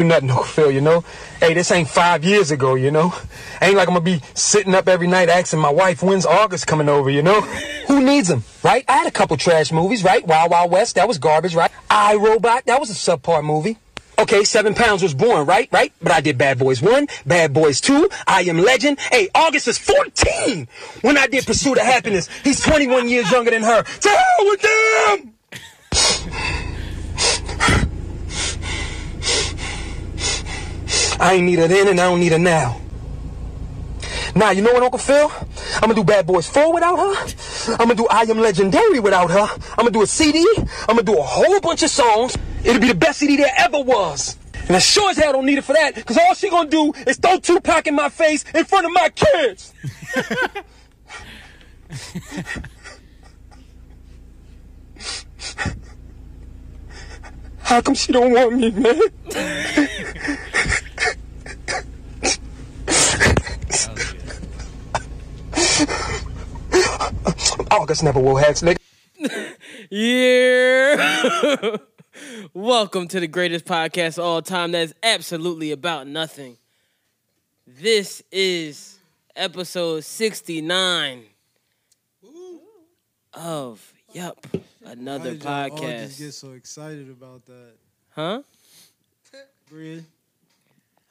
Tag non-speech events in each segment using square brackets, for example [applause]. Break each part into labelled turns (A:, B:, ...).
A: nothing, Uncle Phil, you know? Hey, this ain't five years ago, you know? Ain't like I'm gonna be sitting up every night asking my wife when's August coming over, you know? Who needs them, right? I had a couple trash movies, right? Wild Wild West, that was garbage, right? I, Robot, that was a subpar movie. Okay, Seven Pounds was born, right? Right? But I did Bad Boys 1, Bad Boys 2, I Am Legend. Hey, August is 14 when I did Pursuit of Happiness. He's 21 years younger than her. To hell with them! I ain't need it then and I don't need it now. Now, you know what, Uncle Phil? I'm gonna do Bad Boys 4 without her. I'm gonna do I Am Legendary without her. I'm gonna do a CD. I'm gonna do a whole bunch of songs. It'll be the best CD there ever was. And I sure as hell don't need it for that, because all she gonna do is throw Tupac in my face in front of my kids. How come she don't want me, [laughs] man? August Oh, never will have nigga.
B: Yeah. [laughs] Welcome to the greatest podcast of all time. That's absolutely about nothing. This is episode 69 of Yup, another
C: Why did y'all all just
B: podcast.
C: get so excited about that.
B: Huh?
C: Bria?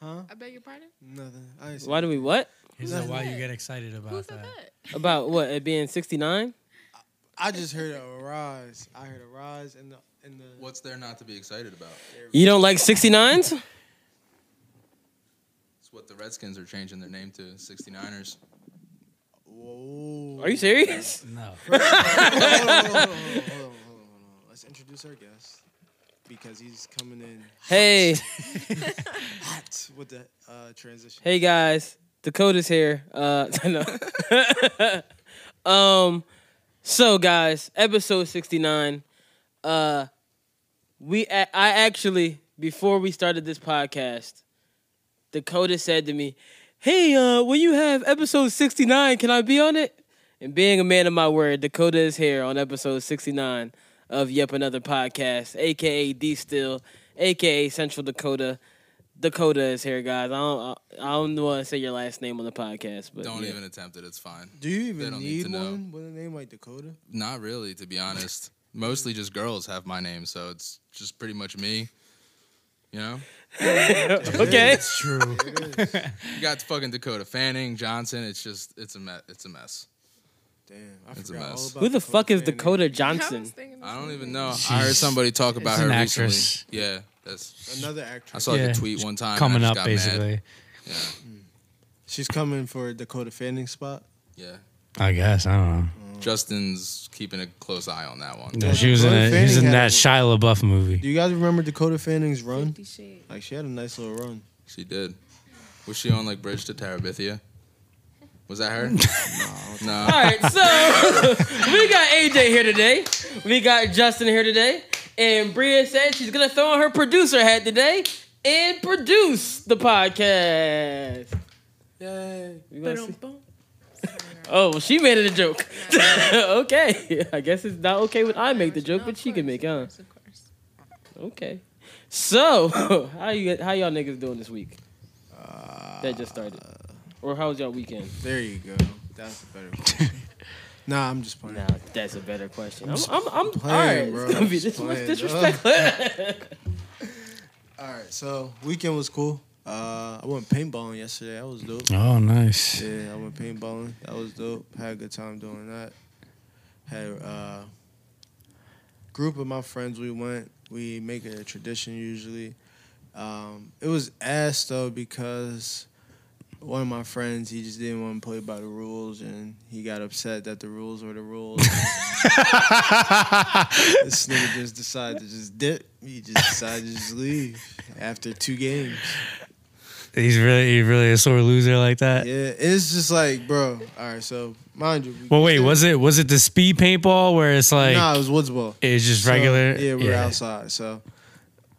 C: Huh?
D: I beg your pardon?
C: Nothing. I ain't
B: Why do we what?
E: Here's
C: Who
E: the
C: said
E: why you get excited
D: Who
E: about
D: said
E: that.
D: that?
B: About what? It being 69?
C: I just heard a rise. I heard a rise in the in the.
F: [laughs] What's there not to be excited about?
B: You don't like 69s?
F: It's what the Redskins are changing their name to 69ers.
C: Whoa.
B: Are you
C: [laughs]
B: serious?
E: No.
C: hold on, hold on, hold on, hold on, hold on, hold on, hold on. Let's introduce our guest because he's coming in
B: Hey,
E: [laughs]
C: hot with the uh, transition.
B: hey guys. Dakota's here. Uh [laughs] no. [laughs] um so guys, episode 69. Uh we I I actually before we started this podcast, Dakota said to me, "Hey, uh when you have episode 69, can I be on it?" And being a man of my word, Dakota is here on episode 69 of Yep Another Podcast, aka D Still, aka Central Dakota. Dakota is here, guys. I don't, I I don't want to say your last name on the podcast, but
F: Don't
B: yeah.
F: even attempt it. It's fine.
C: Do you
F: They
C: even
F: don't need
C: need
F: to know.
C: one with a name like Dakota?
F: Not really, to be honest. Mostly just girls have my name, so it's just pretty much me. You know,
B: [laughs] okay.
E: It's true.
F: [laughs] you got fucking Dakota Fanning, Johnson. It's just it's a me- it's a mess.
C: Damn, I
F: It's a
C: forgot all
F: mess.
C: about
B: Who the fuck is
C: Fanning.
B: Dakota
D: I was
B: Johnson?
D: thinking
F: I
D: this
F: don't
D: was
F: even
D: me.
F: know. I heard
E: She's-
F: somebody talk about
E: It's
F: her
E: an
F: recently.
E: actress.
F: Yeah, that's.
C: Another actress.
F: I saw like
E: Yeah,
F: a tweet one time. and I
E: Coming
F: just
E: up,
F: got mad.
E: basically.
C: Hmm. She's coming for Dakota Fanning spot.
F: Yeah,
E: I guess. I don't know.
F: Justin's keeping a close eye on that one.
E: No, she was in, a, she was in
C: Fanning had
E: that
C: a-
E: Shia LaBeouf
C: Do
E: movie.
C: you guys remember Dakota Fanning's run?
D: Fifty Shades.
C: Like she had a nice little run.
F: She did. Was she on like Bridge to Terabithia? Was
E: [laughs]
F: that her? no.
B: All right, so [laughs] we got AJ here today. We got Justin here today. And Bria said she's going to throw on her producer hat today and produce the podcast. Yay. We gonna see.
D: Ba-dum-bum.
B: Oh, well, she made it a joke. [laughs] okay. I guess it's not okay when I make the joke,
D: No,
B: but
D: of
B: she can
D: course,
B: make it.
D: of
B: huh?
D: course, Of course.
B: Okay. So, [laughs] how you how y'all niggas doing this week? that just started. Or how was y'all weekend?
C: There you go. That's a better.
B: [laughs]
C: Question. nah, I'm just playing.
B: Now that's a better question. I'm I'm, I'm,
C: playing,
B: all right.
C: bro. [laughs]
B: It's gonna be
C: Just
B: this much
C: playing,
B: disrespect.
C: [laughs] All right, so weekend was cool. Uh, I went paintballing yesterday. That was dope.
E: Oh, nice.
C: Yeah, I went paintballing. That was dope. Had a good time doing that. Had a uh, group of my friends. We went. We make it a tradition usually. Um, it was ass though because one of my friends he just didn't want to play by the rules and he got upset that the rules were the
E: [laughs]
C: rules. this nigga just decided to just dip. He just decided to just leave after two games.
E: He's really, he really a sore loser like that.
C: Yeah, it's just like, bro. All right, so mind you.
E: Well, wait, was it was it the speed paintball where it's like
C: nah, it was woods ball.
E: it's just
C: So,
E: regular?
C: yeah, we were outside. So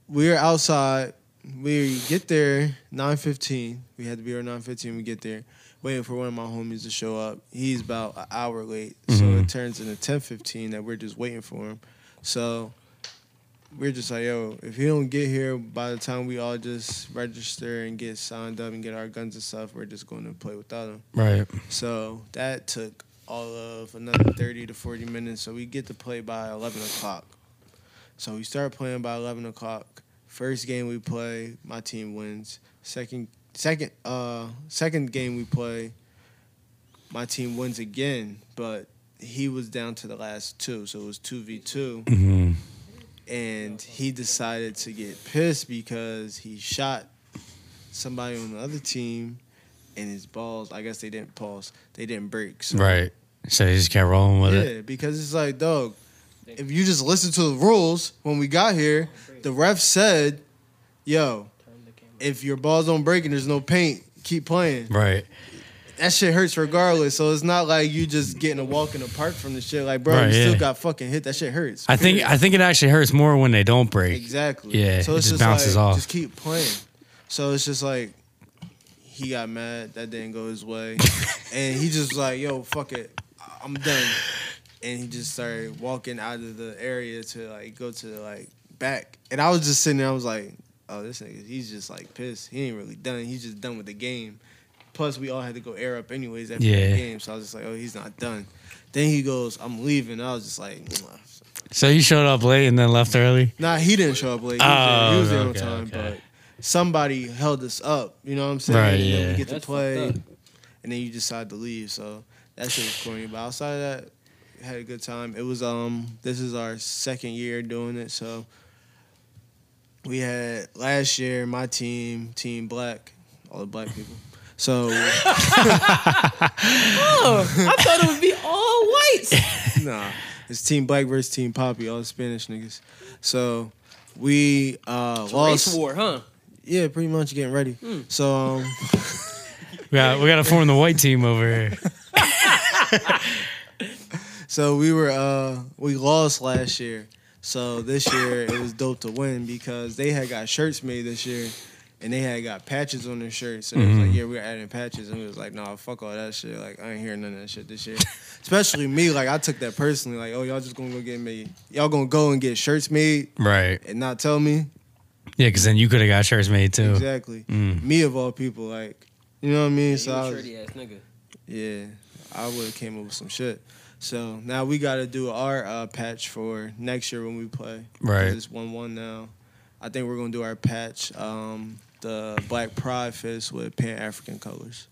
C: we were outside. We get there nine fifteen. We had to be there nine fifteen. We get there, waiting for one of my homies to show up. He's about an
E: Mm-hmm.
C: hour late, so it turns into ten fifteen that we're just waiting for him. So we're just like, yo, if he don't get here by the time we all just register and get signed up and get our guns and stuff, we're just going to play without him.
E: Right.
C: So that took all of another 30 to 40 minutes. So we get to play by 11 o'clock. So we start playing by 11 o'clock. First game we play, my team wins. Second, second, uh, second game we play, my team wins again. But he was down to the last two, so it was two v two
G: Mm-hmm.
E: hmm
C: and he decided to get pissed because he shot somebody on the other team and his balls i guess they didn't pause they didn't break so
E: Right. So he just kept rolling with
C: yeah
E: it.
C: because it's like dog if you just listen to the rules when we got here the ref said yo if your balls don't break and there's no paint keep playing
E: Right.
C: that shit hurts regardless so it's not like you just getting a walk in the park from the shit like bro
E: Right,
C: you
E: yeah.
C: still got fucking hit that shit hurts
E: I think I think it actually hurts more when they don't break.
C: Exactly.
E: Yeah,
C: So
E: it
C: it's
E: just
C: just,
E: bounces
C: like,
E: off.
C: Just keep playing. So it's just like he got mad that didn't go his
E: [laughs]
C: way, and he just like, yo, fuck it, I- I'm done. And he just started walking out of the area to like go to like back, and I was just sitting there. I was like, oh, this nigga, he's just like pissed. He ain't really done. He's just done with the game. Plus, we all had to go air up anyways after
E: Yeah.
C: the game, so I was just like, oh, he's not done. Then he goes, I'm leaving. I was just like,
E: So you showed up late and then left early.
C: Nah, he didn't show up late. He was, there- he was there on
E: Oh, okay,
C: time,
E: okay.
C: but somebody held us up. You know what I'm saying?
E: Right,
C: and then
E: yeah.
C: we get to
B: That's
C: play,
B: fucked up.
C: and then you decide to leave. So that shit was corny. But outside of that, had a good time. It was um, this is our second year doing it. So we had last year my team, Team Black, all the black people.
B: [laughs]
C: So [laughs]
B: Oh, I thought it would be all whites. [laughs]
C: nah, it's Team Black versus Team Poppy, all Spanish niggas. So we uh,
B: Race
C: lost.
B: war, huh? Hmm.
C: Yeah, pretty much getting ready. So um, [laughs]
E: We got we got to form the white team over
C: [laughs]
E: here.
C: so we were uh we lost last year. So this year it was dope to win because they had got shirts made this year and they had got patches on their shirts. So it was like, yeah, we're adding patches and we was like, nah, fuck all that shit. Like I ain't hearing none of that shit this year. [laughs] Especially me, like I took that personally, like, oh y'all just gonna go get made y'all gonna go and get shirts made
E: Right.
C: and not tell me.
E: Yeah, because then you could have got shirts made too.
C: Exactly.
E: Mm.
C: Me of all people, like you know what I mean?
B: You
C: so I was-
B: shirty ass nigga.
C: Yeah, I would have came up with some shit. So now we got to do our uh, patch for next year when we play. 'Cause
E: Right.
C: It's one one now. I think we're gonna do our patch, um, the Black Pride Fist with Pan African colors.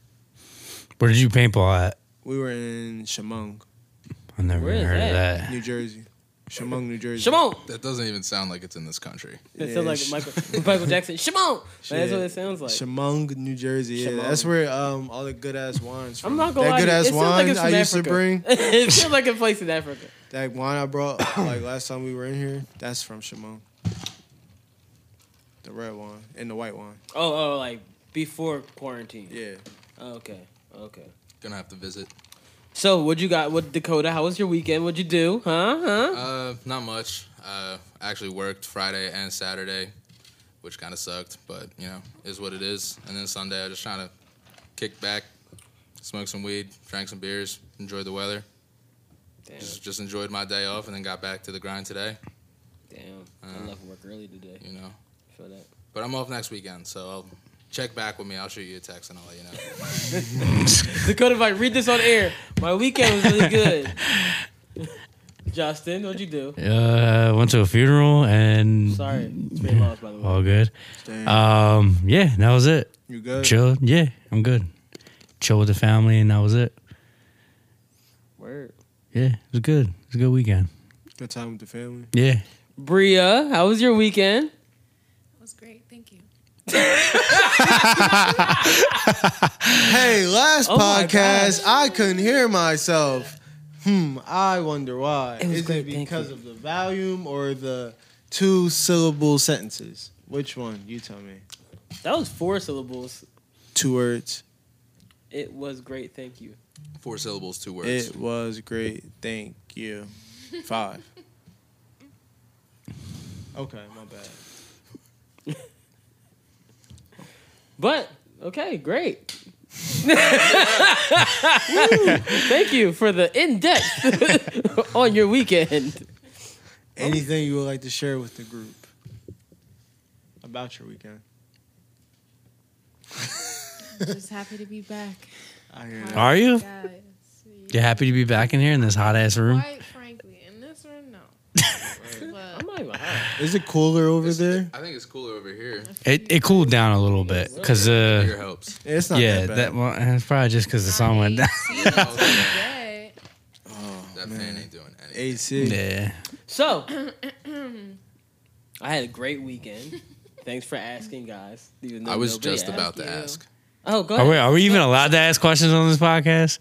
E: Where did you paintball at?
C: We were in Chemung,
E: I've never
B: Where
E: even
B: is
E: heard
B: that?
E: of that.
C: New Jersey. Chemung, New Jersey.
B: Shimon.
F: That doesn't even sound like it's in this country.
B: That
C: Yeah,
B: sounds
C: sh-
B: like Michael, Michael Jackson. Shimon. That's what it sounds like.
C: Chemung, New Jersey. Yeah,
B: Chemung.
C: that's where um, all the good ass wines. From.
B: I'm not gonna
C: that
B: lie.
C: good
B: to you,
C: ass
B: it sounds
C: wine
B: like it's
C: I
B: from
C: used to
B: Africa.
C: bring.
B: [laughs]
C: [laughs]
B: it feels like a place in Africa.
C: That wine I brought like [coughs] last time we were in here. That's from Chemung. The red wine and the white wine.
B: Oh, oh, like before quarantine.
C: Yeah.
B: Oh, Okay. Okay.
F: Gonna have to visit. [laughs]
B: So what you got with Dakota? How was your weekend? What'd you do? Huh? Huh?
F: Uh, not much. Uh, I actually worked Friday and Saturday, which kind of sucked, but you know, is what it is. And then Sunday, I just trying to kick back, smoke some weed, drank some beers, enjoyed the weather.
B: Damn.
F: Just, just enjoyed my day off, and then got back to the grind today.
B: Damn. I
F: Uh,
B: left work early today.
F: You know,
B: Feel that.
F: but I'm off next weekend, so I'll check back with me. I'll shoot you a text and I'll let you know.
B: [laughs] Dakota, if I read this on air, my weekend was really good.
C: [laughs]
B: Justin, what'd you do?
E: Uh, went to a funeral and
B: Sorry, it's been lost by the way.
E: all good.
C: Damn.
E: Um, yeah, that was it.
C: you good?
E: Chill. Yeah, I'm good. Chill with the family, and that was it.
B: Word.
E: Yeah, it was good. It was a good weekend.
C: Good time with the family.
E: Yeah.
B: Bria, how was your weekend?
D: That was great.
B: [laughs]
D: Thank you.
C: Hey, last
B: Oh my
C: podcast, I couldn't hear myself. Hmm, I wonder why.
B: It was
C: Is
B: great,
C: it
B: thank
C: because
B: you.
C: of the volume or the two syllable sentences? Which one? You tell me.
B: That was four syllables.
C: Two words.
B: It was great, thank you.
F: Four syllables, two words.
C: It was great. Thank you.
F: [laughs]
C: Five. Okay, my bad.
B: But okay, [laughs] great. [laughs] Woo. Thank you for the in depth on your weekend.
C: Anything you would like to share with the group about your weekend?
D: Just happy to be back.
C: [laughs] I hear that.
E: Are you?
D: Guys,
E: You're happy to be back in here in this hot ass room.
D: Quite frankly, in this room, no. But
B: I'm not even high.
C: Is it cooler over
F: It's-
C: there?
F: I think it's cooler over here.
E: It it cooled down a little bit because
F: Here
E: uh
F: helps.
C: It's not
E: yeah
C: that bad.
E: that well it's probably just because the
D: I
E: sun went
D: mean,
E: down.
D: see, it's not bad.
C: oh,
F: That
C: man.
F: fan ain't doing anything.
C: AC.
E: Yeah,
B: So, [clears throat] I had a great [laughs] weekend. Thanks for asking, guys. even though
F: I was
B: nobody
F: just
B: asked.
F: about to
D: you.
F: ask.
B: Oh, go
E: [laughs] are
B: ahead.
E: we are we even allowed to ask questions on this podcast?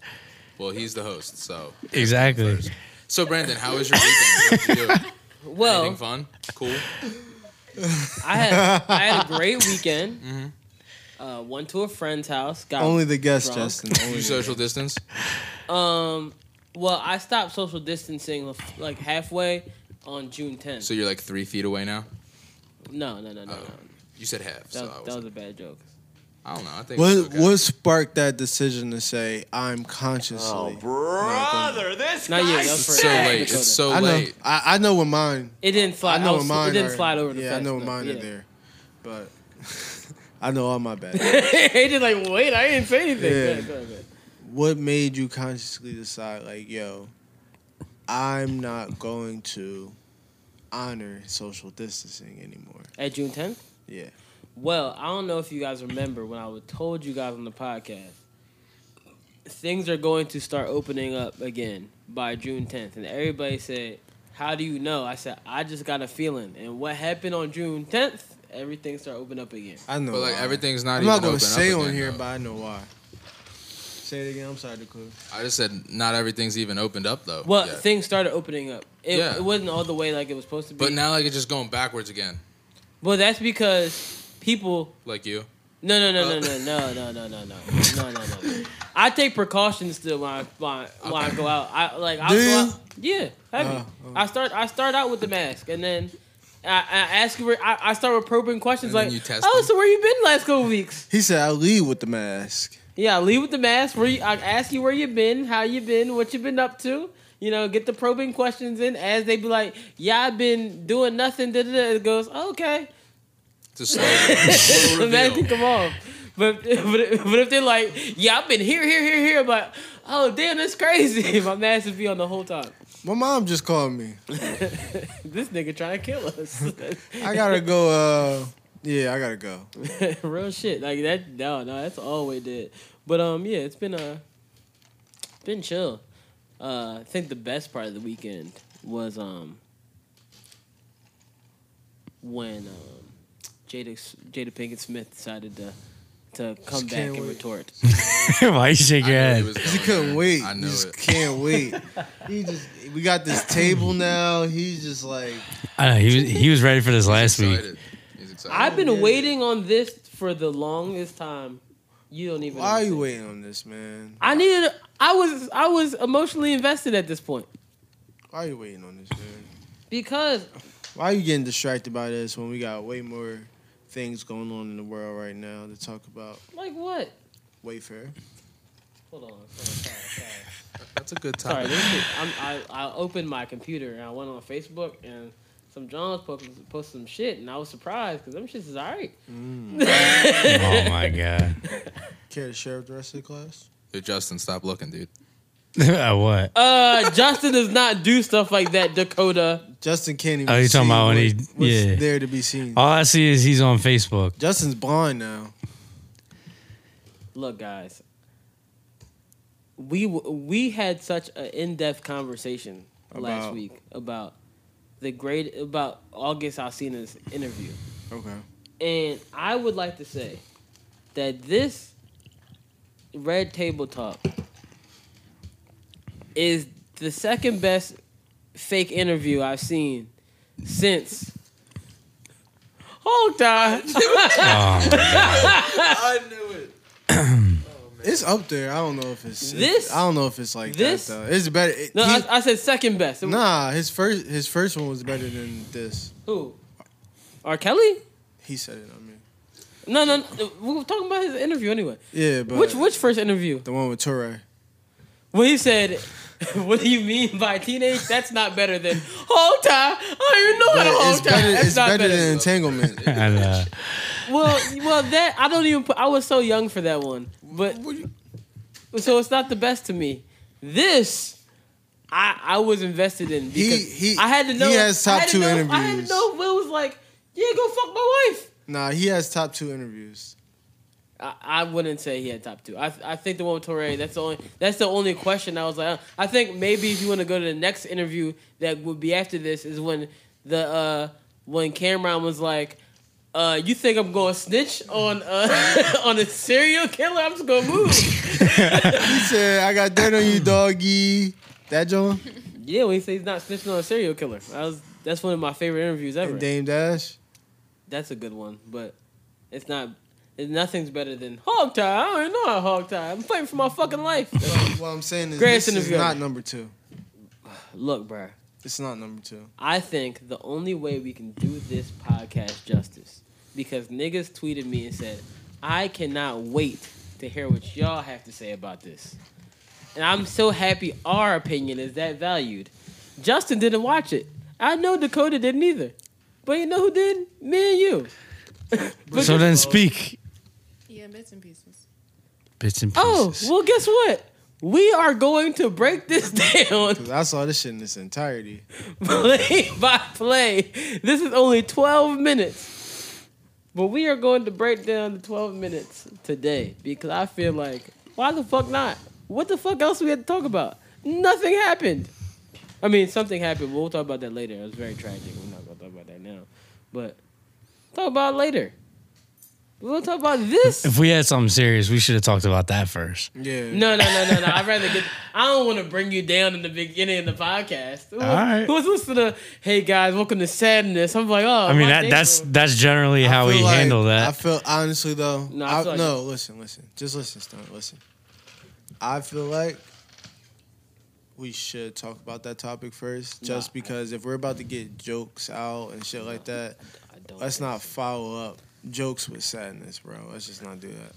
F: Well, he's the host, so
E: Exactly.
F: so Brandon, how was your weekend? What'd you do?
B: well,
F: Anything fun? Cool.
B: [laughs] I had I had
C: [laughs]
B: a great weekend.
F: Mm-hmm.
B: Uh, went to a friend's house. Got
C: Only the guest,
B: drunk. [laughs]
C: Justin. Only
F: You
C: the
F: social
C: guest.
F: distance?
B: Um, well, I stopped social distancing like halfway on June 10th.
F: So you're like three feet away now.
B: no, no, no, no, no.
F: Oh, You said half,
B: That,
F: so
B: was-
F: I
B: that was
F: was.
B: a bad joke.
F: I don't know. I think.
C: What
F: it's okay.
C: what sparked that decision to say I'm consciously? brother,
B: Not you. That was for
F: It's so late.
B: Dakota.
F: It's so
C: I know.
F: late.
C: I, I know when mine.
B: It didn't slide.
C: I know
B: I
C: when
B: was-
C: mine.
B: it didn't
C: are-
B: slide over the
C: Yeah, I
B: fence,
C: know when
B: though.
C: mine
B: yeah.
C: are there,
B: [laughs]
C: but I know all my bad.
B: he just like, wait, I didn't say anything.
C: Yeah.
B: Go ahead, go ahead, go ahead.
C: what made you consciously decide like yo i'm not going to honor social distancing anymore
B: At June 10th?
C: yeah
B: Well, I don't know if you guys remember when I told you guys on the podcast, things are going to start opening up again by June 10th. And everybody said, How do you know? I said, I just got a feeling. And what happened on June 10th? Everything started opening up again.
C: i know
F: But like
C: why.
F: everything's not.
C: i'm
F: even
C: not gonna
F: open up
C: say on
F: again,
C: here
F: though.
C: but i know why say it again i'm sorry Dakota.
F: I just said not everything's even opened up though.
B: Well,
F: yet.
B: things started opening up. It,
F: Yeah.
B: it wasn't all the way like it was supposed to be.
F: But now like it's just going backwards again.
B: well, that's because people
F: Like you.
B: No, no, no, no,
F: Uh,
B: no, no, no, no, no, no, no, no, no. I take precautions still when I when, I- when I go out. I like I
C: Do
B: go
C: you?
B: out. Yeah, heavy.
F: Uh,
C: Oh, oh.
B: I start I start out with the mask and then. I, I ask you. I, I start with probing questions
F: And then
B: like,
F: you test
B: "Oh,
F: them.
B: so where you been last couple weeks?"
C: he said i lead with the mask
B: Yeah, I leave with the mask. Where you, I ask you where you been, how you been, what you been up to. You know, get the probing questions in as they be like, "Yeah, I've been doing nothing." Da da da. It goes okay.
F: It's a slow, slow
B: the [laughs] man
F: reveal.
B: can come off. But, but, but if they're like, yeah, I've been here, here, here, here, I'm like, oh, damn, that's crazy. [laughs] My mask would be on the whole time. [laughs]
C: my mom just called me
B: This nigga trying to kill us.
C: i gotta go uh yeah i gotta go
B: [laughs] Real shit. Like, that, no, no, that's all we did. But, um, yeah, it's been, uh, been chill. Uh, I think the best part of the weekend was, um, when, um, Jada, Jada Pinkett Smith decided to, to come
C: Just
B: back
C: can't
B: and
C: wait.
B: retort.
E: [laughs] Why you shake
F: I knew
E: your
F: it
E: head?
F: was
C: He
F: going
C: couldn't
F: there.
C: wait.
F: I
C: He
F: know
C: just
F: it.
C: can't
F: [laughs]
C: wait. He just we got this table now. He's just like
E: I know he was he was ready for this last
F: He's
E: week.
F: excited. He's excited.
B: I've been
C: yeah.
B: waiting on this for the longest time. You don't even.
C: Why are you
B: understand.
C: waiting on this, man?
B: I needed. I was. I was emotionally invested at this point
C: Why are you waiting on this, man?
B: because
C: Why are you getting distracted by this when we got way more things going on in the world right now to talk about?
B: like what?
C: Wayfair.
B: Hold on. Hold on, Sorry.
C: [laughs]
B: sorry.
F: That's a good
B: Sorry,
F: topic.
B: this is- I'm, I, I opened my computer and I went on Facebook and some Johns posted, posted some shit and I was surprised because them shits is alright.
E: Mm. Oh my god!
F: [laughs]
C: Care to share with the rest of the class?
F: Dude, Justin, stop looking, dude.
E: [laughs] Uh, what?
B: Uh, Justin does not do stuff like that, Dakota.
C: Justin can't even.
E: Oh, you
C: see
E: talking about when he-
C: what- what's
E: yeah.
C: there to be seen.
E: All I see is he's on Facebook.
C: Justin's blind now.
B: Look, guys, we w- we had such an in-depth conversation last
C: About-
B: week about the great about August Alsina's interview,
C: Okay.
B: and I would like to say that this Red Table Talk is the second best fake interview I've seen since. Hold
C: [laughs]
B: on.
E: Oh,
F: [laughs] I knew it.
C: [clears throat] It's up there. I don't know if it's
B: This-
C: I don't know if it's like
B: this-
C: that though. It's better. it-
B: No,
C: he-
B: I, I said second best.
C: nah. His first his first one was better than this.
B: Who? R. Kelly?
C: He said it. I mean.
B: No, no, no. We were talking about his interview anyway.
C: Yeah, but
B: [laughs] which which first interview?
C: the one with Torre.
B: When he said, [laughs] what do you mean by teenage? That's not better than whole time. I don't even know how to
C: it's
B: whole time.
C: better,
B: That's
C: it's
B: not
C: better,
B: better.
C: than
B: [laughs]
C: entanglement.
E: And, uh,
B: well, well, that I don't even. Put, I was so young for that one, but so it's not the best to me. This, I I was invested in because
C: He- he-
B: I had to know.
C: he has top
B: I had to
C: two
B: know, I had to
C: interviews.
B: know Will was like, yeah, go fuck my wife.
C: nah, he has top two interviews.
B: I, I wouldn't say he had top two. I I think the one with Torre. That's the only. That's the only question I was like. uh, I think maybe if you want to go to the next interview that would be after this is when the uh when Cameron was like, uh, you think I'm going to snitch on uh [laughs] on a serial killer? I'm just gonna move.
C: He said, "I got dirt on you, doggy." That John
B: yeah, when he said he's not snitching on a serial killer, I was. That's one of my favorite interviews ever.
C: and Dame Dash.
B: That's a good one, but it's not. It, nothing's better than hog tie. I don't even know how hog tie. I'm fighting for my fucking life.
C: What I'm saying is,
B: Greatest
C: this is
B: interview.
C: not number two.
B: Look, bruh.
C: It's not number two.
B: I think the only way we can do this podcast justice because niggas tweeted me and said, I cannot wait to hear what y'all have to say about this. And I'm so happy our opinion is that valued. Justin didn't watch it. I know Dakota didn't either. But you know who did? Me and you. [laughs] But
E: so
B: you-
E: then speak.
D: Yeah, bits and pieces.
E: Bits and
B: Oh,
E: pieces.
B: well, guess what? We are going to break this [laughs] down
C: 'Cause I saw this shit in its entirety.
B: [laughs] play by play. This is only 12 minutes. But we are going to break down the 12 minutes today because I feel like, why the fuck not? What the fuck else we had to talk about? Nothing happened. I mean, something happened. We'll talk about that later. It was very tragic. We're not going to talk about that now. But talk about it later. We'll talk about this.
E: if we had something serious, we should have talked about that first.
C: Yeah.
B: No, no, no, no, no. I'd rather get. I don't want to bring you down in the beginning of the podcast. Who,
E: right.
B: Who's listening to? Hey guys, welcome to sadness. I'm like, oh,
E: I mean
B: my
E: that
B: day
E: that's
B: going."
E: that's generally how
C: I
E: we
C: feel like-
E: handle
C: I
E: that.
C: feel honestly though.
B: No,
C: No,
B: I feel like-
C: no listen, listen. Just listen, Stone. Listen. I feel like we should talk about that topic first, just because if we're about to get jokes out and shit like that,
B: I don't
C: let's
B: think-
C: not follow up jokes with sadness, bro. Let's just not do that.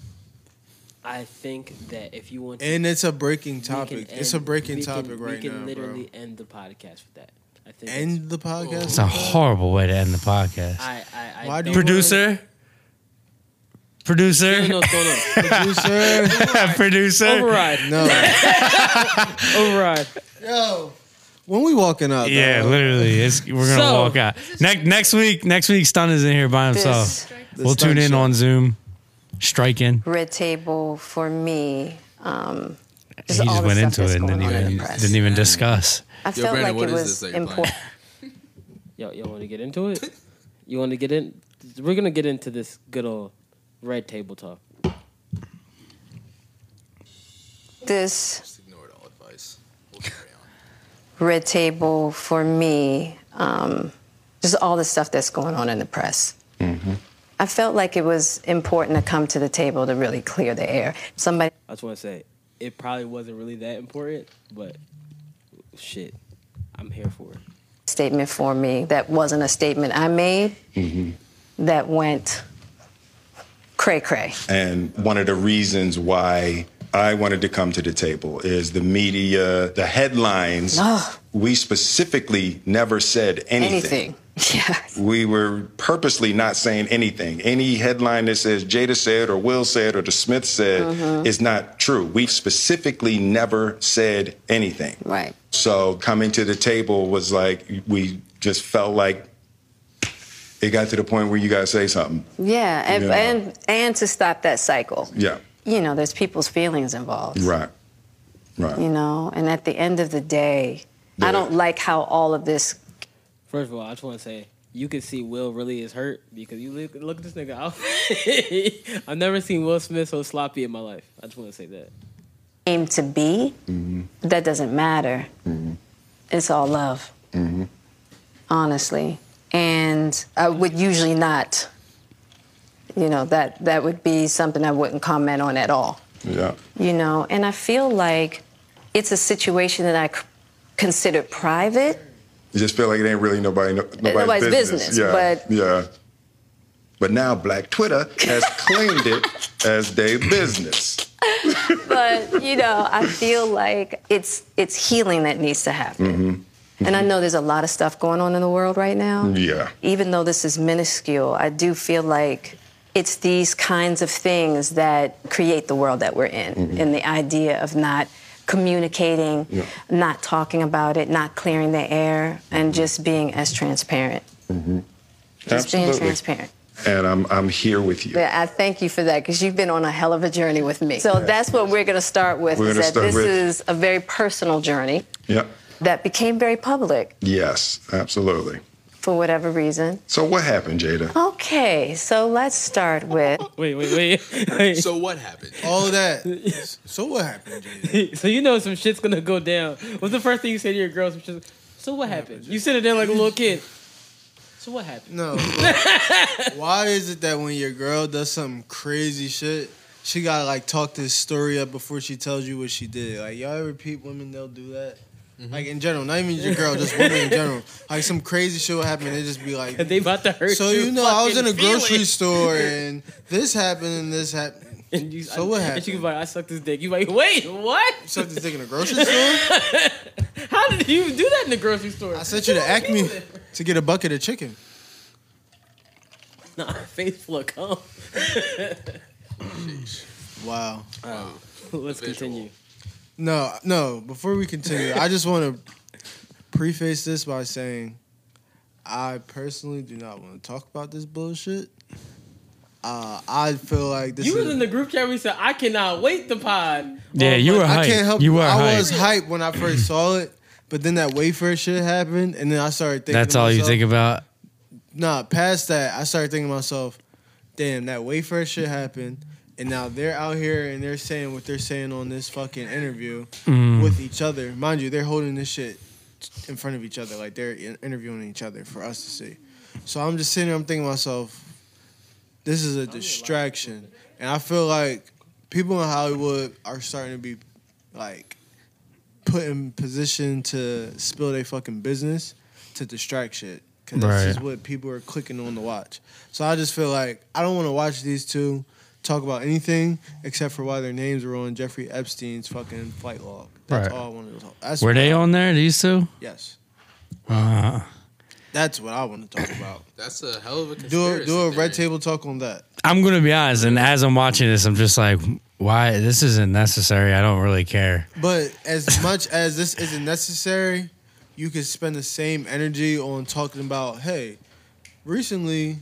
B: I think that if you want, to,
C: And it's a breaking
B: we can
C: topic. it's a
B: end-
C: breaking
B: we can-
C: topic right
B: We can
C: now,
B: literally
C: bro.
B: end the podcast with that. I think.
C: End the
E: It's
C: podcast.
E: a horrible way to end the podcast.
B: I, I, I.
C: Why do
B: don't-
C: you-
E: Producer.
B: I
E: Producer.
B: don't know what's going on.
C: Producer,
E: [laughs] Producer.
B: Override.
C: no,
B: [laughs] Override.
C: yo. When we walking up,
E: Yeah,
C: dog,
E: literally. It's, we're gonna
B: So-
E: walk out. Next next week, next week Stun is in here by himself.
C: the
E: we'll
C: stunt
E: tune in
C: shot.
E: on Zoom. Strike in.
H: red table for me. Um,
E: He
H: all
E: just
H: the
E: went
H: stuff
E: into it
H: that's
E: and didn't
H: going on in
E: even
H: the press.
E: didn't even discuss.
H: I
F: Yo,
H: felt
F: Brandon,
H: like
F: what
H: it
F: is this
H: was
F: that you're
H: important.
F: playing?
B: [laughs] Yo, y'all want to get into
C: [laughs]
B: it? You want to get in? We're gonna get into this good old red table talk.
H: This
F: Just ignored all advice. We'll carry on.
H: red table for me, um, just all the stuff that's going on in the press.
E: Mm-hmm.
H: I felt like it was important to come to the table to really clear the air. Somebody
B: I just want to say it probably wasn't really that important, but shit, I'm here for it.
H: statement for me that wasn't a statement I made
I: Mm-hmm.
H: that went cray cray.
I: And one of the reasons why I wanted to come to the table is the media, the headlines. We specifically never said
H: Anything. Yeah.
I: we were purposely not saying anything. Any headline that says Jada said or Will said or the Smith said
H: Mm-hmm.
I: is not true. We specifically never said anything.
H: Right.
I: So coming to the table was like we just felt like it got to the point where you got to say something.
H: Yeah. And,
I: Yeah.
H: and and to stop that cycle.
I: Yeah.
H: you know, there's people's feelings involved.
I: Right. Right.
H: You know, and at the end of the day,
I: Yeah.
H: I don't like how all of this.
B: First of all, I just want to say you can see Will really is hurt because you look, look at this nigga outfit. [laughs] I've never seen Will Smith so sloppy in my life. I just want to say that.
H: Aim to be,
I: Mm-hmm.
H: that doesn't matter. It's all love,
F: Mm-hmm.
H: honestly. And I would usually not, you know, that that would be something I wouldn't comment on at all.
I: Yeah.
H: You know, and I feel like it's a situation that I c- consider private.
I: You just feel like it ain't really nobody, no, nobody's,
H: Nobody's business,
I: Yeah.
H: but-
I: yeah.
H: [laughs]
I: But now Black Twitter has claimed it as their business.
H: but you know, I feel like it's it's healing that needs to happen.
I: Mm-hmm.
H: And I know there's a lot of stuff going on in the world right now.
I: Yeah.
H: Even though this is minuscule, I do feel like it's these kinds of things that create the world that we're in, and the idea of not communicating,
I: Mm-hmm. Yeah.
H: not talking about it, not clearing the air,
I: Mm-hmm.
H: and just being as transparent. Just being transparent.
I: And I'm I'm here with you.
H: Yeah, I thank you for that because you've been on a hell of a journey with me. So that's what we're going to start with.
I: We're
H: is
I: gonna
H: that
I: start
H: this
I: with-
H: is a very personal journey
I: Yeah.
H: that became very public
I: Yes, absolutely.
H: for whatever reason.
I: So what happened, Jada?
H: Okay, so let's start with.
B: Wait, wait, wait.
F: So what happened?
C: All of that. so what happened,
B: [laughs]
C: Jada?
B: so you know some shit's gonna go down. What's the first thing you say to your girl? Some shit's- so what happened? You sit there like a little kid. So what happened? [laughs]
C: No. [laughs] but why is it that when your girl does some crazy shit, she gotta like talk this story up before she tells you what she did? Like y'all ever peep women they'll do that?
B: Mm-hmm.
C: Like in general, not even your girl, just women
B: [laughs]
C: in general. Like some crazy shit will happen, they just be like,
B: They about to hurt
C: so
B: you.
C: you know, I was in a
B: fucking feel
C: grocery
B: it. [laughs]
C: store and this happened and this happened.
B: And you,
C: So what
B: And she
C: happened?
B: was like, I sucked his dick. You like, wait, what?
C: Suck this dick in a grocery store.
B: [laughs] How did you do that in the grocery store?
C: I sent you to
B: [laughs]
C: Acme to get a bucket of chicken.
B: Nah, face full of cum.
C: Wow.
B: Let's
F: Visual.
B: continue.
C: No, no. Before we continue, I just want to preface this by saying I personally do not want to talk about this bullshit. Uh, I feel like this.
B: You
C: is,
B: was in the group chat. We said, I cannot wait the pod.
E: Yeah, you were hype.
C: I can't help.
E: you were
C: I
E: hype.
C: was hype when I first saw it, but then that wafer shit happened, and then I started thinking.
E: That's
C: to
E: all you
C: myself-
E: think about.
C: Nah, past that, I started thinking to myself, damn, that Wayfair shit happened. And now they're out here and they're saying what they're saying on this fucking interview with each other. Mind you, they're holding this shit in front of each other. Like they're in- interviewing each other for us to see. So I'm just sitting there, I'm thinking to myself, this is a distraction. And I feel like people in Hollywood are starting to be like put in position to spill their fucking business to distract shit. Cause
E: Right.
C: this is what people are clicking on to watch. So I just feel like I don't want to watch these two talk about anything except for why their names were on Jeffrey Epstein's fucking flight log. That's
E: Right.
C: all I wanted to talk. That's
E: Were
C: what
E: they
C: I-
E: on there? These two?
C: Yes,
E: Uh,
C: that's what I want to talk about.
F: That's a hell of a
C: Do a,
F: conspiracy
C: do a red
F: theory.
C: table talk on that.
E: I'm gonna be honest, and as I'm watching this, I'm just like, why? This isn't necessary. I don't really care.
C: But as much as this isn't necessary, you could spend the same energy on talking about, hey, recently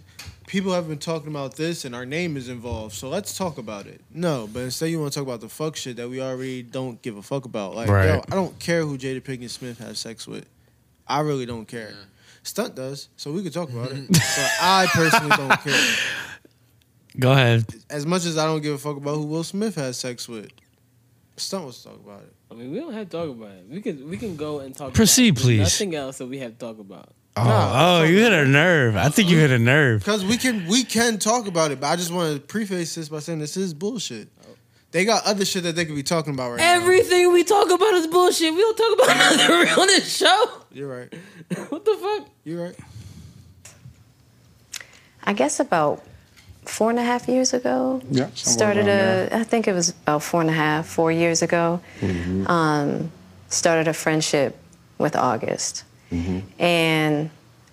C: people have been talking about this and our name is involved, so let's talk about it. No, but instead you want to talk about the fuck shit that we already don't give a fuck about. Like,
E: Right.
C: yo, I don't care who Jada Pinkett Smith has sex with. I really don't care. Stunt does, so we could talk about it. but I personally don't care.
E: Go ahead.
C: As much as I don't give a fuck about who Will Smith has sex with, Stunt wants to talk about it.
B: I mean, we don't have to talk about it. We can we can go and talk.
E: Proceed,
B: about
E: please.
B: Nothing else that we have to talk about.
E: Oh, oh, you hit a nerve. I think you hit a nerve.
C: Because we can we can talk about it, but I just want to preface this by saying this is bullshit. They got other shit that they could be talking about right
B: Everything we talk about is bullshit. We don't talk about [laughs] nothing real on this show.
C: now. You're right.
B: What the fuck?
C: You're right.
H: I guess about four and a half years ago.
I: Yeah, somewhere
H: Started
I: around
H: a, I think it was about four and a half, four years ago.
I: Mm-hmm.
H: Um, started a friendship with August.
F: Mm-hmm.
H: And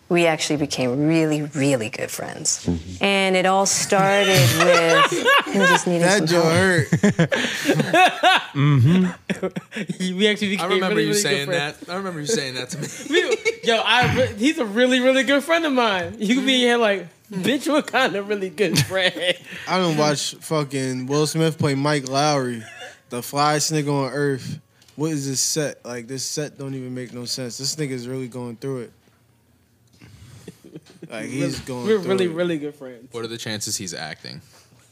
H: we actually became really, really good friends.
I: Mm-hmm.
H: And it all started with him just needing
C: That
H: some
C: joint
H: help.
C: hurt.
B: [laughs] We actually became
F: I remember
B: really,
F: you
B: really good
F: saying
B: friends.
F: that. I remember you saying that to me.
B: We- Yo, I re- he's a really, really good friend of mine. You could be here like, bitch, what kind of really
C: [laughs]
B: good friend?
C: I don't watch fucking Will Smith play Mike Lowry, the flyest nigga on earth. What is this set? Like this set don't even make no sense. This nigga's really going through it. Like [laughs] he's going.
B: We're
C: through
B: really,
C: it.
B: really good friends.
F: What are the chances he's acting?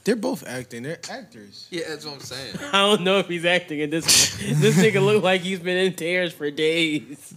C: They're both acting. They're actors.
F: Yeah, that's what I'm saying.
B: I don't know if he's acting in this. one. this nigga look like he's been in tears for days.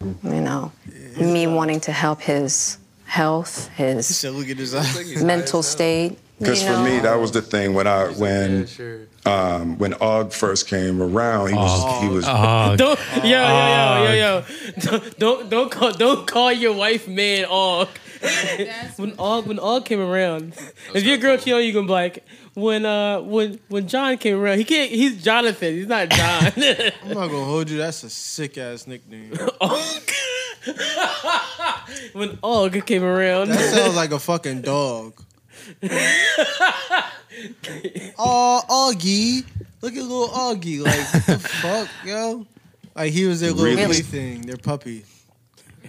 H: You know, me wanting to help his health, his
C: So look at his eyes.
H: [laughs] mental state.
I: Because
H: you
I: for me,
H: know.
I: that was the thing when I
F: Yeah,
I: when
F: sure.
I: um, when Og first came around, he was he was [laughs]
E: Oh,
B: Don't, yo, yo, yo, yo, yo. Don't, don't call, don't call your wife man. All
D: That's
B: when all when all came around. If your girl cheat on you, you gonna be like when uh when when John came around. He can't. He's Jonathan. He's not John.
C: [laughs] I'm not gonna hold you. That's a sick ass nickname.
B: when Og came around.
C: That sounds like a fucking dog.
B: [laughs]
C: Oh, Augie. Look at little Augie. Like, what the fuck, yo? Like, he was their little
I: Really?
C: plaything, their puppy.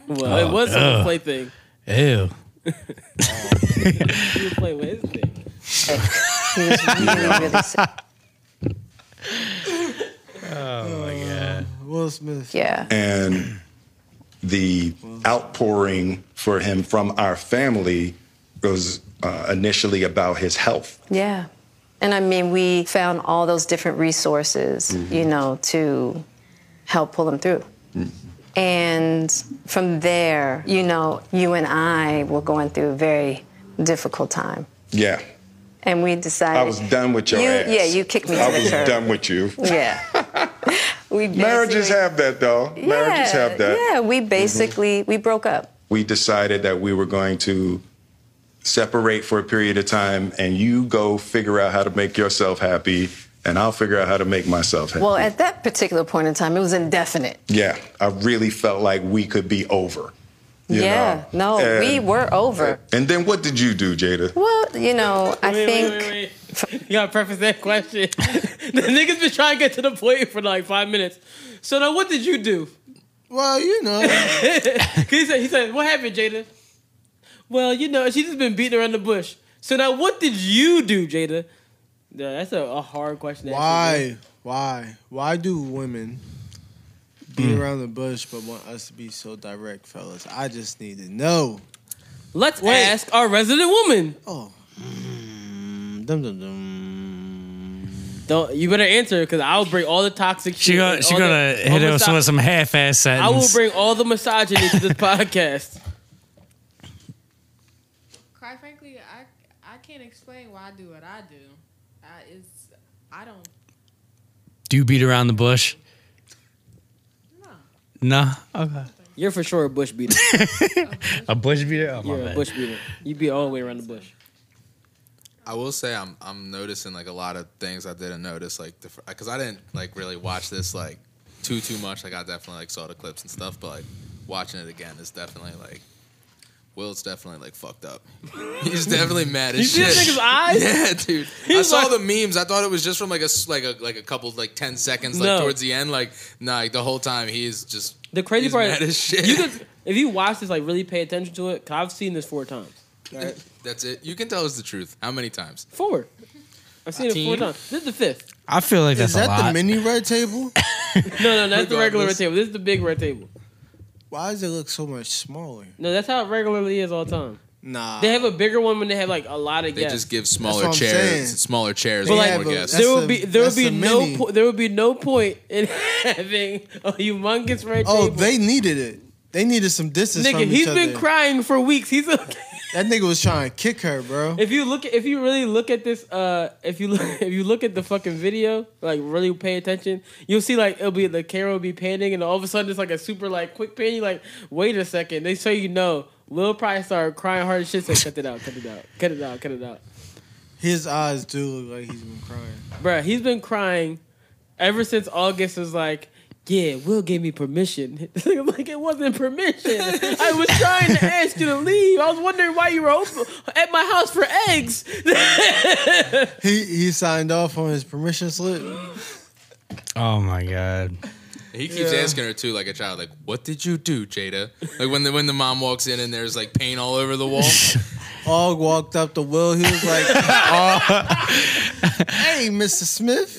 B: well, it was a
E: ugh.
B: plaything. [laughs]
E: Ew.
B: You play with his thing.
H: He was really, really sick.
C: Will Smith.
H: Yeah.
I: and the outpouring for him from our family was uh, initially about his health.
H: Yeah. And I mean, we found all those different resources, you
I: Mm-hmm.
H: know, to help pull him through.
I: Mm-hmm.
H: And from there, you know, you and I were going through a very difficult time.
I: Yeah,
H: And we decided.
I: I was done with your
H: you,
I: ass.
H: Yeah, you kicked me
I: I
H: to the
I: was
H: curb.
I: done with you.
H: [laughs]
I: [laughs]
H: Yeah. [laughs] we
I: Marriages
H: basically-
I: have that, though. Marriages
H: Yeah,
I: have that. Mm-hmm.
H: Yeah, we basically we broke up.
I: We decided that we were going to separate for a period of time, and you go figure out how to make yourself happy, and I'll figure out how to make myself happy.
H: Well, at that particular point in time, it was indefinite.
I: yeah, I really felt like we could be over. you
H: yeah,
I: know?
H: no, we
I: And-
H: were over.
I: And then what did you do, Jada?
H: Well, you know, I
B: Wait,
H: think.
B: wait, wait, wait. You gotta preface that question. [laughs] the niggas been trying to get to the point for like five minutes. So now, what did you do? [laughs]
C: Well, you know.
B: He said, he said, what happened, Jada? Well, you know, she's just been beating around the bush. So now, what did you do, Jada? Yeah, that's a, a hard question. to answer,
C: Why? Why? Why do women beat
E: Hmm.
C: around the bush but want us to be so direct, fellas? I just need to know.
B: bro. Let's ask our resident woman.
C: Oh. Mm, Dum dum dum.
B: Don't you better answer because I'll bring all the toxic.
E: She
B: shit
E: gonna
B: and
E: she
B: all
E: gonna
B: the-
E: hit
B: all
E: us
B: miso-
E: with some half ass
B: I will
E: sentence.
B: bring all the misogyny
E: [laughs]
B: to this podcast.
D: quite frankly, I I can't explain why I do what I do. I is I don't
E: Do you beat around the bush?
D: No.
E: No. Okay.
B: You're for sure a bush beater.
E: [laughs] A bush beater. Oh my
B: You're a
E: bad.
B: bush beater. You beat all the way around the bush.
F: I will say I'm I'm noticing like a lot of things I didn't notice like because I didn't like really watch this like too too much. Like I definitely like saw the clips and stuff, but like watching it again is definitely like Will's definitely like fucked up. [laughs] He's definitely mad as
B: You see
F: shit.
B: this nigga's eyes?
F: [laughs] Yeah,
B: [laughs]
F: dude. I
B: He's
F: saw
B: like-
F: the memes. I thought it was just from like a s- like a like a couple like ten seconds like
B: No.
F: towards the end. Like nah, like, the whole time he's just
B: The crazy
F: he's
B: part
F: mad as shit.
B: You could, if you watch this, like really pay attention to it. Cause I've seen this four times. Right?
F: [laughs] That's it. You can tell us the truth. How many times?
B: Four. I've seen it four
F: Team.
B: times. This is the fifth.
E: I feel like that's
C: Is that
E: a lot.
C: the mini red
E: [laughs]
C: table?
B: No, no, that's the regular red
F: Regardless.
B: table. This is the big red table.
C: Why does it look so much smaller?
B: No, that's how it regularly is all the time.
C: Nah.
B: They have a bigger one when they have like a lot of
F: They
B: guests.
F: just give smaller
C: That's what I'm saying.
F: chairs, smaller chairs,
C: But,
F: with
B: like,
F: more
C: but
F: guests.
C: that's
B: there would
C: a-
B: be there would
C: that's
B: be
C: a
B: no
C: mini.
B: po- there would be no point in [laughs] having a humongous red
C: Oh,
B: table.
C: they needed it. They needed some distance
B: nigga,
C: from each
B: he's
C: other.
B: been crying for weeks. He's
C: [laughs] That nigga was trying to kick her, bro.
B: if you look at, if you really look at this uh if you [laughs] look if you look at the fucking video like really pay attention you'll see like it'll be the camera will be panning and all of a sudden it's like a super like quick pan you like wait a second they so you know Lil probably started crying hard as shit so cut it out cut it out cut it out cut it out
C: His eyes do look like he's been crying.
B: Bruh, he's been crying ever since August was like, yeah, Will gave me permission. [laughs] I'm like, it wasn't permission.
F: [laughs]
B: I was trying to ask you to leave. I was wondering why you were open at my house for eggs. [laughs]
C: He he signed off on his permission slip.
E: oh my god.
F: He keeps
C: Yeah.
F: asking her too, like a child, like, "What did you do, Jada?" Like when the when the mom walks in and there's like paint all over the
E: [laughs]
F: wall.
C: Og walked up to Will. He was
F: [laughs]
C: like, "Oh, "Hey, Mr. Smith."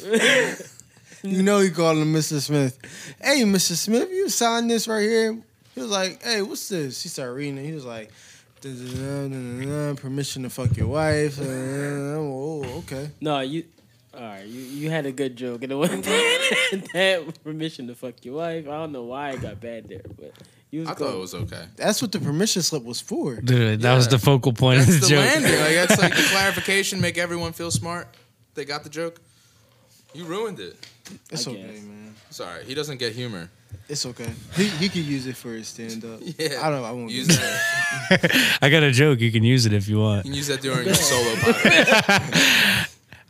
C: You know he called him Mr. Smith. Hey, Mr. Smith, you signed this right here. He was like, "Hey, what's this?" He started reading it. He was like, "Duh, duh, duh, duh, duh, duh, "Permission to fuck your wife." Uh, oh, okay.
B: no, you. All right, you, you had a good joke, and it wasn't [laughs] that, that permission to fuck your wife. I don't know why it got bad there, but you was
F: I thought it
B: cool.
F: was okay.
C: That's what the permission slip was for.
E: Dude, that was the focal point
F: That's
E: of the,
F: the
E: joke.
F: landing. Like that's like the clarification. Make everyone feel smart. They got the joke. You ruined it.
C: It's
B: I
C: okay,
B: guess.
C: man.
F: Sorry, he doesn't get humor.
C: It's okay. He he could use it for his stand up.
F: [laughs] Yeah.
C: I don't. I won't
F: Use
C: do
F: that.
E: [laughs] I got a joke. You can use it if you want.
F: You can use that during your solo podcast.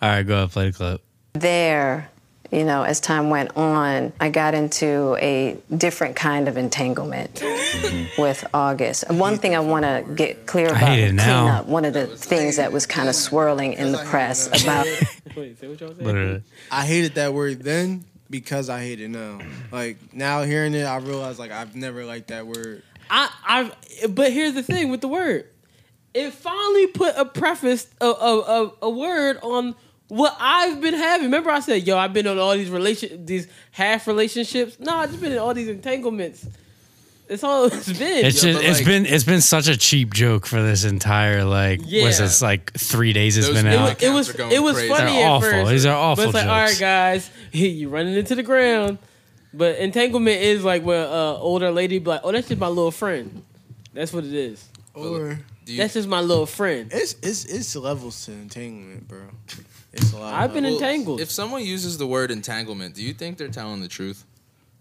E: All right, go ahead, play the clip.
H: [laughs] There, you know, as time went on, I got into a different kind of entanglement
I: Mm-hmm.
H: with August. And One thing I want to get clear about
E: hate it
H: with
E: now.
H: cleanup, one of the things that was kind of swirling in the press about
B: Wait, say what y'all
E: What
B: saying?
E: are-
C: I hated that word then because I hate it now. Like now hearing it, I realize like I've never liked that word.
B: I, I, but here's the thing with the word. It finally put a preface, a, a, a, a word on what I've been having. Remember, I said, "Yo, I've been on all these relation, these half relationships." No, I've just been in all these entanglements. It's all [laughs] it's been.
E: It's
F: Yeah,
E: just,
F: but
E: it's
F: like-
E: been it's been such a cheap joke for this entire like
B: Yeah.
E: was this like three days it's
F: Those
E: been
F: people
E: out.
F: that
B: it was
F: Counts are going
B: it was
F: crazy.
B: funny
E: They're
B: at
E: awful.
B: first.
E: These are
B: But
E: awful
B: it's like, all right,
E: jokes.
B: guys, [laughs] you running into the ground. But entanglement is like when uh, older lady be like, "Oh, that's just my little friend." That's what it is.
C: Or
F: Do you,
B: That's just my little friend.
C: it's it's it's levels to entanglement, bro. It's a lot. of
B: I've been
C: levels.
B: entangled.
F: if someone uses the word entanglement, do you think they're telling the truth?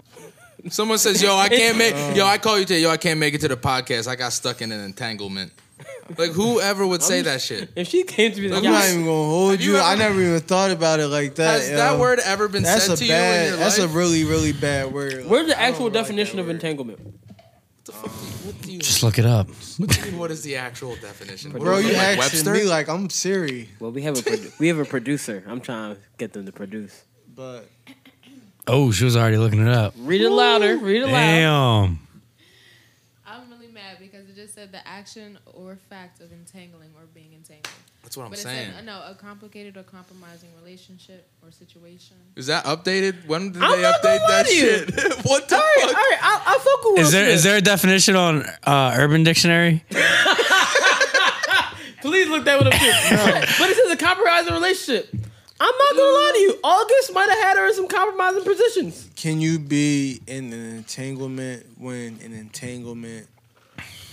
F: [laughs] Someone says, "Yo, I
B: [laughs]
F: can't make yo, I call you today. Yo, I can't make it to the podcast. I got stuck in an entanglement." Like whoever
B: [laughs]
F: would say that shit?
B: If she came to me, like,
C: I'm not
B: "Y'all-
C: even gonna hold
F: Have you
C: you. I
F: ever-
C: never even thought about it like that.
F: Has
C: yo.
F: that word ever been
C: That's
F: said
C: a
F: to you in
C: bad.
F: your
C: That's a
F: life?
C: really really bad word. Like,
B: Where's the
C: I don't
B: actual
C: like that
B: definition of
C: word.
B: entanglement?
F: What do you,
E: Just look it up.
F: what do you mean, what is the actual definition? What
C: Bro,
F: is it,
C: you
F: like
C: asking
F: Webster?
C: me like I'm Siri,
B: Well, we have a produ- we have a producer. I'm trying to get them to produce.
C: but
E: Oh, she was already looking it up.
B: Read it louder. Read it loud.
E: Damn.
D: I'm really mad because it just said the action or fact of entangling or being entangled.
F: That's what I'm
D: but it
F: saying.
D: said, uh, no, a complicated or compromising relationship or situation.
F: Is that updated? When did
B: I'm
F: they
B: not gonna
F: update that
B: lie to you. [laughs]
F: shit? what the
B: All right, all
F: fuck?
B: right. I, I fuck with.
E: Is
B: Will
E: there
B: Smith.
E: is there a definition on uh, Urban Dictionary?
B: Please look that one up
C: [laughs]
B: too. but it says a compromising relationship. I'm not gonna lie to you. August might have had her in some compromising positions.
C: can you be in an entanglement when an entanglement?
B: [laughs]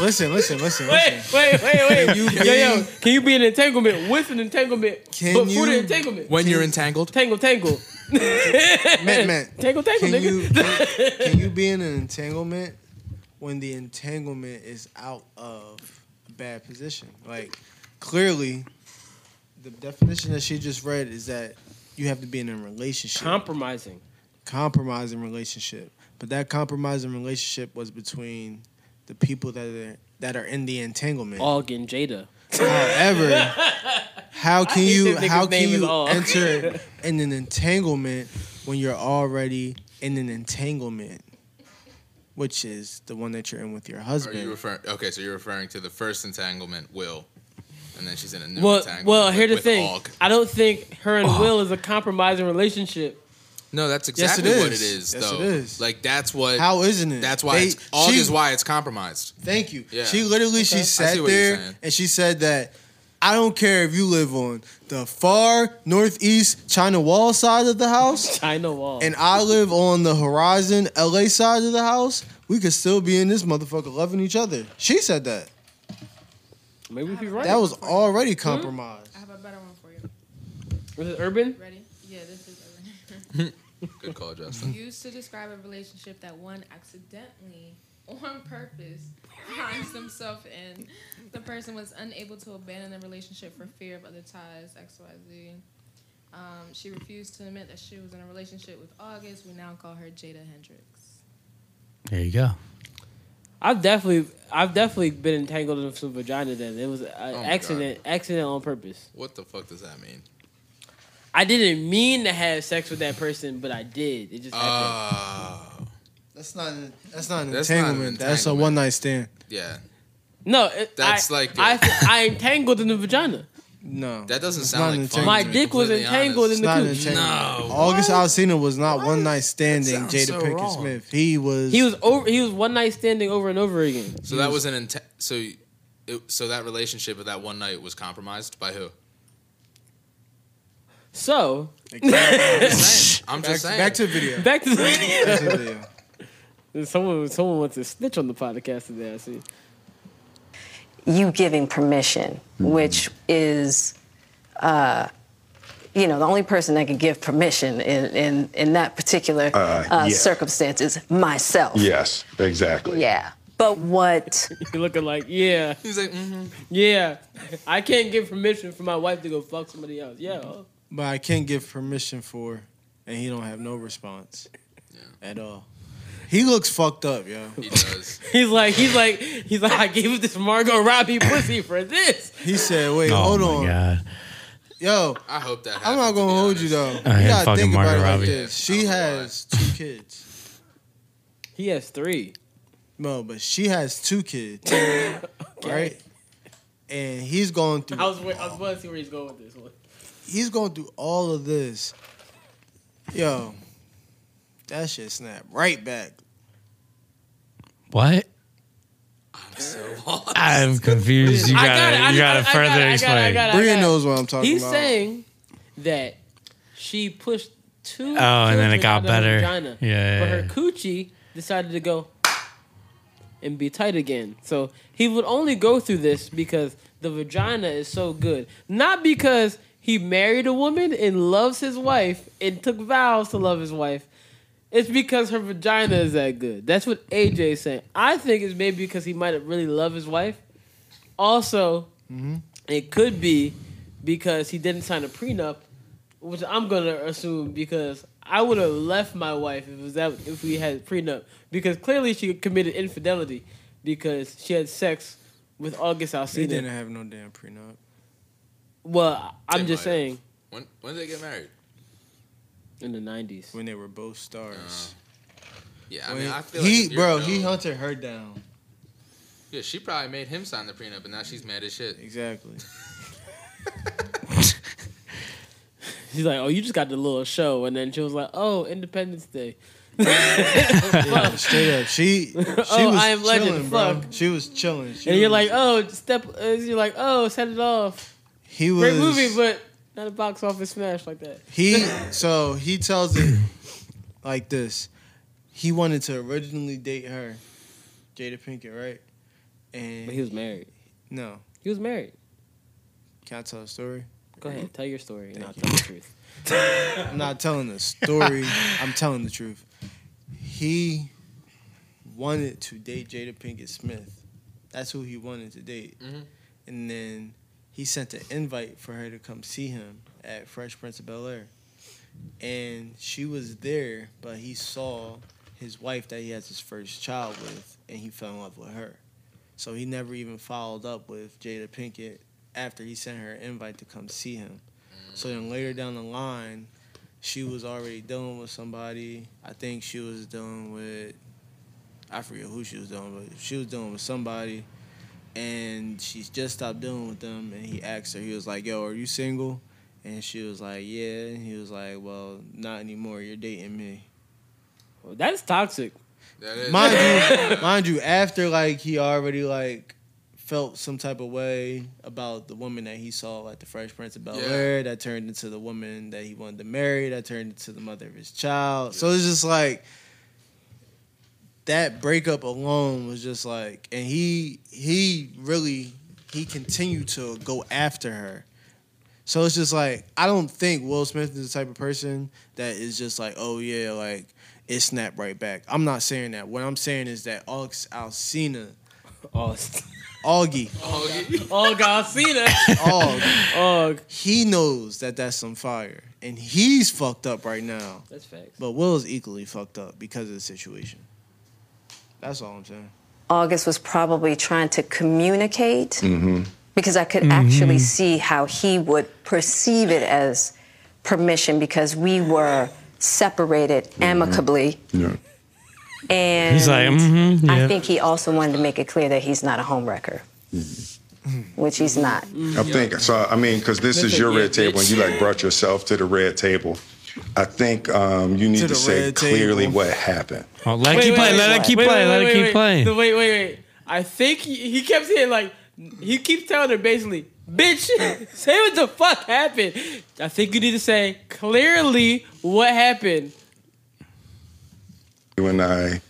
C: Listen, listen, listen, listen.
B: Wait, wait, wait, wait.
C: Can you
B: yo, yo,
C: be-
B: can you be an entanglement with an entanglement?
C: Can
B: but for the
C: you-
B: entanglement,
F: When you're entangled?
B: tangle, tangle,
C: Man, man,
B: tangle, tangle,
C: can
B: nigga.
C: you can, can you be in an entanglement when the entanglement is out of a bad position? Like clearly, the definition that she just read is that you have to be in a relationship,
B: compromising.
C: compromising relationship. But that compromising relationship was between the people that are that are in the entanglement.
B: Og and Jada.
C: However,
B: [laughs]
C: how can
B: hate
C: you
B: that nigga's
C: how can
B: name is
C: you
B: Og. [laughs]
C: enter in an entanglement when you're already in an entanglement, which is the one that you're in with your
F: Are you
C: husband?
F: referring? Okay, so you're referring to the first entanglement, Will, and then she's in a new
B: Well,
F: entanglement.
B: well. Here's the
F: with
B: thing.
F: Og.
B: I don't think her and Will is a compromising relationship.
F: No, that's
C: Yes, it
F: exactly what it
C: is.
F: is,
C: Yes,
F: though.
C: it is.
F: Like that's what.
C: How isn't it?
F: That's why
C: They-
F: it's, Og
C: she-
F: is why it's compromised.
C: Thank you.
F: Yeah.
C: She literally she
F: I see
C: sat
F: what you're
C: there
F: saying.
C: and she said that I don't care if you live on the far northeast China Wall side of the
B: [laughs]
C: house
B: China Wall.
C: and I live on the horizon LA side of the house. We could still be in this motherfucker loving each other. She said that.
B: Maybe she's right. Hmm?
C: That was already compromised.
D: I have a better one for you.
B: was it urban?
D: Ready? Yeah, this is over.
F: Good call, Justin.
D: Used to describe a relationship that one accidentally, on purpose, finds themselves in. The person was unable to abandon the relationship for fear of other ties, XYZ. Um, she refused to admit that she was in a relationship with August. We now call her Jada Hendricks.
E: There you go.
B: I've definitely, I've definitely been entangled in some vagina. Then it was an
F: Oh my
B: accident, accident on purpose.
F: What the fuck does that mean?
B: I didn't mean to have sex with that person, but I did. It just happened.
F: Oh,
C: That's not an, that's not an
F: Hmm? That's not an
C: entanglement. That's a
F: entanglement.
C: one night stand.
F: yeah.
B: No, it,
F: That's
B: I,
F: like the-
B: I, [laughs] I entangled in the vagina.
C: No.
F: That doesn't
C: It's
F: sound
C: not
F: like
C: an
F: fun.
B: My
F: to be
B: dick was
F: completely
B: entangled
F: honest.
B: in the
C: not an
B: cooch.
C: entanglement.
F: No.
C: August Alsina was not one night standing
F: That sounds
C: Jada
F: so
C: Pinkett
F: wrong.
C: Smith. He was
B: He was over. He was one night standing over and over again.
F: So that was an enta- so it, so that relationship of that one night was compromised by who?
B: [laughs] So
F: I'm
B: [laughs]
F: just saying. I'm
C: back,
F: just saying.
C: back to video.
B: back to the
C: Back to
B: [laughs]
C: video.
B: someone. Someone wants to snitch on the podcast today. I see. [laughs]
H: you giving permission, which is, uh, you know, the only person that could give permission in, in, in that particular uh,
I: Uh, yeah.
H: circumstance is myself.
I: Yes, exactly.
H: Yeah. But what?
B: You're looking like, yeah,
F: He's like, mm-hmm.
B: yeah. I can't give permission for my wife to go fuck somebody else. Yeah. oh.
C: but I can't give permission for, and he don't have no response at all. He looks fucked up, yo.
F: He does.
B: He's like, he's like, he's like, I gave this Margot Robbie pussy for this.
C: He said, "Wait,
E: oh
C: hold
E: my
C: on,
E: god.
C: yo."
F: I hope that happens.
C: I'm not gonna
F: to be
C: hold
F: honest.
C: you though. You
E: hate
C: gotta
E: Uh, fucking
C: think about
E: Margot
C: it like
E: Robbie.
C: this. She
F: I don't know
C: has two kids.
B: He has three.
C: No, but she has
B: [laughs]
C: two kids, right? And he's going through.
B: I was, wa- I was about to see where he's going with this one.
C: he's going through all of this. Yo, that shit snapped right back.
E: What?
F: I'm so lost.
E: I'm confused. You
B: I
E: gotta,
B: got it. I-
E: you gotta
B: I- I got
E: further
B: it. I got it. I
E: explain.
B: got it.
C: Brian knows what I'm talking
B: He's
C: about.
B: saying that she pushed two.
E: Oh, and then
B: children
E: it got
B: out of her
E: better.
B: Vagina,
E: Yeah,
B: but
E: yeah,
B: her
E: yeah.
B: coochie decided to go and be tight again. So he would only go through this because the vagina is so good, not because he married a woman and loves his wife and took vows to love his wife. It's because her vagina is that good. That's what AJ's saying. I think it's maybe because he might have really loved his wife. Also,
C: Mm-hmm.
B: it could be because he didn't sign a prenup, which I'm gonna assume because I would have left my wife if it was that if we had a prenup because clearly she committed infidelity because she had sex with August
C: They didn't
B: Alsina.
C: have no damn prenup.
B: Well, I'm
F: They
B: just
F: might have.
B: saying
F: When when did they get married?
B: in the '90s.
C: when they were both stars.
F: Uh, Yeah, I mean,
C: When-
F: I feel
C: he,
F: like if you're
C: bro, he
F: known-
C: hunted her down.
F: Yeah, she probably made him sign the prenup, and now she's mad as shit.
C: Exactly.
B: She's like, "Oh, you just got the little show," and then she was like, "Oh, Independence Day."
C: [laughs]
B: [laughs] Fuck.
C: Straight up, she, she
B: [laughs] Oh,
C: was
B: I am legend,
C: chilling, bro.
B: fuck.
C: She was chilling. She
B: And you're like,
C: was-
B: "Oh, step." uh, You're like, "Oh, set it off."
C: he was
B: Great movie, but not a box office smash like that. [laughs]
C: He so he tells it like this. He wanted to originally date her, Jada Pinkett, right? And
B: But he was married.
C: no,
B: He was married.
C: can I tell a story?
B: Go ahead, tell your story, and I'll
C: Thank
B: tell the truth.
C: [laughs] I'm not telling the story. I'm telling the truth. He wanted to date Jada Pinkett Smith. That's who he wanted to date.
F: Mhm.
C: And then he sent an invite for her to come see him at Fresh Prince of Bel Air. And she was there, but he saw his wife that he has his first child with, and he fell in love with her. So he never even followed up with Jada Pinkett after he sent her an invite to come see him. So then later down the line, she was already dealing with somebody. I think she was dealing with, I forget who she was dealing with. She was dealing with somebody, and she just stopped dealing with them. And he asked her, he was like, "Yo, are you single?" And she was like, "Yeah." And he was like, "Well, not anymore. You're dating me."
B: Well, that's toxic.
F: That is.
C: mind
B: [laughs]
C: [laughs] you, mind you, after like he already like felt some type of way about the woman that he saw at the Fresh Prince of Bel Air that turned into the woman that he wanted to marry that turned into the mother of his child. So it's just like that breakup alone was just like, and he he really he continued to go after her. So it's just like I don't think Will Smith is the type of person that is just like, oh yeah, like it snapped right back. I'm not saying that. What I'm saying is that Ox Alcina,
B: Oh,
C: Augie,
F: Oh, yeah.
B: oh Garcina.
C: Og,
B: Oh,
C: he knows that that's some fire, and he's fucked up right now.
B: that's facts.
C: But Will is equally fucked up because of the situation. That's all I'm saying.
H: August was probably trying to communicate
A: Mm-hmm.
H: because I could actually see how he would perceive it as permission because we were separated amicably.
I: Yeah.
H: And
E: He's like, mhm,
H: I
E: yeah.
H: think he also wanted to make it clear that he's not a homewrecker, which he's not.
I: Mm-hmm. I think so. I mean, because this is your red table, and you like brought yourself to the red table. I think um, you need
C: To
I: to,
C: the
I: say
C: red
I: clearly
C: table.
I: what happened.
E: Oh, let it keep
B: wait,
E: playing. Let
B: wait,
E: it keep
B: wait,
E: playing.
B: wait,
E: Let
B: wait,
E: it keep
B: wait.
E: playing.
B: No, Wait, wait, wait. I think he, he kept saying like he keeps telling her basically, "Bitch, [laughs] say what the fuck happened." I think you need to say clearly what happened.
I: You and I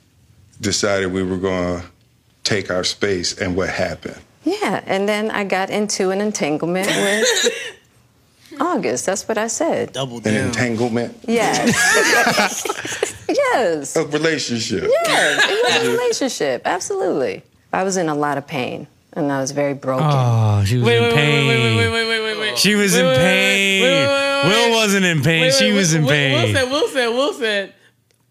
I: decided we were going to take our space, and what happened? [laughs]
H: Yeah, and then I got into an entanglement with August. That's what I said.
C: Double
I: An
C: down.
I: entanglement [laughs]
H: Yes. [laughs] yes.
I: of relationship.
H: Yes. It was a relationship. Absolutely. I was in a lot of pain and I was very broken.
E: Oh, she was
B: Wait,
E: in
B: wait,
E: pain.
B: wait, wait, wait, wait, wait, wait, wait, wait.
E: She was
B: Wait,
E: in
B: wait, wait,
E: pain.
B: wait, wait, wait, wait, wait.
E: Will wasn't in pain.
B: Wait,
E: she
B: wait,
E: was
B: Will-
E: in
B: Will-
E: pain.
B: Will said, Will said,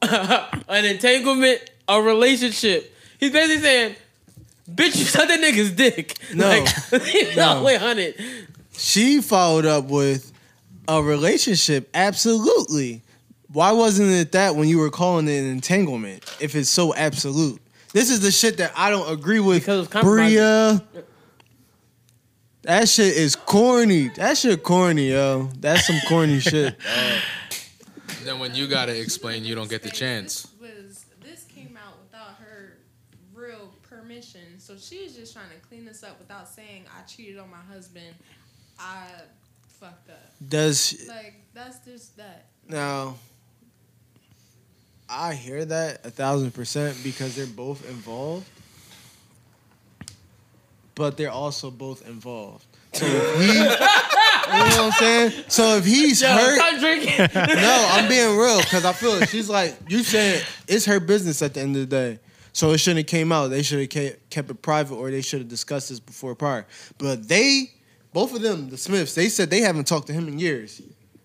B: [laughs] Will said, an entanglement, a relationship. He's basically saying, bitch, you suck that nigga's dick.
C: No.
B: Like, [laughs] no.
C: No.
B: Wait, hundred.
C: She followed up with a relationship. Absolutely. Why wasn't it that when you were calling it an entanglement? If it's so absolute, this is the shit that I don't agree with.
B: Because it's compromising.
C: Bria, that shit is corny. That shit corny, yo. That's some corny [laughs] shit.
F: Then when you gotta explain, you don't get the chance.
D: This was this came out without her real permission, so she was just trying to clean this up without saying I cheated on my husband. I fucked up.
C: Does
D: Like that's just that.
C: now? I hear that a thousand percent because they're both involved, but they're also both involved. So if he, [laughs] you know what I'm saying? So if he's hurt,
B: Stop drinking.
C: [laughs] no, I'm being real because I feel it. She's like, you said it's her business at the end of the day. So it shouldn't have came out. They should have kept it private or they should have discussed this before prior. But they, both of them, the Smiths, they said they haven't talked to him in years.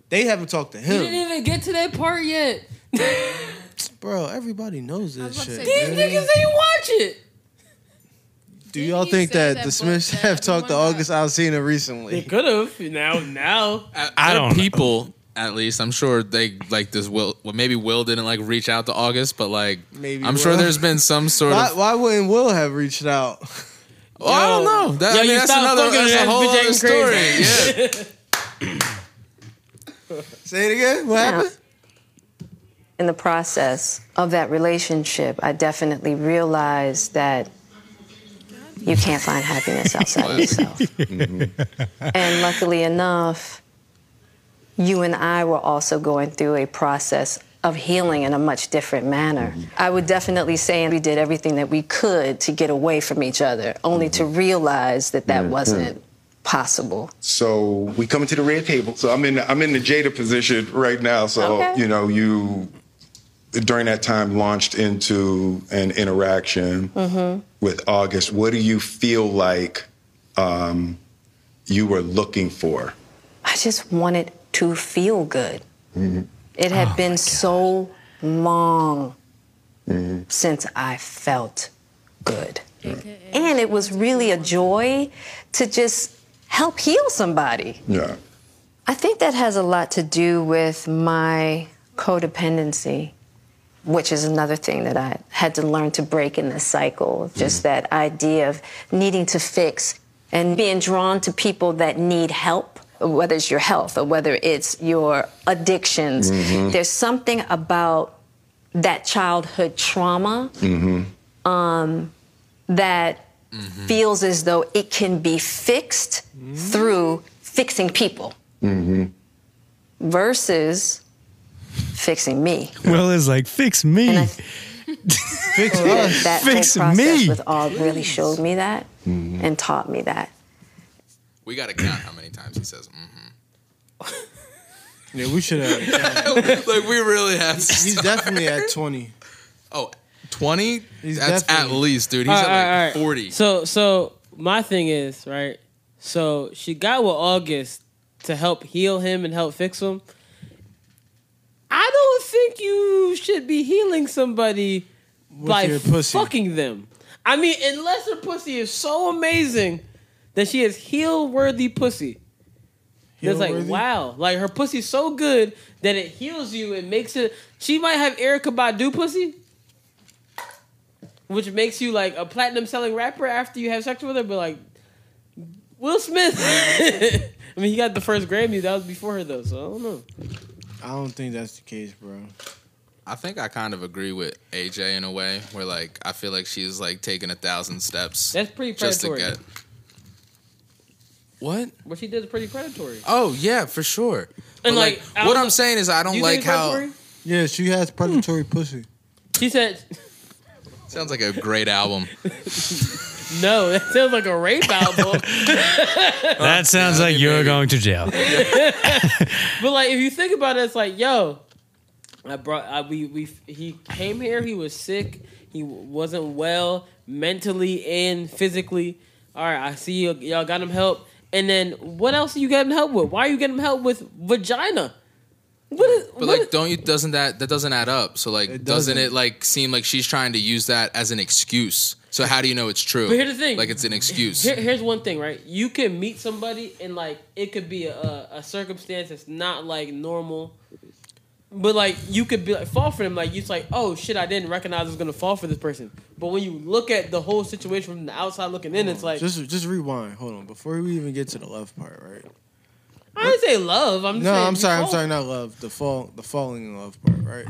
C: They haven't talked to
D: You
C: him.
D: didn't even get to that part yet.
C: Bro, everybody knows
D: I
C: this
D: was about to
C: shit.
D: say,
B: These
D: Didn't-
C: man.
B: niggas ain't watch it.
C: Do
D: didn't
C: y'all
D: he
C: think
D: say
C: that,
D: that
C: the
D: book
C: Smiths
D: that
C: have talked to
D: everyone
C: August
D: got-
C: Alsina
B: They
C: recently?
B: could have. Now, now.
E: I don't know.
F: people. At least I'm sure they like this. Will well, maybe Will didn't like reach out to August, but like
C: Maybe
F: I'm sure
C: Will.
F: there's been some sort
C: Why,
F: of.
C: why wouldn't Will have reached out?
F: [laughs] Well, I don't know. That,
B: Yo,
F: I mean,
B: you
F: that's
B: stop
F: another.
B: fucking
F: That's
B: that
F: a whole
B: bitch
F: other
B: acting
F: story.
B: crazy.
F: Yeah.
B: [laughs]
C: Say it again. What
H: Now,
C: happened?
H: in the process of that relationship, I definitely realized that you can't find happiness outside of yourself. And luckily enough, you and I were also going through a process of healing in a much different manner. I would definitely say we did everything that we could to get away from each other, only to realize that that wasn't possible.
I: So we come into the red table. So I'm in I'm in the Jada position right now. So
H: Okay.
I: you know you during that time launched into an interaction
B: Uh-huh.
I: with August. What do you feel like um, you were looking for?
H: I just wanted to feel good.
J: Mm-hmm.
H: It had been so long since I felt good. And it was really a joy to just help heal somebody.
I: Yeah.
H: I think that has a lot to do with my codependency, which is another thing that I had to learn to break in this cycle. Just that idea of needing to fix and being drawn to people that need help, whether it's your health or whether it's your addictions. There's something about that childhood trauma um, that feels as though it can be fixed through fixing people
E: Mm-hmm.
H: versus fixing me.
E: Will is like, fix me.
H: And I
C: Fix
H: that,
C: us.
H: that
E: Fix
H: whole process
E: me.
H: with all really showed me that and taught me that.
F: We gotta count how many times he says. Mm-hmm.
C: Yeah, we should have.
F: [laughs] like we really have. To
C: He's
F: stop.
C: definitely at 20.
F: Oh, 20?
C: He's
F: That's
C: definitely-
F: at least, dude. He's
B: All
F: at
B: right, all right,
F: like
B: all right.
F: 40.
B: So, so my thing is right. So she got with August to help heal him and help fix him. I don't think you should be healing somebody by
C: your pussy.
B: fucking them. I mean, unless her pussy is so amazing that she is heel worthy pussy. It's like
C: Heel-worthy?
B: wow, like her pussy's so good that it heals you. It makes it. She might have Erica Badu pussy, which makes you like a platinum selling rapper after you have sex with her. But like Will Smith, [laughs] I mean, he got the first Grammy. That was before her though, so I don't know.
C: I don't think that's the case, bro.
F: I think I kind of agree with AJ in a way where, like, I feel like she's, like, taking a thousand steps
B: That's pretty
F: just to
B: predatory.
F: get. What?
B: What she did is pretty predatory.
F: Oh, yeah, for sure. But,
B: like,
F: like,
B: I
F: what
B: don't-
F: I'm saying is I don't
B: You
F: like
B: think it's
F: how.
B: predatory?
C: Yeah, she has predatory pussy.
F: [laughs]
B: she said
F: Sounds like a great album.
B: [laughs] No, that sounds like a [laughs] rape
F: [laughs]
B: album.
E: That sounds
F: yeah,
E: like
F: okay,
E: you're
F: maybe.
E: going to jail.
B: [laughs] But like, if you think about it, it's like, yo, I brought, I, we, we, he came here. He was sick. He wasn't well mentally and physically. All right, I see you, y'all got him help. And then what else are you getting help with? Why are you getting him help with vagina? What is?
F: But
B: what
F: like,
B: is-
F: don't you? Doesn't that that doesn't add up? So like,
C: It
F: doesn't.
C: doesn't.
F: it like seem like she's trying to use that as an excuse? So how do you know it's true?
B: But here's the thing.
F: like it's an excuse.
B: Here- here's one thing, right? You can meet somebody and like it could be a, a, a circumstance that's not like normal, but like you could be like fall for them. Like you're like, oh shit, I didn't recognize I was gonna fall for this person. But when you look at the whole situation from the outside looking in,
C: Oh,
B: it's like
C: just just rewind. Hold on, before we even get to the love part, right?
B: I didn't say love. I'm just
C: No,
B: saying
C: I'm
B: you
C: sorry, I'm
B: fall-
C: sorry, not love. The fall, the falling in love part, right?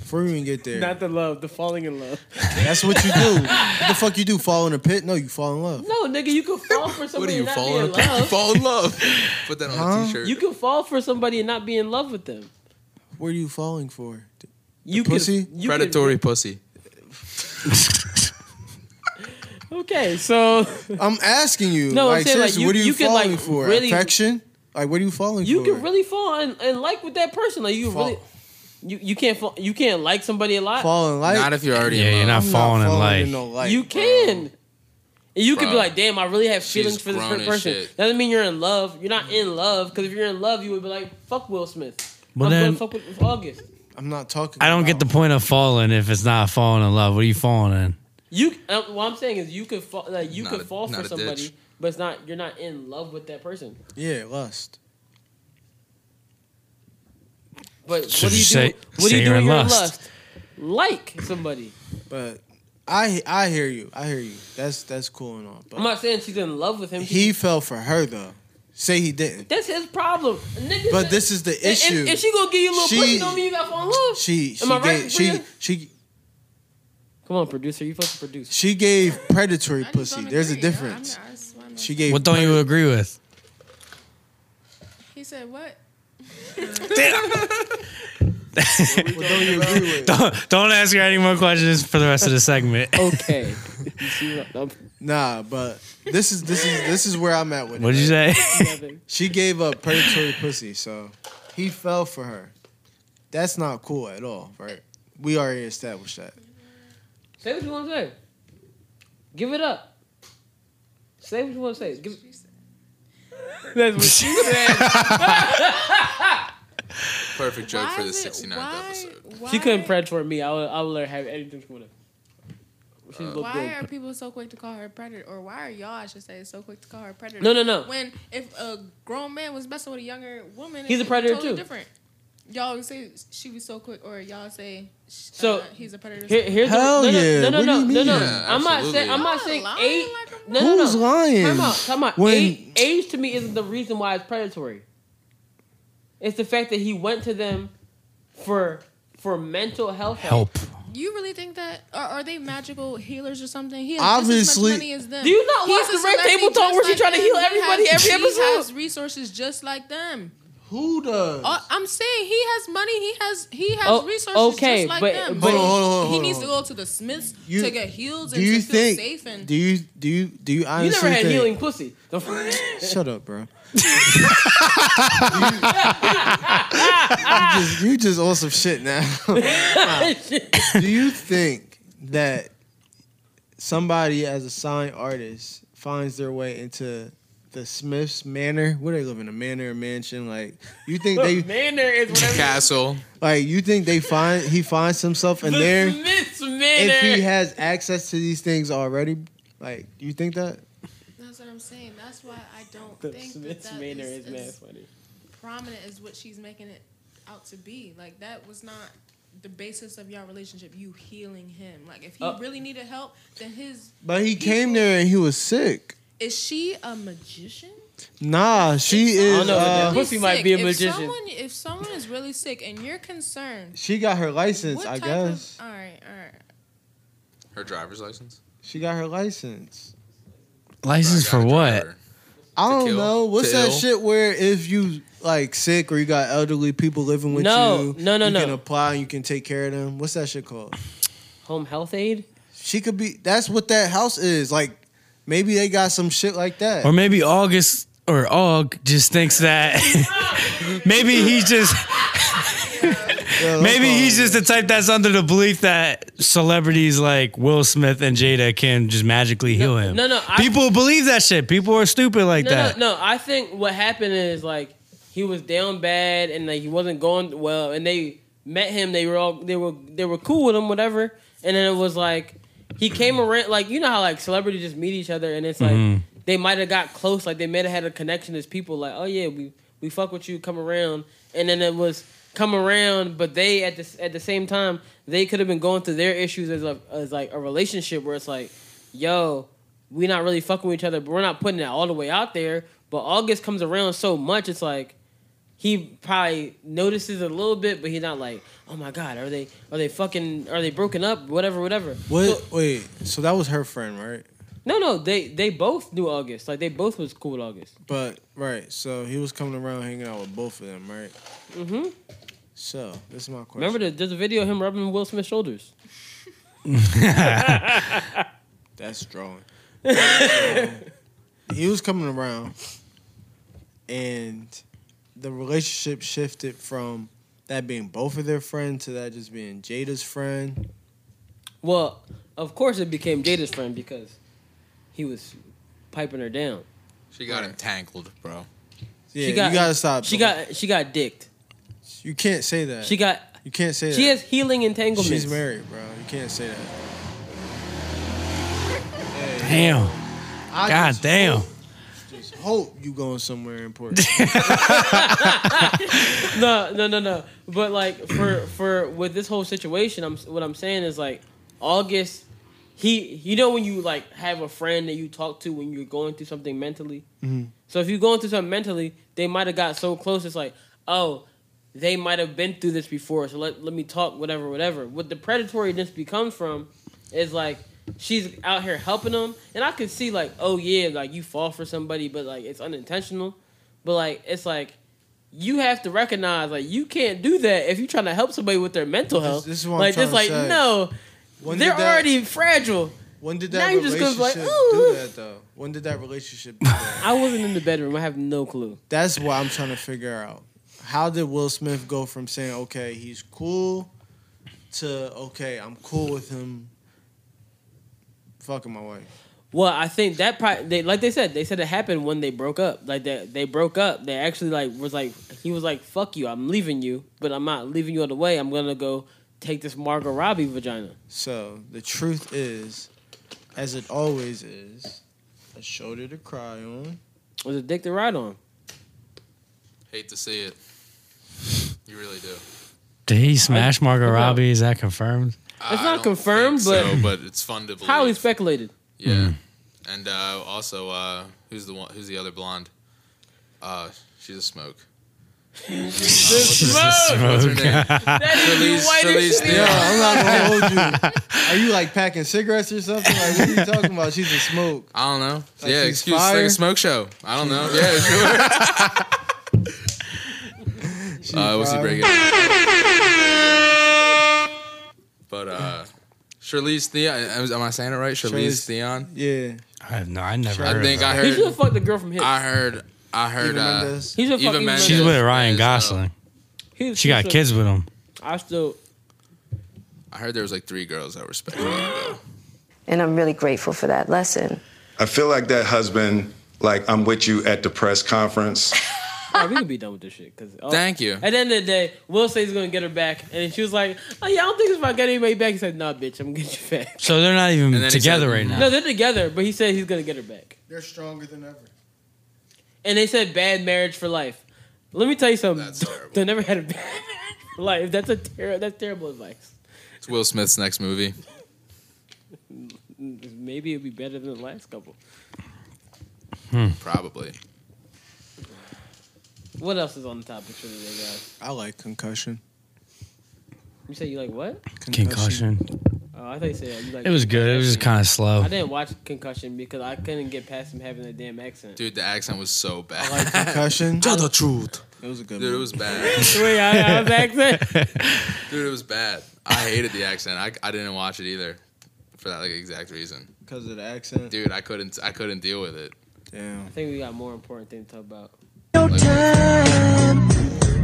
C: Before we even get there,
B: Not the love, the falling in love.
C: that's what you do. what the fuck you do? Fall in a pit? No, you fall in love.
B: [laughs] No, nigga, you can fall for
F: what are
B: somebody
F: you
B: and not be
F: falling?
B: in
F: [laughs] You
B: love.
F: fall in love. Put that on
C: Huh?
F: a t-shirt.
B: You can fall for somebody and not be in love with them.
C: What are you falling for?
B: You
C: pussy?
B: can you can-
F: Predatory pussy.
B: okay, so
C: I'm asking you.
B: No, I'm
C: like,
B: saying, like,
C: seriously,
B: you-
C: what are you,
B: you could,
C: falling
B: like,
C: for?
B: really-
C: Affection? Like, what are you falling
B: you
C: for?
B: can really fall in, in like with that person. Like you
C: Fall-
B: really, you you can't fall, you can't like somebody a lot.
C: fall in life.
F: Not if you're already
E: Yeah,
F: in love.
E: you're not
C: I'm
E: falling in
C: falling
E: life.
C: no life,
B: you
C: bro.
B: can. And you could be
F: Bro.
B: like, damn, I really have
F: She's
B: feelings for this
F: grown
B: per-
F: as
B: person.
F: shit.
B: Doesn't mean you're in love. You're not in love because if you're in love, you would be like, fuck Will Smith.
E: Well,
B: I'm
E: then-
B: gonna fuck with with August.
C: I'm not talking.
E: I don't get
C: about-
E: the point of falling if it's not falling in love. What are you falling in?
B: You, uh, what I'm saying is, you could fall, like you
F: Not
B: could
F: a-
B: fall for
F: not a
B: somebody,
F: ditch.
B: but it's not you're not in love with that person.
C: Yeah, lust.
B: But what
E: So
B: do you
E: just
B: do?
E: say-
B: what do
E: say
B: you do
E: you're
B: when
E: in
B: you're in lust?
E: lust.
B: Like somebody.
C: But I I hear you. I hear you. That's that's cool and all. But
B: I'm not saying she's in love with him. She's
C: he fell for her though. Say he didn't.
B: That's his problem. Niggas
C: But this is the
B: If- if-
C: issue.
B: If, she gonna give you a little
C: She-
B: pussy, don't mean you got fall in love.
C: She she
B: Am I right,
C: gave, she
B: Priya?
C: she
B: Come on, producer, you supposed to produce.
C: she gave predatory
D: I just
C: pussy.
D: don't
C: There's a
D: agree. I- I'm
C: difference.
D: not- I just wanna-
C: She gave.
E: What don't you agree with?
D: He said what? [laughs]
C: what don't you agree with?
E: Don't, [laughs] don't ask her any more questions for the rest of the segment.
C: [laughs]
E: [laughs]
B: Okay. You see what I'm
C: Nah, but this is this is this is where I'm at with
E: What did
C: it.
E: you
C: right?
E: say?
B: having?
C: [laughs] She gave up predatory pussy, so he fell for her. That's not cool at all, right? We already established that.
B: Say what you want to say. Give it up. Say what you want to say. Give. [laughs] That's what she
C: [laughs]
B: said.
F: Perfect joke for
D: Why
F: the
D: is it-
F: 69th
D: why-
F: episode.
D: Why,
B: She couldn't pred toward me. I would. I would let her have anything she wanted.
C: Uh,
B: She looked
D: Why are
B: good.
D: people so quick to call her a predator, or why are y'all, I should say, so quick to call her a predator?
B: No, no, no.
D: When if a grown man was messing with a younger woman,
B: He's a
D: it's
B: predator,
D: totally
B: too.
D: Different. Y'all would say she was so quick, or y'all say sh-
B: So,
D: uh, he's a predator.
B: Here, here's
C: Hell
B: the, no,
C: yeah.
B: no, no,
C: What do
B: no, no,
C: you
B: no, no.
C: mean?
F: Yeah,
B: I'm not saying.
F: absolutely.
B: I'm not
D: Y'all
B: saying
D: lying
B: eight.
D: like a
B: No, no, no.
C: Who's lying?
B: Time out. Time out.
C: When-
B: Age, age to me isn't the reason why it's predatory. It's the fact that he went to them for for mental health
E: Help.
D: You really think that? Are, are they magical healers or something? He has
C: Obviously-
D: just as much money as them.
B: Do you not watch the
D: a
B: Red
D: celebrity
B: Table Talk
D: just
B: where she try to
D: them.
B: heal
D: He
B: everybody
D: has-
B: every
D: He
B: episode?
D: has resources just like them.
C: Who does?
D: Uh, I'm saying he has money. He has he has
B: Oh,
D: resources
B: okay,
D: just like
B: but-
D: them.
B: but-
C: Hold on, hold on, hold
D: he
C: on,
D: needs to
C: hold
D: go to the Smiths
C: You-
D: to get healed
C: do
D: and
C: you
D: to feel
C: think?
D: safe. And
C: do you do you do you
B: You
C: honestly
B: never had
C: think?
B: healing pussy. The-
C: Shut up,
B: [laughs]
C: bro. you, I'm just, you just on some
B: [laughs]
C: shit now. Do you think that somebody as a signed artist finds their way into the Smiths Manor? Where they live in a manor, a mansion? Like you think they
B: Man, there is whatever.
F: Castle.
C: like you think they find he finds himself in
B: The
C: there
B: Smiths
C: if he
B: Manor.
C: has access to these things already? Like, do you think that?
D: that's what I'm saying. That's why I don't
B: The
D: think that,
B: Smiths
D: that
B: Manor
D: is,
B: is mad
D: as
B: funny.
D: prominent as what she's making it out to be. Like that was not the basis of your relationship. You healing him. Like if he
B: Uh,
D: really needed help, then his
C: But he came there and he was sick.
D: is she a magician?
C: Nah, she
B: I
C: is.
B: don't know what
C: Uh,
B: that- Pussy might
D: sick,
B: be a
D: if
B: magician.
D: Someone, if someone is really sick and you're concerned,
C: she got her license,
D: what
C: I
D: type
C: guess.
D: of all right, all right.
F: Her driver's license.
C: She got her license.
E: License
F: Bro, I
E: for
F: got a
E: what?
F: driver.
C: I don't
F: kill,
C: know. What's
F: to
C: that
F: ill.
C: shit where if you like sick or you got elderly people living with
B: No,
C: you,
B: no, no,
C: you
B: no.
C: can apply and you can take care of them. What's that shit called?
B: [sniffs] Home health aid.
C: She could be. That's what that house is like. Maybe they got some shit like that.
E: Or maybe August or Og just
B: [laughs]
E: thinks that maybe he's just
C: Yeah,
E: maybe
C: that's
E: he's
C: all.
E: just the type that's under the belief that celebrities like Will Smith and Jada can just magically heal him.
B: no, no, I-
E: People believe that shit. People are stupid like
B: No,
E: that.
B: no, no. I think what happened is like he was down bad and like he wasn't going well, and they met him. They were all they were they were cool with him, whatever. And then it was like he came around. Like you know how like celebrities just meet each other, and it's like
E: Mm-hmm.
B: they might have got close. Like they might have had a connection as people. Like oh yeah, we we fuck with you, come around. And then it was come around, but they at the at the same time they could have been going through their issues as a as like a relationship where it's like yo we not really fucking with each other, but we're not putting it all the way out there. But August comes around so much, it's like he probably notices a little bit, but he's not like, oh my god, are they are they fucking are they broken up? Whatever, whatever.
C: What?
B: So-
C: Wait. So that was her friend, right?
B: no, no, they they both knew August. Like they both was cool with August.
C: But right. So he was coming around hanging out with both of them, right? Mm-hmm. So this is my question.
B: Remember, the, there's a video of him rubbing Will Smith's shoulders. [laughs]
C: [laughs] That's drawing. he was coming around, and the relationship shifted from that being both of their friends to that just being Jada's friend.
B: Well, of course it became Jada's friend because he was piping her down.
F: She got entangled, bro.
C: Yeah,
B: she got,
C: you gotta stop.
B: She
C: bro.
B: got she got dicked.
C: You can't say that.
B: She got
C: You can't say that.
B: she has healing entanglements.
C: She's married, bro. You can't say that.
E: Damn.
C: I
E: God
C: just
E: damn.
C: Hope you going somewhere important.
B: [laughs] no, no, no, no. But like for for with this whole situation, I'm what I'm saying is like August. He, you know, when you like have a friend that you talk to when you're going through something mentally. So if you're going through something mentally, they might have got so close. It's like, oh, they might have been through this before. So let let me talk, whatever, whatever. What the predatoriness becomes from is like she's out here helping them, and I could see like, oh yeah, like you fall for somebody, but like it's unintentional. But like it's like you have to recognize like you can't do that if you're trying to help somebody with their mental health.
C: this is what I'm
B: like
C: trying
B: it's
C: to
B: like
C: say.
B: no,
C: When
B: they're
C: did that-
B: already fragile.
C: When did
B: Now
C: that
B: you just
C: relationship
B: goes like,
C: do
B: ooh.
C: that though? When did that relationship do that?
B: I wasn't in the bedroom. I have no clue.
C: That's what I'm trying to figure out. How did Will Smith go from saying, okay, he's cool to okay, I'm cool with him fucking my wife?
B: Well, I think that probably they, like they said they said it happened when they broke up. Like that they, broke up. They actually like was like he was like fuck you. I'm leaving you, but I'm not leaving you on the way. I'm gonna go take this Margot Robbie vagina.
C: So the truth is, as it always is, a shoulder to cry on.
B: Was a dick to ride on.
C: [laughs]
F: Hate to see it. You really do.
E: Did he smash Margot
B: no.
E: Robbie? Is that confirmed?
B: It's
F: I
B: not
F: don't
B: confirmed,
F: think
B: but-
F: so, but it's fun to believe.
B: Highly speculated.
F: Yeah,
E: Hmm.
F: and uh, also, uh, who's the one? Who's the other blonde? Uh, she's a smoke. What's her name?
B: [laughs] That is
F: Charlize- Charlize
C: Yo,
F: Theron.
C: I'm not gonna
B: [laughs]
C: hold you. Are you like packing cigarettes or something? Like, what are you talking about? She's a smoke.
F: I don't know.
C: Like
F: yeah,
C: she's
F: excuse like
C: fire?
F: a smoke show. I don't
C: [laughs]
F: know. Yeah, sure. uh, what's he
C: fire.
F: breaking? up? But uh, Charlize Theon. uh, Am I saying it right? Charlize
C: Charlize-
F: Theon.
C: Yeah.
E: I have no. I never.
F: I
E: heard
F: think
E: of
F: I
E: her.
B: He should
F: heard.
B: have fucked the girl from Hits.
F: I heard. I heard.
C: Even
F: Uh,
C: Mendes?
B: He should
F: Eva
B: have fucking.
F: Mendes.
E: she's with Ryan
F: Yes, uh,
E: Gosling.
B: He-
E: She got
B: should-
E: kids with him.
B: I still.
F: I heard there was like three girls that were speculating. though.
H: And I'm really grateful for that lesson.
I: I feel like that husband, like, I'm with you at the press conference.
B: Alright, we can be done with this shit. Cause oh,
F: Thank you.
B: At the end of the day, Will says he's gonna get her back, and she was like, "Oh yeah, I don't think it's about getting anybody back." He said, "Nah, bitch, I'm gonna get you back."
E: So they're not
F: And
E: even
F: then he
E: together
F: said-
E: right now.
B: No, they're together, but he said he's gonna get her back.
C: They're stronger than ever.
B: And they said bad marriage for life. Let me tell you something.
F: That's
B: [laughs]
F: terrible.
B: They never had a bad marriage for life. That's a ter- that's terrible advice.
F: It's Will Smith's next movie.
B: Maybe it'd be better than the last couple.
E: Hmm.
F: Probably.
B: What else is on the topic for today, guys?
C: I like concussion.
B: You say you like what?
E: Concussion.
B: Oh, I thought you said you like.
E: It was good. It was just kind of slow.
B: I didn't watch Concussion because I couldn't get past him having a damn accent.
F: Dude, the accent was so bad.
C: Like
F: [laughs]
C: concussion. Tell the truth. It was a good.
F: Dude, it
C: movie.
F: was bad.
B: [laughs] Wait, I, I was accent.
F: [laughs] Dude, it was bad. I hated the accent. I, I didn't watch it either for that like exact reason.
C: because of the accent.
F: Dude, I couldn't I couldn't deal with it.
C: Damn.
B: I think we got more important things to talk about.
F: Like,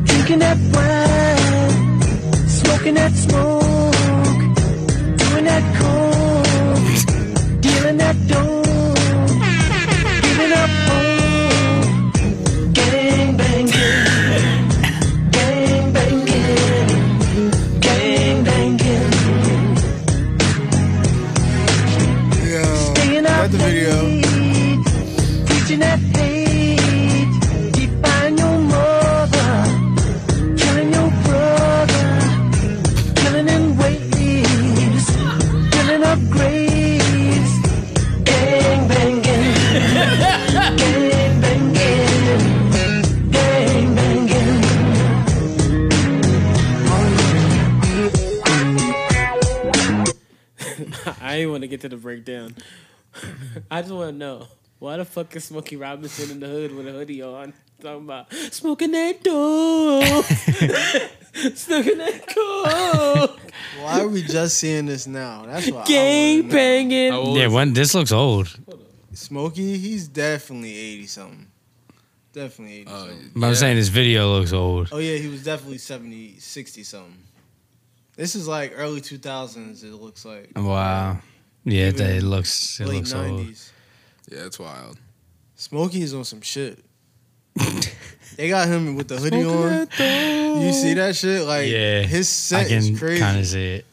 K: Drinking that wine, smoking that smoke, doing that coke, dealing that dope, giving up hope, gang banging, gang banging, gang banging,
C: Yo,
K: staying up
C: got the video.
K: late, preaching that hate, deep on your mother, killing your brother. killing in waves, filling up graves, gang banging, gang banging, gang banging.
B: [laughs] I ain't want to get to the breakdown. [laughs] I just want to know why the fuck is Smokey Robinson in the hood with a hoodie on talking about smoking that dope, smoking that coke,
C: Why are we just seeing this now? That's what
B: gang
C: I bang.
F: how
B: banging.
F: old
E: Yeah,
F: is-
E: when this looks old.
C: Smokey, he's definitely eighty something. Definitely eighty.
F: uh,
C: something.
E: But I'm
F: yeah.
E: saying this video looks old.
C: Oh yeah, he was definitely 70, 60 something. This is like early two thousands. It looks like
E: Wow. Yeah, it, it looks it
C: late
E: looks old.
C: nineties.
F: Yeah, it's wild.
C: Smokey's on some
E: [laughs]
C: shit. they got him with the hoodie on. You see that shit? Like
E: Yeah,
C: his
E: I
C: set
E: can
C: is crazy.
E: kind of see it.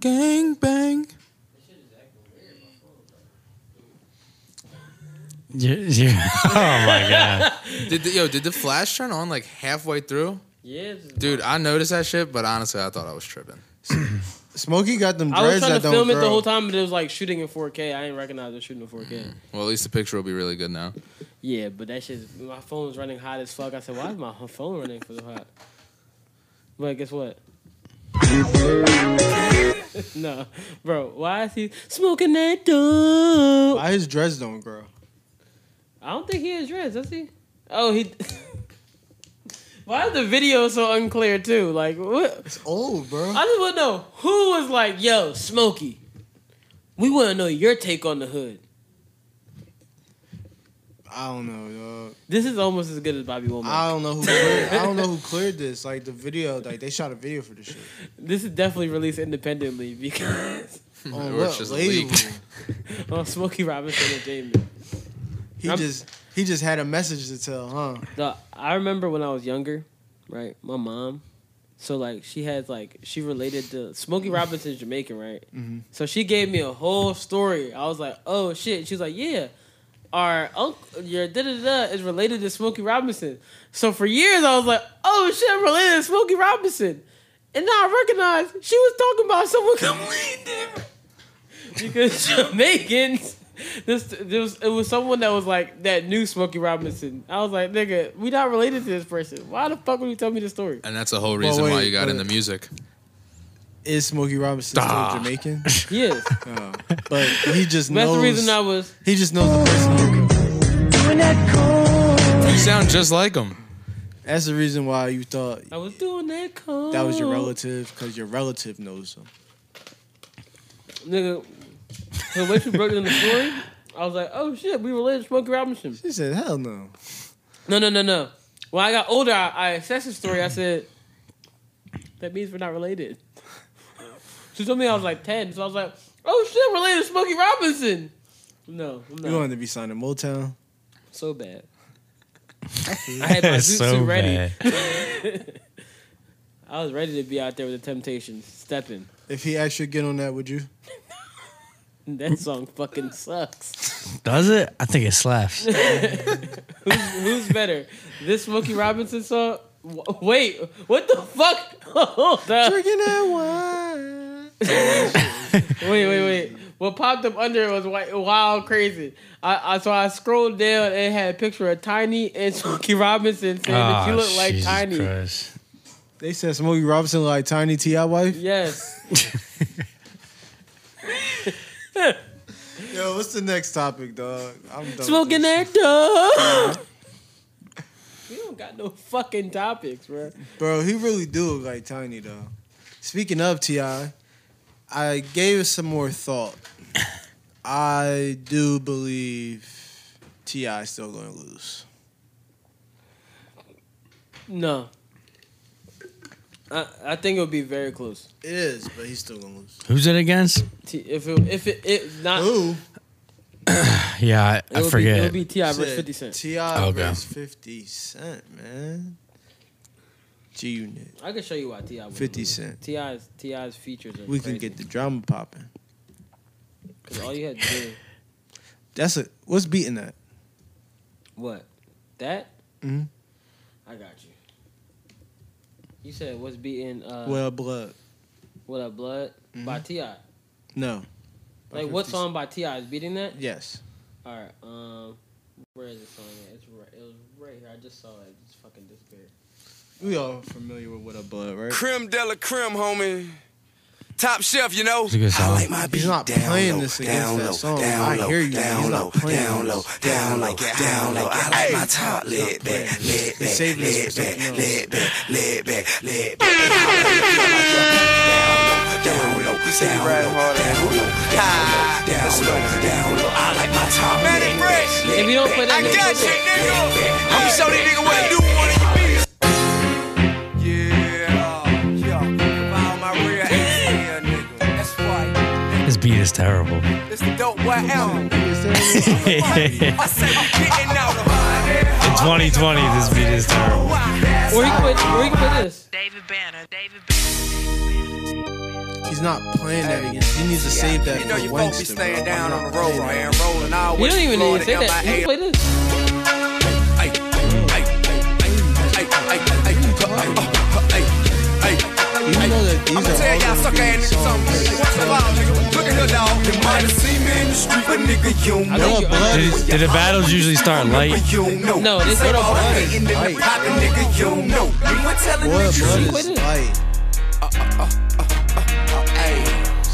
F: Gang bang.
E: You- you- [laughs] oh my god.
F: [laughs] Did the, yo, did the flash turn on like halfway through?
B: Yeah, it's-
F: Dude, I noticed that shit, but honestly, I thought I was tripping.
C: Smokey got them
B: I was
C: dreads
B: trying to
C: that don't
B: film it the
C: grow.
B: whole time, but it was like shooting in 4K. I didn't recognize it was shooting in 4K.
C: Mm.
F: Well, at least the picture will be really good now.
B: Yeah, but that shit's my phone's running hot as fuck. I said, why is my phone running so hot? But guess what? [laughs] no, bro. Why is he smoking that dope?
C: Why his dreads don't grow?
B: I don't think he has dreads. Does he? Oh, he. [laughs] why is the video so unclear too? Like what?
C: It's old, bro.
B: I just want to know who was like, "Yo, Smokey, we want to know your take on the hood."
C: I don't know, dog.
B: This is almost as good as Bobby Womack.
C: I don't know who cleared,
B: [laughs]
C: I don't know who cleared this. Like the video, like they shot a video for this shit.
B: This is definitely released independently because
C: On
F: Or it's
C: what
F: just
C: label?
F: leaked.
B: [laughs] on Smokey Robinson Entertainment.
C: He
B: I'm-
C: just he just had a message to tell, huh?
B: The, I remember when I was younger, right? My mom, so like she had like she related to Smokey Robinson's Jamaican, right?
C: Mm-hmm.
B: So she gave me a whole story. I was like, oh shit. She's like, yeah, our uncle, your da da da is related to Smokey Robinson. So for years I was like, oh shit, I'm related to Smokey Robinson. And now I recognize she was talking about someone completely different. [laughs] Because Jamaicans, this, there was, it was someone that was like, that knew Smokey Robinson. I was like, nigga, we not related to this person. Why the fuck would you tell me this story?
F: And that's the whole reason why
C: wait,
F: you got
C: but-
F: into music.
C: Is Smokey Robinson
F: Ah.
C: still
F: [laughs]
C: Jamaican?
B: Yes.
C: No. But he just
B: That's
C: knows.
B: the reason I was.
C: he just knows the person. You're
K: Doing that coke,
F: You sound just like him.
C: That's the reason why you thought
B: I was Oh. doing that call.
C: that was your relative because your relative knows him.
B: Nigga, the way she broke it in the story, I was like, oh shit, we related to Smokey Robinson.
C: She said, "Hell no."
B: No, no, no, no. When I got older, I, I assessed the story. I said, that means we're not related. She told me I was like 10, so I was like, oh shit, related to Smokey Robinson. No, I'm
C: You wanted
B: not.
C: to be signed to Motown.
B: So bad. I had my
E: It's
B: jutsu
E: so
B: ready. [laughs] I was ready to be out there with the Temptations, stepping.
C: If he asked you to get on that, would you?
B: That song fucking sucks.
E: Does it? I think it slaps.
B: [laughs] Who's better? This Smokey Robinson song? W- wait, what the fuck? [laughs] Hold up.
C: Drinking that wine.
B: [laughs] Wait, wait, wait. What popped up under it was wi- wild crazy. I, I so I scrolled down and it had a picture of Tiny and Smokey Robinson saying that you
E: Oh,
B: look like
E: Jesus
B: Tiny.
E: Christ.
C: They said Smokey Robinson like Tiny
B: [laughs]
C: Ti wife.
B: Yes.
C: [laughs] Yo, what's the next topic, dog? I'm done. with
B: Smoking
C: this.
B: that dog. [laughs] we don't got no fucking topics, bro.
C: Bro, he really do look like Tiny though. Speaking of Ti, I gave it some more thought, I do believe Ti still going to lose.
B: No. I, I think it would be very close.
C: It is, but he's still going to lose.
E: Who's it against?
B: T- If it, if it, it not,
C: Who?
E: Yeah,
B: it
E: I,
B: would Be,
E: I
B: it
E: forget.
B: would be Ti versus
C: Said
B: Fifty Cent.
C: Ti
E: Okay.
C: versus Fifty Cent, man. G Unit,
B: I can show you why Ti. would
C: Fifty
B: lose.
C: Cent.
B: Ti's Ti's features. Are
C: We can
B: crazy.
C: get the drama popping.
B: 'Cause all you had to do
C: That's a what's beating that.
B: what that.
C: Mhm.
B: I got you. You said what's beating uh,
C: well, blood. Mm-hmm.
B: what up blood by Ti. Like
C: No.
B: what
C: 50
B: song by Ti is beating that?
C: Yes.
B: All right. Um, where is the song? At? It's right. It was right here. I just saw it. It just fucking disappeared.
C: We all familiar with what a blood, right?
A: Creme de la creme, homie. Top shelf, you know.
E: It's a good song.
A: my
C: He's not playing this against that song. I hear you, but he's not playing this.
A: down low, down low. I like my top lit back, lit
C: They saving this for something else.
A: back, lit back, lit back. Down low, down low, down low, down low, down low. I like my top lit back, lit
B: If you don't play that,
A: I
B: next
A: got you,
B: person-
A: nigga. I'ma show these niggas what to do when it Yeah, yeah. Found my real ass, nigga. That's right.
E: This beat
B: [laughs]
E: is terrible.
A: It's the dope boy album. I say I'm getting out of
E: In 2020, this beat is terrible.
B: Or you can play. Or you can play this.
K: David Banner, David Banner.
C: He's not playing that against. He needs to save that
A: You know you
C: for
A: won't be staying
C: Wednesday. bro.
A: down
C: I'm
A: on
C: not
A: the road,
C: playing that.
A: man. Rolling all the
B: You
A: way
B: don't
A: to
B: even need to
A: Florida,
B: say that. You can
A: MIA.
B: play this.
A: Ay, ay, ay, ay, ay, ay, ay, ay, ay, ay.
C: You know that these
A: I'ma tell y'all,
C: are all
A: sucker, ain't
C: beat
A: nigga
C: songs.
A: something. Once in a while, nigga, look at her dog. You might have seen me in the street, but nigga, you
B: I
A: know.
B: think you under-
E: Did, did the battles usually start light?
A: You know.
B: No, this-
A: Say
B: what
A: all
B: about
A: the
B: it?
A: hating and the
C: Right.
A: popping, nigga, you know. You ain't telling the
C: What
A: truth. Uh,
C: blood
B: What
C: is
B: is-
C: light?
A: Ay,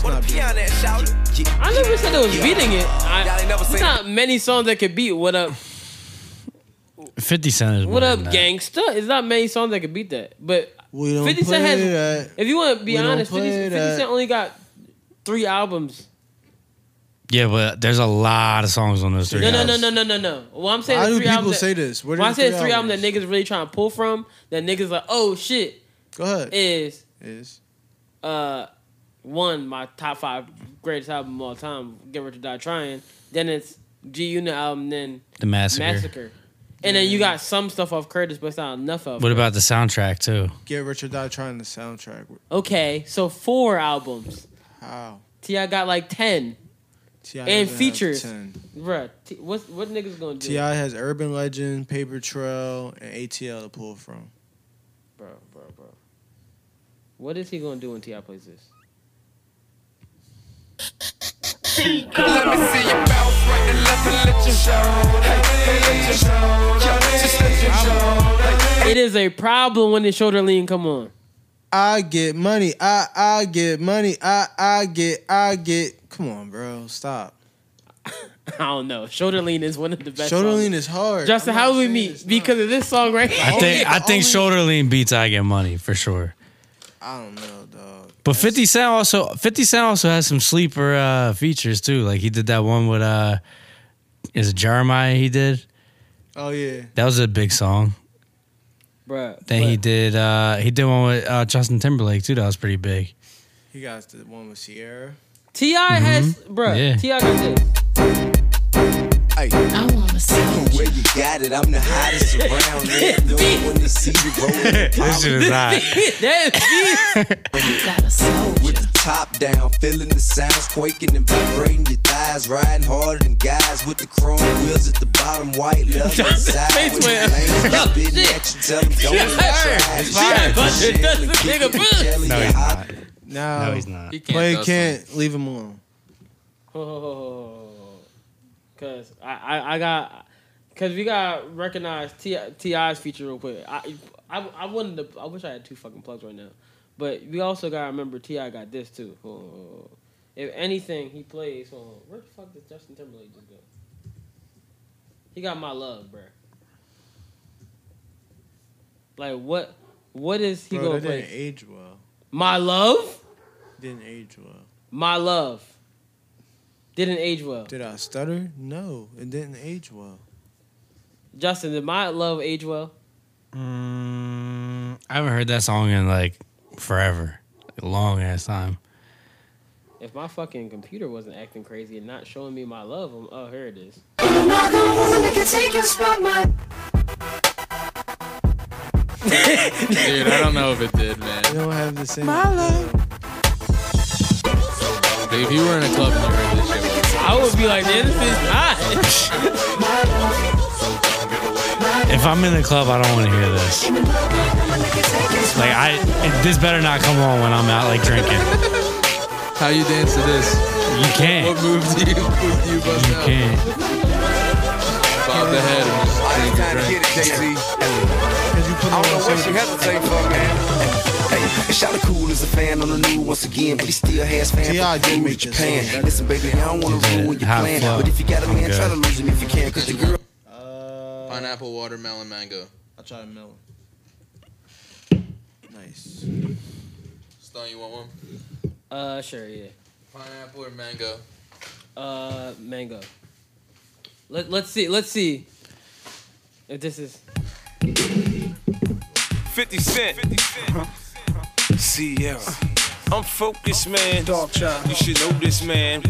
A: what a piano, shout it.
B: I never said it was beating it.
A: Y'all
B: I,
A: ain't never
B: there's
A: seen
B: not many songs that could beat "What Up,
E: 50 Cent is
B: What Up,
E: winning that.
B: Gangsta." It's not many songs that could beat that. But
C: We don't
B: 50 Cent
C: play
B: has-
C: that.
B: if you want to be
C: We don't
B: honest, 50,
C: play
B: 50
C: that.
B: Cent only got three albums.
E: Yeah, but there's a lot of songs on those three.
B: No, no,
E: albums.
B: no, no, no, no, no. Well, I'm saying
C: Why
B: it's
C: do
B: three
C: people
B: albums that-
C: say this? Where
B: When I
C: did
B: say
C: the
B: it's three albums that
C: albums?
B: niggas really trying to pull from, that niggas like, oh shit,
C: Go ahead.
B: is
C: Is
B: uh one my top five greatest album of all time, Get Rich or Die Trying. Then it's G Unit album, then
E: The Massacre.
B: Massacre, and then you got some stuff off Curtis, but it's not enough of.
E: What
B: it.
E: about the soundtrack, too?
C: Get Rich or Die trying the soundtrack?
B: Okay, so four albums.
C: How?
B: Ti got like ten,
C: Ti
B: And
C: doesn't have
B: features.
C: 10.
B: bruh. T- what what niggas gonna do,
C: Ti has Urban Legend, Paper Trail, and ATL to pull from.
B: bro, bro, bro? What is he gonna do when Ti plays this?
A: Let me see you bounce right and left and let you show. Hey, hey, let you show. Yeah, just let you show.
B: It is a problem when the shoulder lean come on. [laughs]
C: I get money. I I get money. I I get I get. Come on, bro, stop.
B: I don't know. Shoulder lean is one of the best.
C: Shoulder
B: songs.
C: lean is hard.
B: Justin,
C: I'm not
B: how we
C: saying
B: meet
C: it's not.
B: because of this song right
E: I
B: here.
E: think I think
C: only-
E: Shoulder Lean beats I Get Money for sure.
C: I don't know, dog.
E: But 50 Cent also 50 Cent also has some sleeper uh, features too. Like he did that one with uh is it Jeremiah he did?
C: Oh yeah,
E: That was a big song.
B: Bruh,
E: Then he did uh he did one with uh, Justin Timberlake too. That was pretty big.
C: he got the one with Sierra.
B: Ti has bruh.
E: Mm-hmm. Yeah.
B: Ti got this.
H: I wanna see.
A: Where you got it, I'm the hottest around
B: [laughs]
A: here. No one to see you
E: [laughs]
A: rolling
E: This shit is hot.
B: That
H: Got a
A: with
H: soldier.
A: the top down, feeling the sounds quaking and vibrating your thighs, riding harder than guys with the chrome wheels at the bottom, white leather inside.
B: [laughs] face
A: When the
B: went-
A: lanes
B: Yo,
A: are spitting
B: shit.
A: at you, tell 'em don't
B: Yeah,
A: try.
B: it's fire.
A: Shit,
B: But it doesn't
A: shit,
B: make a
A: kick
B: buzz.
A: it, jelly,
E: No,
A: you
E: he's
A: hot.
E: not.
C: Now
E: No, he's not.
F: He can't
C: Play
F: dust him.
C: can't leave him alone.
B: oh, cause I, I I got cause we got recognized Ti Ti's feature real quick. I I I wanted to. I wish I had two fucking plugs right now, but we also gotta remember Ti got this too. Hold on, hold on, hold on. If anything he plays, hold on. where the fuck did Justin Timberlake just go? He got my love, bruh. Like what? What is he
C: Bro,
B: gonna
C: that
B: play?
C: didn't age well.
B: My love,
C: Didn't age well.
B: my love. Didn't age well.
C: Did I stutter? No, it didn't age well.
B: Justin, did my love age well?
E: Mm, I haven't heard that song in like forever, a long ass time.
B: If my fucking computer wasn't acting crazy and not showing me my love, I'm, oh here it is.
F: Oh, Dude, I don't know if it did, man.
C: You don't have the same.
F: But if you were in a club and you heard this shit, what
B: I would be like, man, this is hot.
E: If I'm in the club, I don't want to hear this. Like I, it, this better not come on when I'm out like drinking.
F: would- how you dance to this?
E: You
F: What
E: can't,
F: [laughs] move do you, do you bust
E: you
F: out?
E: can't.
F: Bob the head and just
A: I ain't
F: take
A: trying
F: a
A: to
F: drink.
A: get it, Jay-Z. I don't know what she hesitate for, man. Hey, shout cool is a fan on the new once again, but he still has fans
C: T.I. did
A: from
C: make this
A: Japan.
C: song.
A: Listen, baby, I don't wanna
E: Yeah,
A: ruin your
E: hot
A: plan,
E: flow.
A: but if you got a man,
E: Okay.
A: try to lose him if you can, cause the girl.
C: Uh,
F: Pineapple, watermelon, mango.
C: I try to melon. Nice.
F: Stone, you want one?
B: Uh, sure, yeah.
F: Pineapple or mango?
B: Uh, mango. Let Let's see. Let's see. If this is
L: 50 Cent. Sierra. I'm focused, man. Dark child. You should know this, man.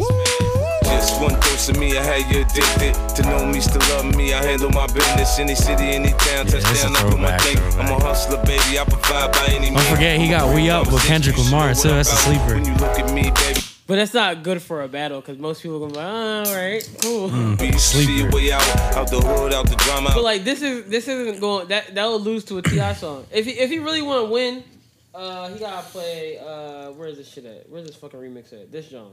L: Just one dose of me, I had you addicted. To know me, still love me. I handle my business. Any city, any town,
E: Yeah, this is
L: touchdown, I put my
E: throwback,
L: thing. I'm a
E: throwback.
L: hustler, baby. I provide by any means.
E: forget, he got We Up with Kendrick Lamar, so that's a sleeper.
L: When you look at me, baby.
B: But that's not good for a battle because most people are gonna be like, "Oh, all right, cool.
E: Mm,
L: You see your
E: Sleeper.
L: way out, out the hood, out the drama.
B: But like this is this isn't going that that will lose to a Ti song. If he if he really want to win, uh, he gotta play. Uh, where's this shit at? Where's this fucking remix at? This John.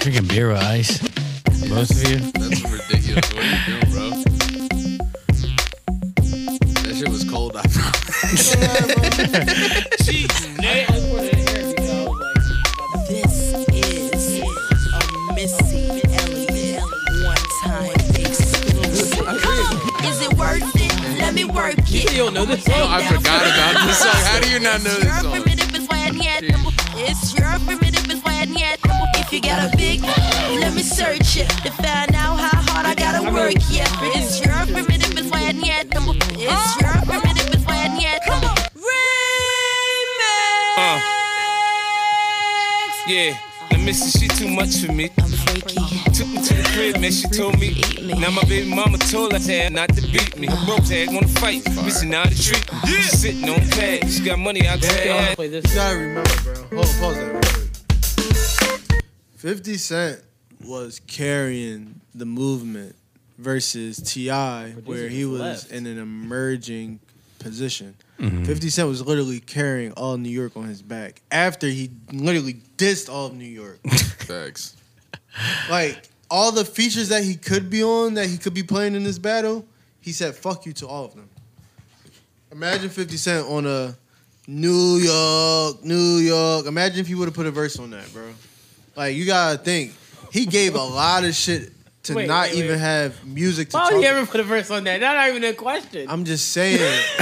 E: Drinking beer with ice. Both of you.
F: That's ridiculous. What are you doing, bro? That shit was cold, [laughs] I promise.
B: I only put it in here because I was like,
M: This is a Missy Elliott one time exclusive. Is it worth it? Let me work it.
B: You don't know this song?
F: I forgot about this song. How do you not know this
M: It's your
F: song?
M: primitive is when yet. It's your primitive is when yet. If you got a big, let me search it to find out how hard I gotta work. Yeah, it's your primitive is when yet. It's your primitive is when yet. Come on,
L: Uh.
M: remix.
L: Yeah, the missus, she too much for me.
M: I'm freaky.
L: Took me to the crib, man, she told me. Now my baby mama told her dad not to beat me. Broke tag, wanna fight, we see now the treat. Yeah. Sitting on cash, she got money, I
B: They don't
L: tag.
B: play this.
C: You gotta remember, bro. Hold, pause that real quick. 50 Cent was carrying the movement versus T.I., where he was
B: left.
C: in an emerging position. 50 Cent was literally carrying all New York on his back after he literally dissed all of New York.
F: Facts.
C: like, all the features that he could be on, that he could be playing in this battle, he said, fuck you to all of them. Imagine 50 Cent on a New York, New York. Imagine if he would have put a verse on that, bro. Like you gotta think, he gave a lot of shit to
B: Wait,
C: not
B: wait,
C: even
B: wait.
C: have music to
B: Why would
C: talk.
B: he ever put a verse on that? That's not even a question.
C: I'm just saying,
B: [laughs]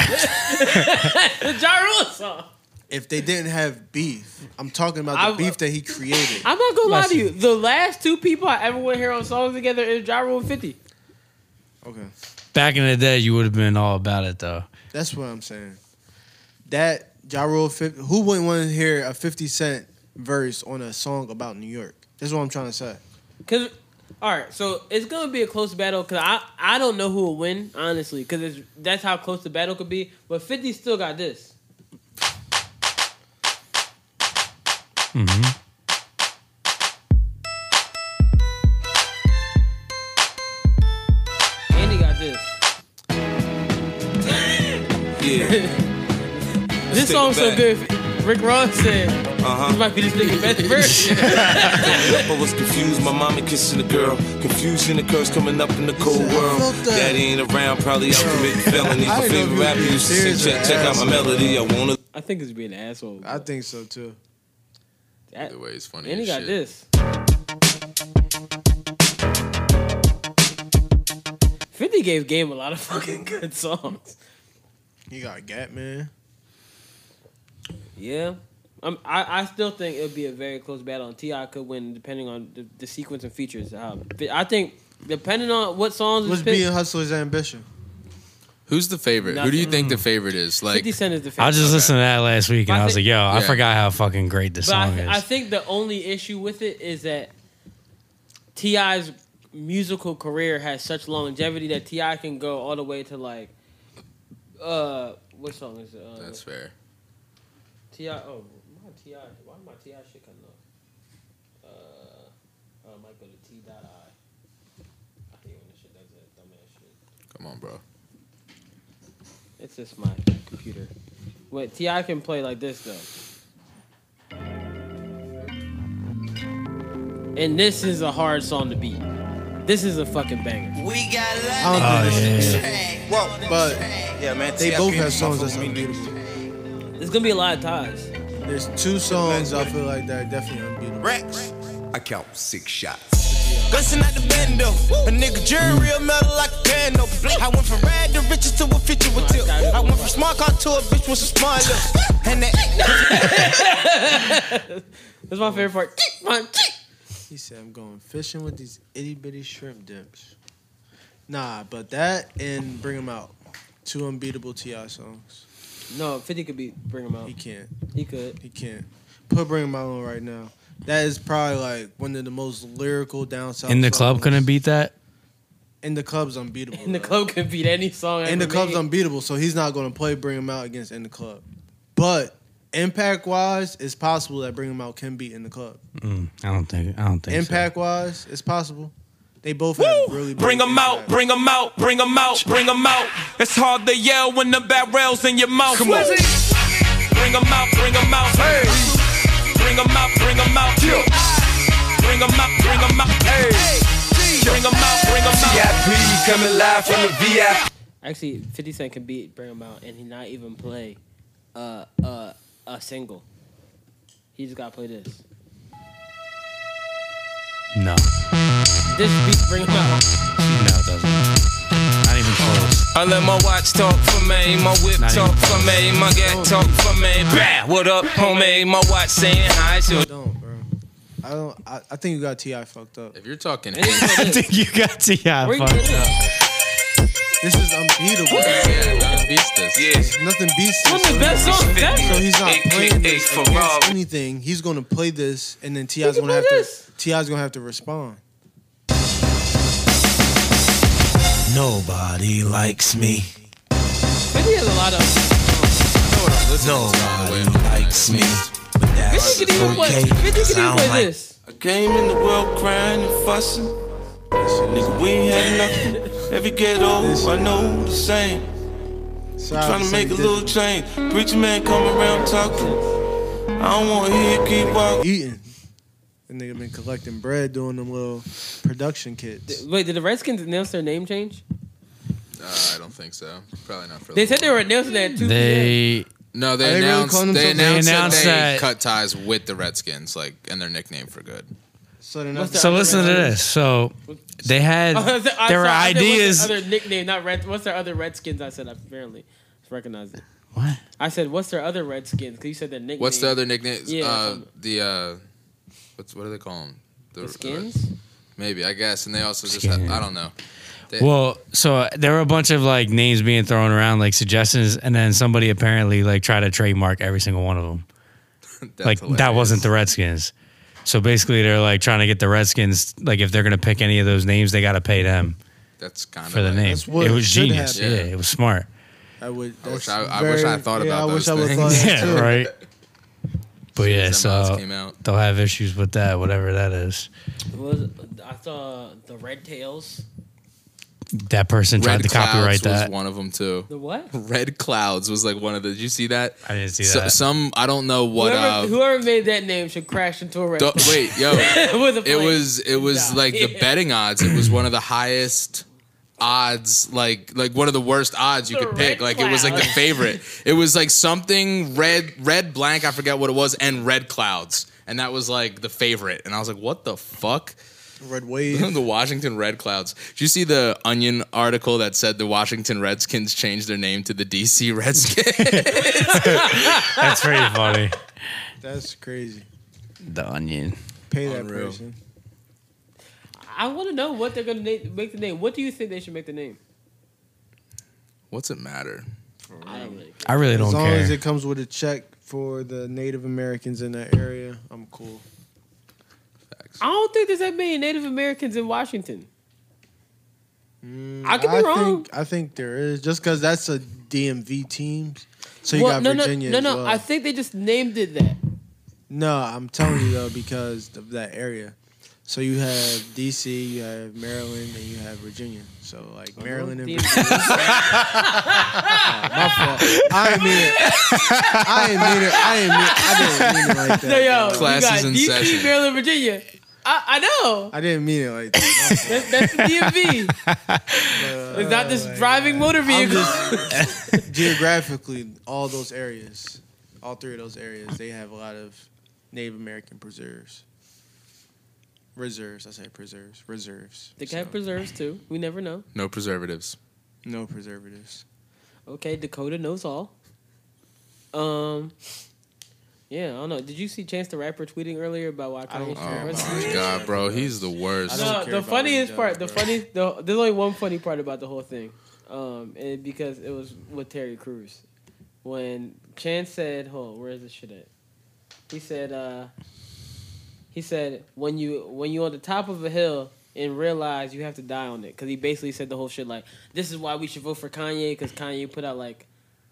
B: the Ja Rule song.
C: if they didn't have beef, I'm talking about the
B: I-
C: beef that he created.
B: I'm not gonna lie to you. The last two people I ever went here on songs together is Ja Rule and 50.
C: Okay,
E: Back in the day, you would have been all about it though.
C: that's what I'm saying. That Ja Rule, 50, who wouldn't want to hear a 50 Cent verse on a song about New York? That's what I'm trying to say.
B: Cause, all right, so it's gonna be a close battle. Cause I I don't know who will win honestly. Cause it's, that's how close the battle could be. But 50 still got this.
E: Mm-hmm.
B: And he got this. [laughs]
L: Yeah,
B: This
L: take
B: song's
L: it
B: so
L: back.
B: good. Rick Ross said this
L: uh huh.
B: might be this nigga's best verse.
L: Growing up, I was confused. My mama kissing a girl. Confusion occurs coming up in the cold
C: said, I
L: world.
C: felt that.
L: Daddy ain't around, probably out committing felonies.
C: I
L: My
C: didn't know
L: favorite
C: you
L: rapper
C: were
L: used to sing,
C: serious
L: check, check out
C: ass,
L: my
C: man.
L: melody. I wanna
B: I think it's being an asshole.
C: I think so too.
B: That-
F: Either way, it's funny.
B: and he
F: as
B: got
F: shit.
B: this. Fifty gave Game a lot of fucking good songs.
C: You got Gatman.
B: Yeah. I'm, I, I still think it would be a very close battle, and Ti could win depending on the, the sequence and features. Uh, but I think depending on what songs.
C: What's
B: is picked-
C: being Hustler's ambition?
F: Who's the favorite? Who do you think the favorite is? Like
B: 50 Cent is the favorite.
E: I was just listening to that last week
B: But
E: and
B: I
E: I was
B: think-
E: like, yo, I
F: Yeah.
E: forgot how fucking great this
B: but I,
E: song
B: th-
E: is.
B: I think the only issue with it is that Ti's musical career has such longevity that Ti can go all the way to like, uh, what song is it? Uh,
F: That's fair.
B: Ti. Oh, my Ti. Why my Ti shit coming up? Uh, oh, it might go to T dot I. I hate when this shit does that dumbass shit.
F: Come on, bro.
B: It's just my computer. Wait, Ti can play like this though. And this is a hard song to beat. This is a fucking banger.
K: We got
G: Oh,
B: I don't
F: Oh,
B: think
K: this
B: so.
K: Whoa,
C: but
K: yeah, man,
C: They
K: TI
C: both
K: Crew
C: have
K: is
C: songs
K: my
C: that's unbeatable.
B: There's gonna be a lot of ties.
C: There's two songs I feel like that are definitely unbeatable.
K: Rex.
A: I count six shots.
K: Gussin' out the bando. A nigga jury real metal like a bando. I went from rad to riches to a feature with tip. I went from smart car to a bitch with some smart lips. And that.
B: [laughs] That's my favorite part.
C: He said, I'm going fishing with these itty bitty shrimp dips. Nah, but that and Bring 'Em Out. Two unbeatable T.I. songs.
B: No, 50 could be Bring 'Em Out.
C: He can't.
B: He could.
C: He can't. Put Bring 'Em Out on right now. That is probably like one of the most lyrical down south.
E: In the
C: songs.
E: club couldn't beat that.
C: In the club's unbeatable.
B: And the club can beat any song.
C: In the
B: ever
C: club's
B: made.
C: unbeatable, so he's not going to play Bring Him Out against In the Club. But impact wise, it's possible that Bring Him Out can beat In the Club.
E: Mm, I don't think. I don't think.
C: Impact wise, it's possible. They both have really big
N: Bring 'em out,
C: impact.
N: bring 'em out, bring 'em out, bring 'em out. It's hard to yell when the barrel's in your mouth. Come on. Bring 'em out, bring 'em out. Hey. Bring 'em out, bring 'em out. Yeah. Bring 'em out, bring 'em out. Hey. Bring 'em out, bring 'em out.
A: VIP coming live from the VIP.
B: Actually, 50 Cent can beat Bring 'Em Out and he not even play uh, uh, a single. He just gotta play this.
E: So. No.
B: This beats Bring 'Em Out.
E: No, it doesn't. Not even close.
N: I let my watch talk for me, my whip
E: Not
N: talk
E: even
N: for me, my gat talk for me. Bah, what up, homie? My watch saying hi to
C: I don't. I, I think you got Ti fucked up.
F: If you're talking,
C: [laughs]
E: I
F: [laughs]
E: think you got Ti fucked up.
C: This is unbeatable.
F: Yeah,
C: nothing beats this.
B: One of the best
C: So-
B: songs ever.
C: So he's not playing this
N: for
C: against anything. He's gonna play this, and then Ti's gonna have to. Ti's gonna have to respond.
A: Nobody likes me.
B: 50 has a lot of.
A: Nobody likes me. But that's
B: Bitch, you can even play-
A: okay.
B: bitch, you can
A: 'cause
B: even
A: I
B: play
A: don't like
B: this.
N: I came in the world crying and fussing. Nigga, we ain't had nothing. Every ghetto, I know the same.
C: Sorry,
N: Trying to
C: say
N: make a
C: this.
N: little change. Preacher man come around talking. I don't want to hear you keep walking.
C: Eating. That nigga been collecting bread, doing them little production kits.
B: Wait, did the Redskins announce their name change?
F: Uh, I don't think so. Probably not for.
B: They said they were announcing that too.
E: They
F: No, they,
C: Are they really
F: announced,
C: calling
F: they
C: themselves- They
F: announced.
E: announced
F: that they
E: that-
F: cut ties with the Redskins, like, and their nickname for good.
C: So they're
B: What's
C: not.
B: the
E: So listen to
B: Redskins?
E: this. So they had
B: Oh, [laughs] I said- I
E: there were
B: said- I said,
E: ideas.
B: What's their other nickname? Not Red. What's their other Redskins? I said apparently. Just recognize it.
E: What?
B: I said, what's their other Redskins? Because you said their nickname.
F: What's the other nickname?
B: Yeah,
F: uh,
B: something.
F: the uh, what's what do they call them?
B: The skins?
F: maybe I guess, and they also just had, I don't know. They,
E: Well, so there were a bunch of like names being thrown around, like suggestions, and then somebody apparently like tried to trademark every single one of them.
F: that's
E: like that
F: hilarious.
E: wasn't the Redskins. So basically, they're like trying to get the Redskins. Like if they're gonna pick any of those names, they gotta pay them
F: That's kind of
E: for the name.
C: That's what
E: It was
C: should
E: genius. Yeah.
C: happen.
E: it was smart.
C: I would.
F: I wish
C: that's
F: I- I wish I
C: very-
F: thought
C: yeah,
F: about
C: I wish
F: those
C: I would
F: things.
C: thought
E: [laughs]
C: that
E: Yeah,
C: too.
E: right. But yeah,
F: Soon as that mouse
E: so
F: came out.
E: they'll have issues with that, whatever that is.
B: Was I saw the Red Tails?
E: That person tried
F: Red
E: to copyright
F: Clouds
E: that.
F: was one of them too.
B: The what?
F: Red Clouds was like one of the. Did you see that?
E: I didn't see
F: So-
E: that.
F: Some I don't know what.
B: whoever,
F: uh,
B: whoever made that name should crash into a red.
F: Don't- wait, yo.
B: [laughs] With a
F: it
B: plane.
F: was it was
B: Nah.
F: like the betting odds. It was one of the highest odds, like like one of the worst odds you
B: The
F: could pick.
B: red
F: Like it was like the
B: clouds.
F: favorite. It was like something red red blank. I forget what it was, and red clouds, and that was like the favorite. And I was like, what the fuck?
C: Red wave.
F: [laughs] the Washington Red Clouds. Did you see the Onion article that said the Washington Redskins changed their name to the [laughs]
B: [laughs]
F: DC Redskins?
E: [laughs] That's pretty funny.
C: That's crazy.
E: The onion.
C: Pay that person.
B: I want to know what they're gonna na- make the name. What do you think they should make the name?
F: What's it matter?
B: I don't really.
E: I really don't
C: as long
E: care.
C: as it comes with a check for the Native Americans in that area, I'm cool.
B: I don't think there's that many Native Americans in Washington.
C: Mm,
B: I could be wrong.
C: Think, I think there is just because that's a DMV team. So you
B: Well,
C: got
B: no,
C: Virginia.
B: No,
C: as
B: no, no.
C: well.
B: I think they just named it that.
C: No, I'm telling you though because of that area. So you have DC, you have Maryland, and you have Virginia. So like Maryland and
B: DC.
C: Virginia. Oh, my fault. I didn't mean it. I didn't mean it. I didn't mean it. I didn't
B: [laughs]
C: mean it like that.
B: No, yo, you
C: Classes
B: got
C: in
B: DC,
C: session.
B: Maryland, Virginia. I, I know.
C: I didn't mean it like that.
B: That's, that's the
C: [laughs]
B: DMV. [laughs] it's not
C: Oh
B: just driving motor vehicles.
C: [laughs] Geographically, all those areas, all three of those areas, they have a lot of Native American preserves. Reserves, I say preserves, reserves.
B: They can have preserves too. We never know.
F: No preservatives.
C: No preservatives.
B: Okay, Dakota knows all. Um, yeah, I don't know. Did you see Chance the Rapper tweeting earlier about why Kanye?
F: Oh
B: West-
F: [laughs] my god, bro, he's the worst.
B: No, the funniest part, the funniest, the, there's only one funny part about the whole thing, um, and because it was with Terry Crews, when Chan said, "Hold, on, where is this shit at?" He said, uh, "He said when you when you on the top of a hill and realize you have to die on it," because he basically said the whole shit like, "This is why we should vote for Kanye," because Kanye put out like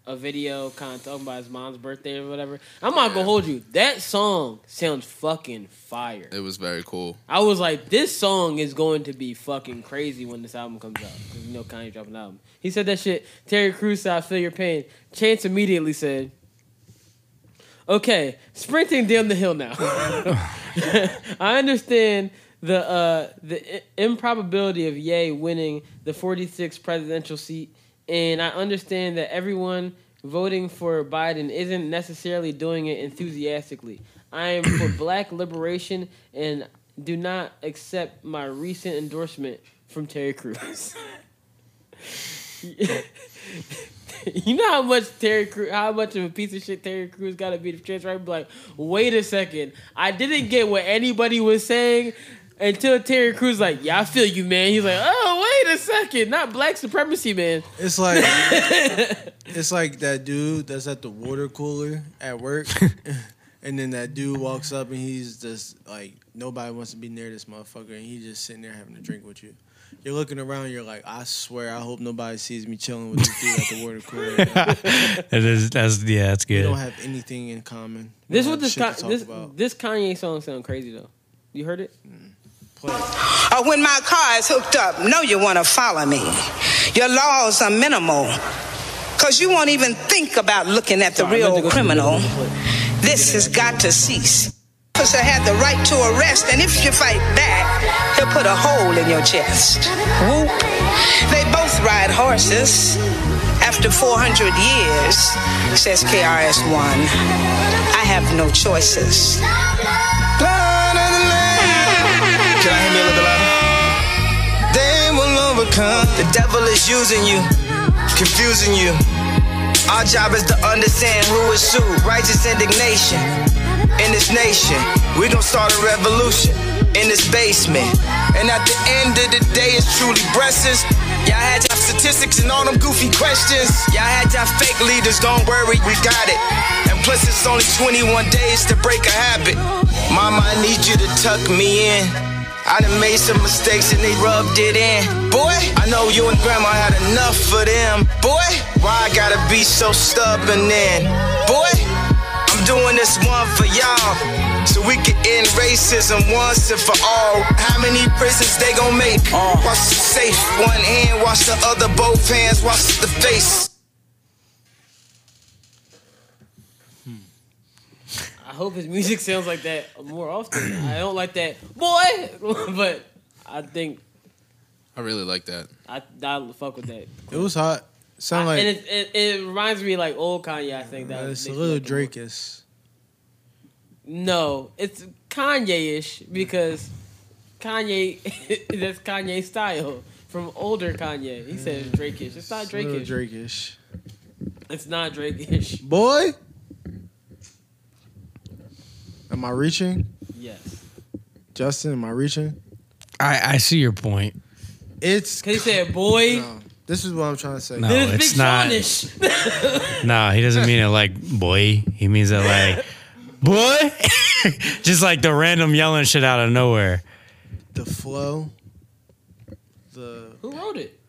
B: a video kind of talking about his mom's birthday or whatever. I'm not gonna hold you. That song sounds fucking fire.
F: It was very cool.
B: I was like, this song is going to be fucking crazy when this album comes out. 'Cause you know Kanye dropping an album. He said that shit. Terry Crews said, I feel your pain. Chance immediately said, Okay, sprinting down the hill now. [laughs] I understand the uh, the i- improbability of Ye winning the 46th presidential seat, and I understand that everyone voting for Biden isn't necessarily doing it enthusiastically. I am for black liberation and do not accept my recent endorsement from Terry Crews. [laughs] you know how much Terry Crews, how much of a piece of shit Terry Crews got to be to chance right? Be like, wait a second, I didn't get what anybody was saying until Terry Crews like, yeah, I feel you, man. He's like, oh, wait a second, not black supremacy, man.
C: It's like it's like that dude that's at the water cooler at
E: [laughs]
C: work, and then that dude walks up and he's just like nobody wants to be near this motherfucker, and he's just sitting there having a drink with you. You're looking around, you're like, I swear, I hope nobody sees me chilling with this dude at the water
E: [laughs]
C: cooler.
E: It is. That's yeah. That's
C: We
E: good.
C: don't have anything in common.
B: [laughs]
C: We
B: This
C: don't
B: what
C: have
B: this
C: shit to
B: Ka-
C: talk
B: this
C: about.
B: this Kanye song sound crazy though. You heard it?
O: or when my car is hooked up, no, you want to follow me. Your laws are minimal because you won't even think about looking at the real criminal. This has got to cease. Officer had the right to arrest, and if you fight back, he'll put a hole in your chest. Whoop. They both ride horses. After 400 years, says KRS1, I have no choices.
K: Can I hear me a little bit louder? They will overcome. The devil is using you, confusing you. Our job is to understand who is who. Righteous indignation in this nation. We gon' start a revolution in this basement. And at the end of the day, it's truly breathless. Y'all had y'all statistics and all them goofy questions. Y'all had y'all fake leaders. Don't worry, we got it. And plus, it's only 21 days to break a habit. Mama, I need you to tuck me in. I done made some mistakes and they rubbed it in. Boy, I know you and grandma had enough for them. Boy, why I gotta be so stubborn then? Boy, I'm doing this one for y'all. So we can end racism once and for all. How many prisons they gon' make?
B: Uh.
K: Wash the safe one hand, wash the other both hands, wash the face.
B: I hope his music sounds like that more
C: [clears throat]
B: often. I don't like that boy, [laughs] but I think
F: I really like that.
B: I I fuck with that.
C: It was hot. Sound like
B: and it, it, it reminds me like old Kanye. I think that
C: it's a
B: makes-
C: little Drakus.
B: no, it's Kanye ish because Kanye. [laughs] that's Kanye style from older Kanye. He says Drakeish. It's not
C: Little
B: Drakeish.
C: Drakeish.
B: It's not Drakeish.
C: Boy. Am I reaching?
B: Yes.
C: Justin, am I reaching?
E: I, I see your point.
C: It's
B: Cause he said boy.
C: This is what I'm trying to say.
E: No, Then it's it's Big
B: [laughs]
E: not. No, he doesn't mean it like boy. He means it like boy. [laughs] Just like the random yelling shit out of nowhere.
C: the flow. The
B: Who wrote it?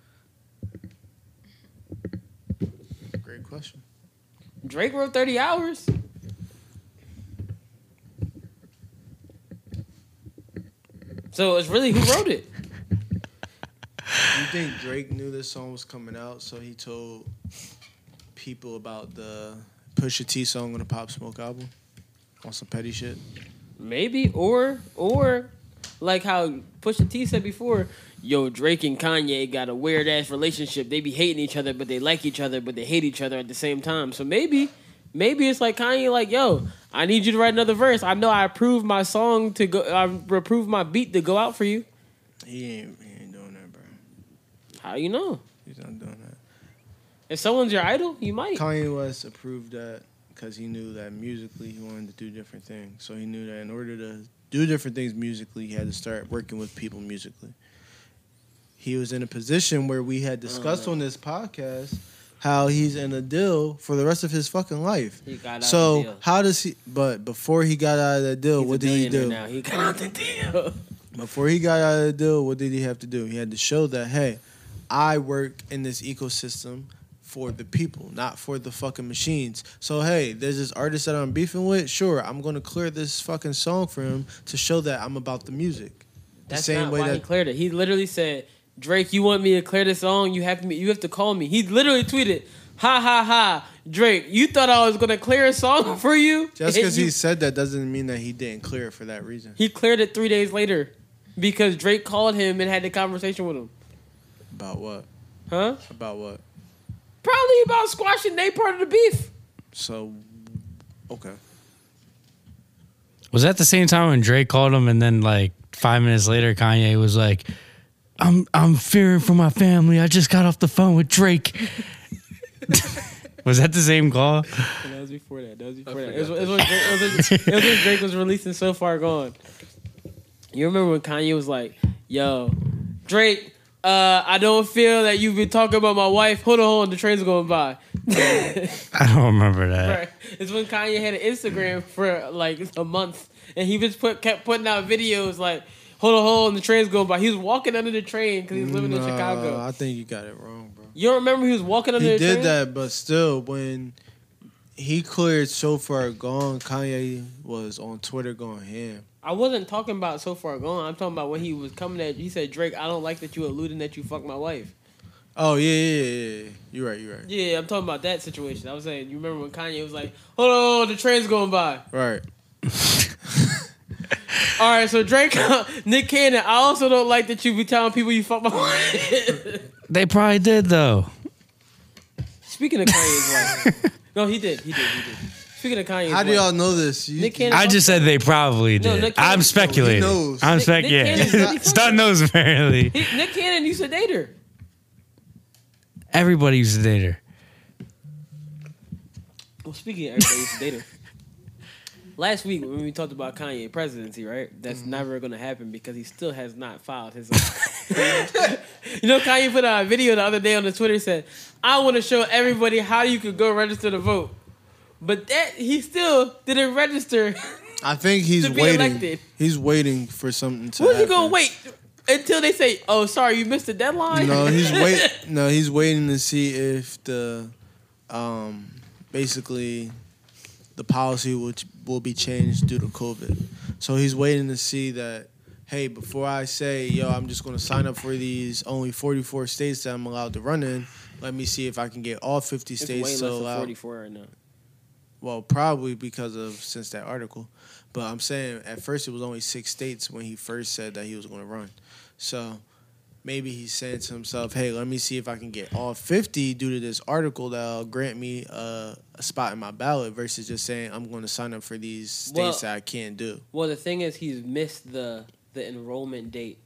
C: great question.
B: Drake wrote Thirty Hours. So it's really who wrote it?
C: You think Drake knew this song was coming out, so he told people about the Pusha T song on the Pop Smoke album? On some petty shit.
B: Maybe or or like how Pusha T said before, yo Drake and Kanye got a weird ass relationship. They be hating each other, but they like each other, but they hate each other at the same time. So maybe maybe it's like Kanye like, yo, I need you to write another verse. I know I approved my song to go I approved my beat to go out for you.
C: He ain't, he ain't doing that, bro.
B: How you know?
C: He's not doing that.
B: If someone's your idol, you might.
C: Kanye West approved that because he knew that musically he wanted to do different things. So he knew that in order to do different things musically, he had to start working with people musically. He was in a position where we had discussed on this podcast how he's in a deal for the rest of his fucking life.
B: He got out the
C: So
B: deal.
C: how does he? But before he got out of that deal,
B: He's a
C: what did he
B: billionaire Now
C: do?
B: he got out the deal.
C: Before he got out of the deal, what did he have to do? He had to show that, hey, I work in this ecosystem for the people, not for the fucking machines. So, hey, there's this artist that I'm beefing with. Sure, I'm going to clear this fucking song for him to show that I'm about the music. The
B: That's
C: same
B: not
C: way
B: why he
C: that.
B: cleared it. He literally said, "Drake, you want me to clear this song? You have to. You have to call me." He literally tweeted, "Ha ha ha, Drake, you thought I was gonna clear a song [laughs] for you?
C: Just
B: And [laughs]
C: because
B: you-
C: he said that doesn't mean that he didn't clear it for that reason.
B: he cleared it three days later because Drake called him and had the conversation with him,
C: About what?
B: huh?
C: About what?
B: Probably about squashing they part of the beef.
C: So, okay.
E: Was that the same time when Drake called him, and then like five minutes later, Kanye was like, "I'm I'm fearing for my family. I just got off the phone with Drake." was that the same call?
B: And that was before that. That was before that. It was, it, was when Drake, it, was when, it was when Drake was releasing So Far Gone. You remember when Kanye was like, yo, Drake, uh, I don't feel that you've been talking about my wife. Hold on, hold on, the train's going by.
E: I don't remember
C: Uh.
E: that.
B: Right. It's when Kanye had an Instagram for like a month, and he just put kept putting out videos like, "Hold on, hold on, the train's going by." He was walking under the train because he was living in
C: Nah,
B: Chicago.
C: I think you got it wrong, bro.
B: You don't remember he was walking under
C: he
B: the train?
C: did that, but still, when he cleared so far gone, Kanye was on Twitter going ham.
B: I wasn't talking about so far gone. I'm talking about when he was coming at. He said, "Drake, I don't like that you alluding that you fucked my wife."
C: Oh yeah, yeah, yeah, yeah. You're right, you're right.
B: Yeah, I'm talking about that situation. I was saying, you remember when Kanye was like, "Hold on, hold on, the train's going [laughs] by."
C: Right.
B: All right, so Drake, [laughs] Nick Cannon. I also don't like that you be telling people you [laughs] fucked my wife.
E: They probably did though.
B: Speaking of Kanye's wife, [laughs] no, he did, he did, he did. Speaking of Kanye's
C: How
B: wife,
C: do y'all know this? You,
B: Nick Cannon.
E: I just said they probably
B: No,
E: did.
B: Nick Cannon-
E: I'm speculating.
C: He knows.
E: I'm
B: Nick- Nick Cannon said he
E: [laughs] speculating.
B: fucked
E: Stunt knows apparently.
B: He, Nick Cannon used to date her.
E: Everybody used to date her.
B: Well, speaking of everybody used to date her. [laughs] Last week when we talked about Kanye presidency, right? That's
C: Mm-hmm.
B: never gonna happen because he still has not filed his. [laughs] you know, Kanye put out a video the other day on the Twitter said, "I want to show everybody how you could go register to vote," but that he still didn't register.
C: I think he's
B: To be
C: waiting.
B: elected.
C: He's waiting for something to.
B: Who's he
C: happen.
B: gonna wait until they say, "Oh, sorry, you missed the deadline"?
C: No, he's
B: [laughs]
C: wait. No, he's waiting to see if the, um, basically, the policy will will be changed due to COVID. So he's waiting to see that. Hey, before I say, yo, I'm just gonna sign up for these only 44 states that I'm allowed to run in. Let me see if I can get all 50
B: It's way
C: states
B: less
C: to
B: than
C: allow.
B: forty-four right now.
C: Well, probably because of since that article. But I'm saying at first it was only six states when he first said that he was going to run. So maybe he's saying to himself, hey, let me see if I can get all 50 due to this article that'll grant me a, a spot in my ballot versus just saying I'm going to sign up for these states
B: Well-
C: that I can't do.
B: Well, the thing is, he's missed the the enrollment date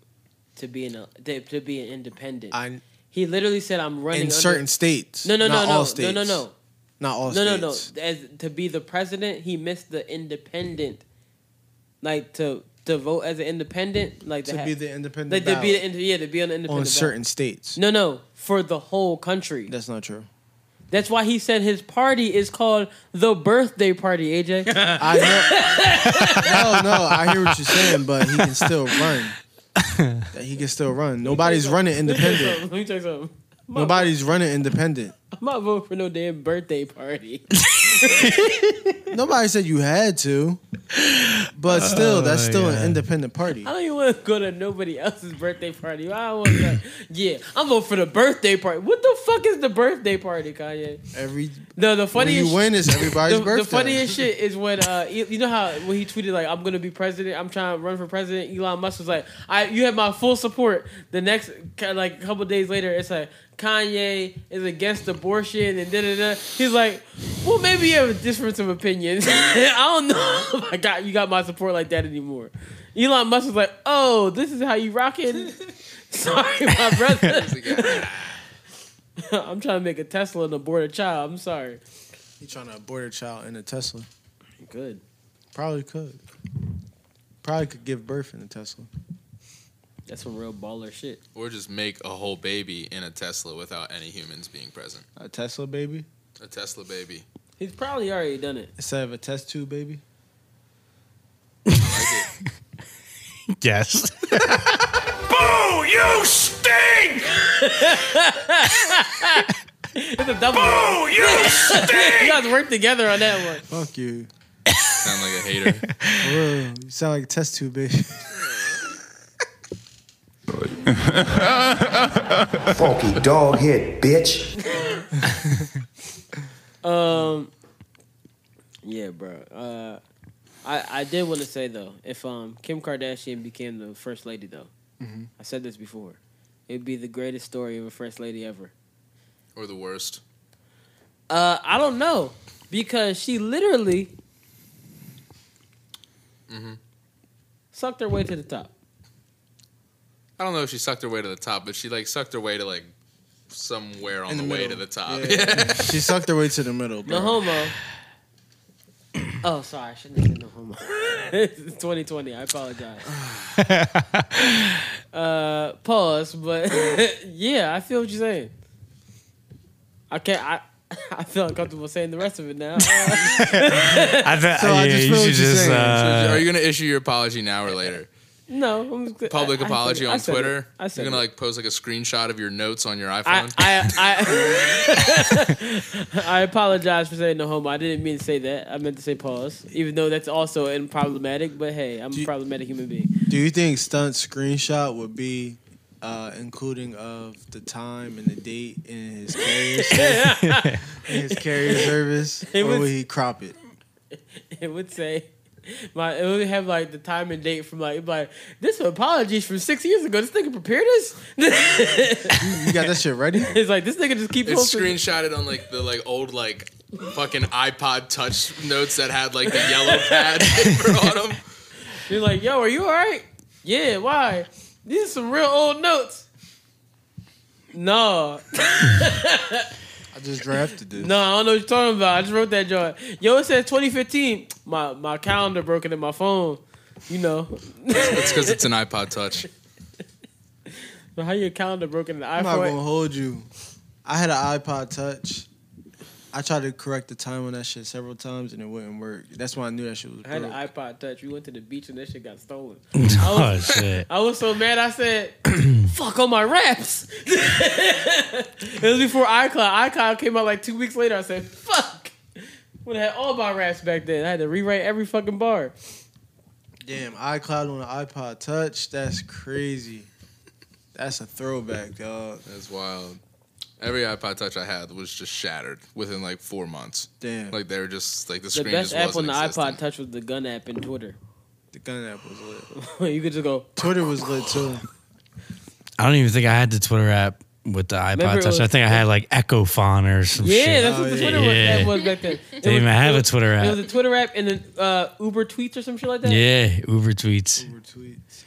B: to be an to be an independent. he literally said, "I'm running
C: in
B: under-
C: certain states.
B: No, no,
C: not
B: no,
C: all
B: no,
C: states.
B: no, no, no,
C: Not all
B: no,
C: states.
B: no, no. As to be the president, he missed the independent, like to to vote as an independent, like
C: To
B: ha-
C: be the independent
B: like, to be the
C: ballot.
B: ind- yeah, to be on the
C: On
B: independent
C: certain
B: ballot.
C: states.
B: No, no, for the whole country.
C: That's not true.
B: That's why he said his party is called the birthday party. AJ,
C: [laughs] I know. no, no, I hear what you're saying, but he can still run. That He can still run. Nobody's running [laughs] independent.
B: Let me tell you something.
C: Nobody's running independent.
B: I'm not voting for no damn birthday party.
C: Nobody said you had to, but still, that's
B: Oh,
C: still
B: yeah.
C: an independent [laughs] party.
B: I don't even want to go to nobody else's birthday party. I don't want to. Yeah, I'm voting for the birthday party. What the fuck is the birthday party, Kanye?
C: Every
B: no, the funniest
C: when you win is everybody's
B: the,
C: birthday.
B: The funniest shit is when uh, you you know how when he tweeted like I'm gonna be president, I'm trying to run for president. Elon Musk was like, I you have my full support. The next ki- like couple days later, it's like Kanye is against abortion and da da da. He's like, well, maybe you have a difference of opinion. [laughs] I don't know. [laughs] if I got you got my support like that anymore. Elon Musk was like, oh, this is how you rocking. [laughs] Sorry,
C: [laughs]
B: my brother. [laughs] I'm trying to make a Tesla and abort a child. I'm sorry.
C: He trying to abort a child in a Tesla.
B: Good.
C: Probably could. Probably could give birth in a Tesla.
B: That's some real baller shit.
F: Or just make a whole baby in a Tesla without any humans being present.
C: A Tesla baby
F: A Tesla baby.
B: He's probably already done it.
C: instead of a test tube baby.
E: Yes.
N: Boo! You stink!
B: [laughs] it's a double.
N: Boo! You stink!
B: [laughs] you guys work together on that one.
C: Fuck you.
F: Sound like a hater.
C: [laughs] For real. You sound like a test tube baby.
A: Funky dog head, bitch.
B: [laughs] Um, yeah, bro. Uh, I I did want to say though, if um Kim Kardashian became the first lady though,
F: Mhm.
B: I said this before, it'd be the greatest story of a first lady ever.
F: or the worst.
B: Uh, I don't know because she literally
F: Mhm.
B: sucked her way to the top.
F: I don't know if she sucked her way to the top, but she like sucked her way to like somewhere on
C: In
F: the,
C: the
F: way to
C: middle.
F: the top.
C: [laughs] Yeah. she sucked her way to the middle, bro.
B: No
F: [clears throat]
B: homo. Oh, sorry, I shouldn't have said no homo. [laughs] It's 2020. I
F: [sighs]
B: apologize. uh, pause, but [laughs] yeah, I feel what you're saying. I can't. I [laughs] I feel uncomfortable saying the rest of it now. [laughs]
E: [laughs] I th- So I yeah, just you feel should what you're just, saying. uh,
F: Are you gonna issue your apology now or later?
B: no, I'm just-
F: Public
B: [laughs] I- I said
F: apology
B: it. I
F: on
B: said it.
F: Twitter.
B: I said
F: You're gonna
B: it.
F: like post like a screenshot of your notes on your
B: I
F: iPhone.
B: I, I [laughs] apologize for saying no homo. I didn't mean to say that. I meant to say pause, even though that's also in problematic. But hey, I'm a problematic human being.
C: Do you think stunt screenshot would be uh, including of the time and the date in his
B: [laughs]
C: carrier service, in his carrier service,
B: It
C: or
B: was-
C: would he crop it?
B: [laughs] it would say my it would have like the time and date from like it'd be like this apologies from six years ago. This nigga prepared this. [laughs]
C: You got that shit ready?
B: it's like this nigga just keep
F: it's
B: posting.
F: screenshotted on like the like old like fucking iPod Touch notes that had like the yellow pad [laughs] paper on them.
B: You're like, yo, are you all right? Yeah, why? These are some real old notes. No,
C: [laughs] I just drafted this.
B: no, I don't know what you're talking about. I just wrote that joint. Yo, it says 2015. My my calendar broken in my phone. You know,
F: It's because it's an iPod Touch.
B: so how your calendar broken in the
C: I'm not gonna
B: iPhone?
C: hold you. I had an iPod Touch. I tried to correct the time on that shit several times and it wouldn't work. That's why I knew that shit was
B: I had
C: broke.
B: an iPod Touch. We went to the beach and that shit got
E: [laughs]
B: stolen.
E: [laughs] Oh,
B: I was,
E: shit.
B: I was so mad. I said, "Fuck all my raps." [laughs] it was before iCloud. iCloud came out like two weeks later. I said, "Fuck." Would have had all my raps back then. I had to rewrite every fucking bar.
C: Damn, iCloud on an iPod Touch. That's crazy. That's a throwback, dog.
F: That's wild. Every iPod Touch I had was just shattered within like four months.
C: Damn.
F: Like they were just like the,
B: The
F: screen
B: best
F: just
B: app on
F: wasn't
B: the
F: existing.
B: iPod Touch was the gun app in Twitter.
C: The gun app was
B: [laughs]
C: lit.
B: you could just go.
C: Twitter was lit too.
E: I don't even think I had the Twitter app. with the
B: Remember
E: iPod
B: it
E: Touch. I
B: was-
E: think I had like Echophon or some
B: Yeah,
E: shit.
B: that's what the Twitter
E: Yeah.
B: app was back then.
E: They
B: It
E: didn't
B: was-
E: even have
B: it
E: a
B: was-
E: Twitter
B: It
E: app.
B: was a Twitter app and then uh, Uber tweets or some shit like that.
E: Yeah, Uber tweets.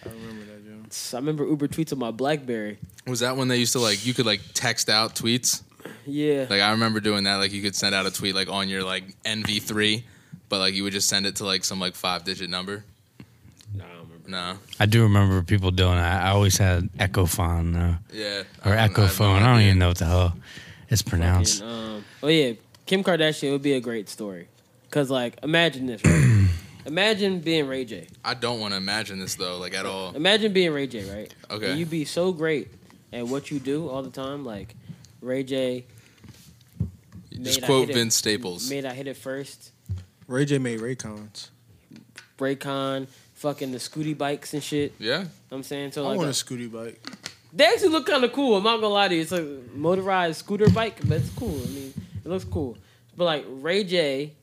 B: I remember Uber tweets on my BlackBerry.
F: Was that when they used to like you could like text out tweets?
B: Yeah.
F: Like I remember doing that. Like you could send out a tweet like on your like NV3, but like you would just send it to like some like five digit number. No, I don't remember.
E: I do remember people doing that. I always had Echophon though.
F: Yeah,
E: Or
F: I don't- I have no
E: Echophone. I don't even know what the hell it's pronounced.
B: And, um, oh yeah, Kim Kardashian would be a great story. Cause like, imagine this.
E: [clears throat]
B: Right? imagine being Ray J.
F: No, I don't want to imagine this though, like at all.
B: Imagine being Ray J. Right.
F: Okay.
B: And you'd be so great at what you do all the time, like Ray J.
F: Just
B: made I
F: quote
B: Hit It-
F: Vince Staples.
B: Made I hit it first.
C: Ray J made Raycons.
B: Raycon, fucking the Scooty bikes and shit.
F: Yeah.
B: I'm saying so.
C: I
B: Like uh,
C: want
B: a-
C: a Scooty bike.
B: They actually look kind of cool. I'm not gonna lie to you. It's a motorized scooter bike, but it's cool. I mean, it looks cool. But like Ray J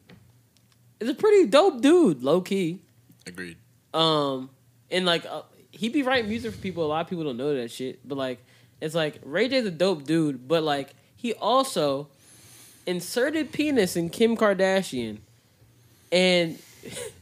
B: is a pretty dope dude, low key.
F: Agreed.
B: Um, and like uh, he be writing music for people. A lot of people don't know that shit. But like, it's like Ray J's a dope dude. But like, he also inserted penis in Kim Kardashian, and [laughs]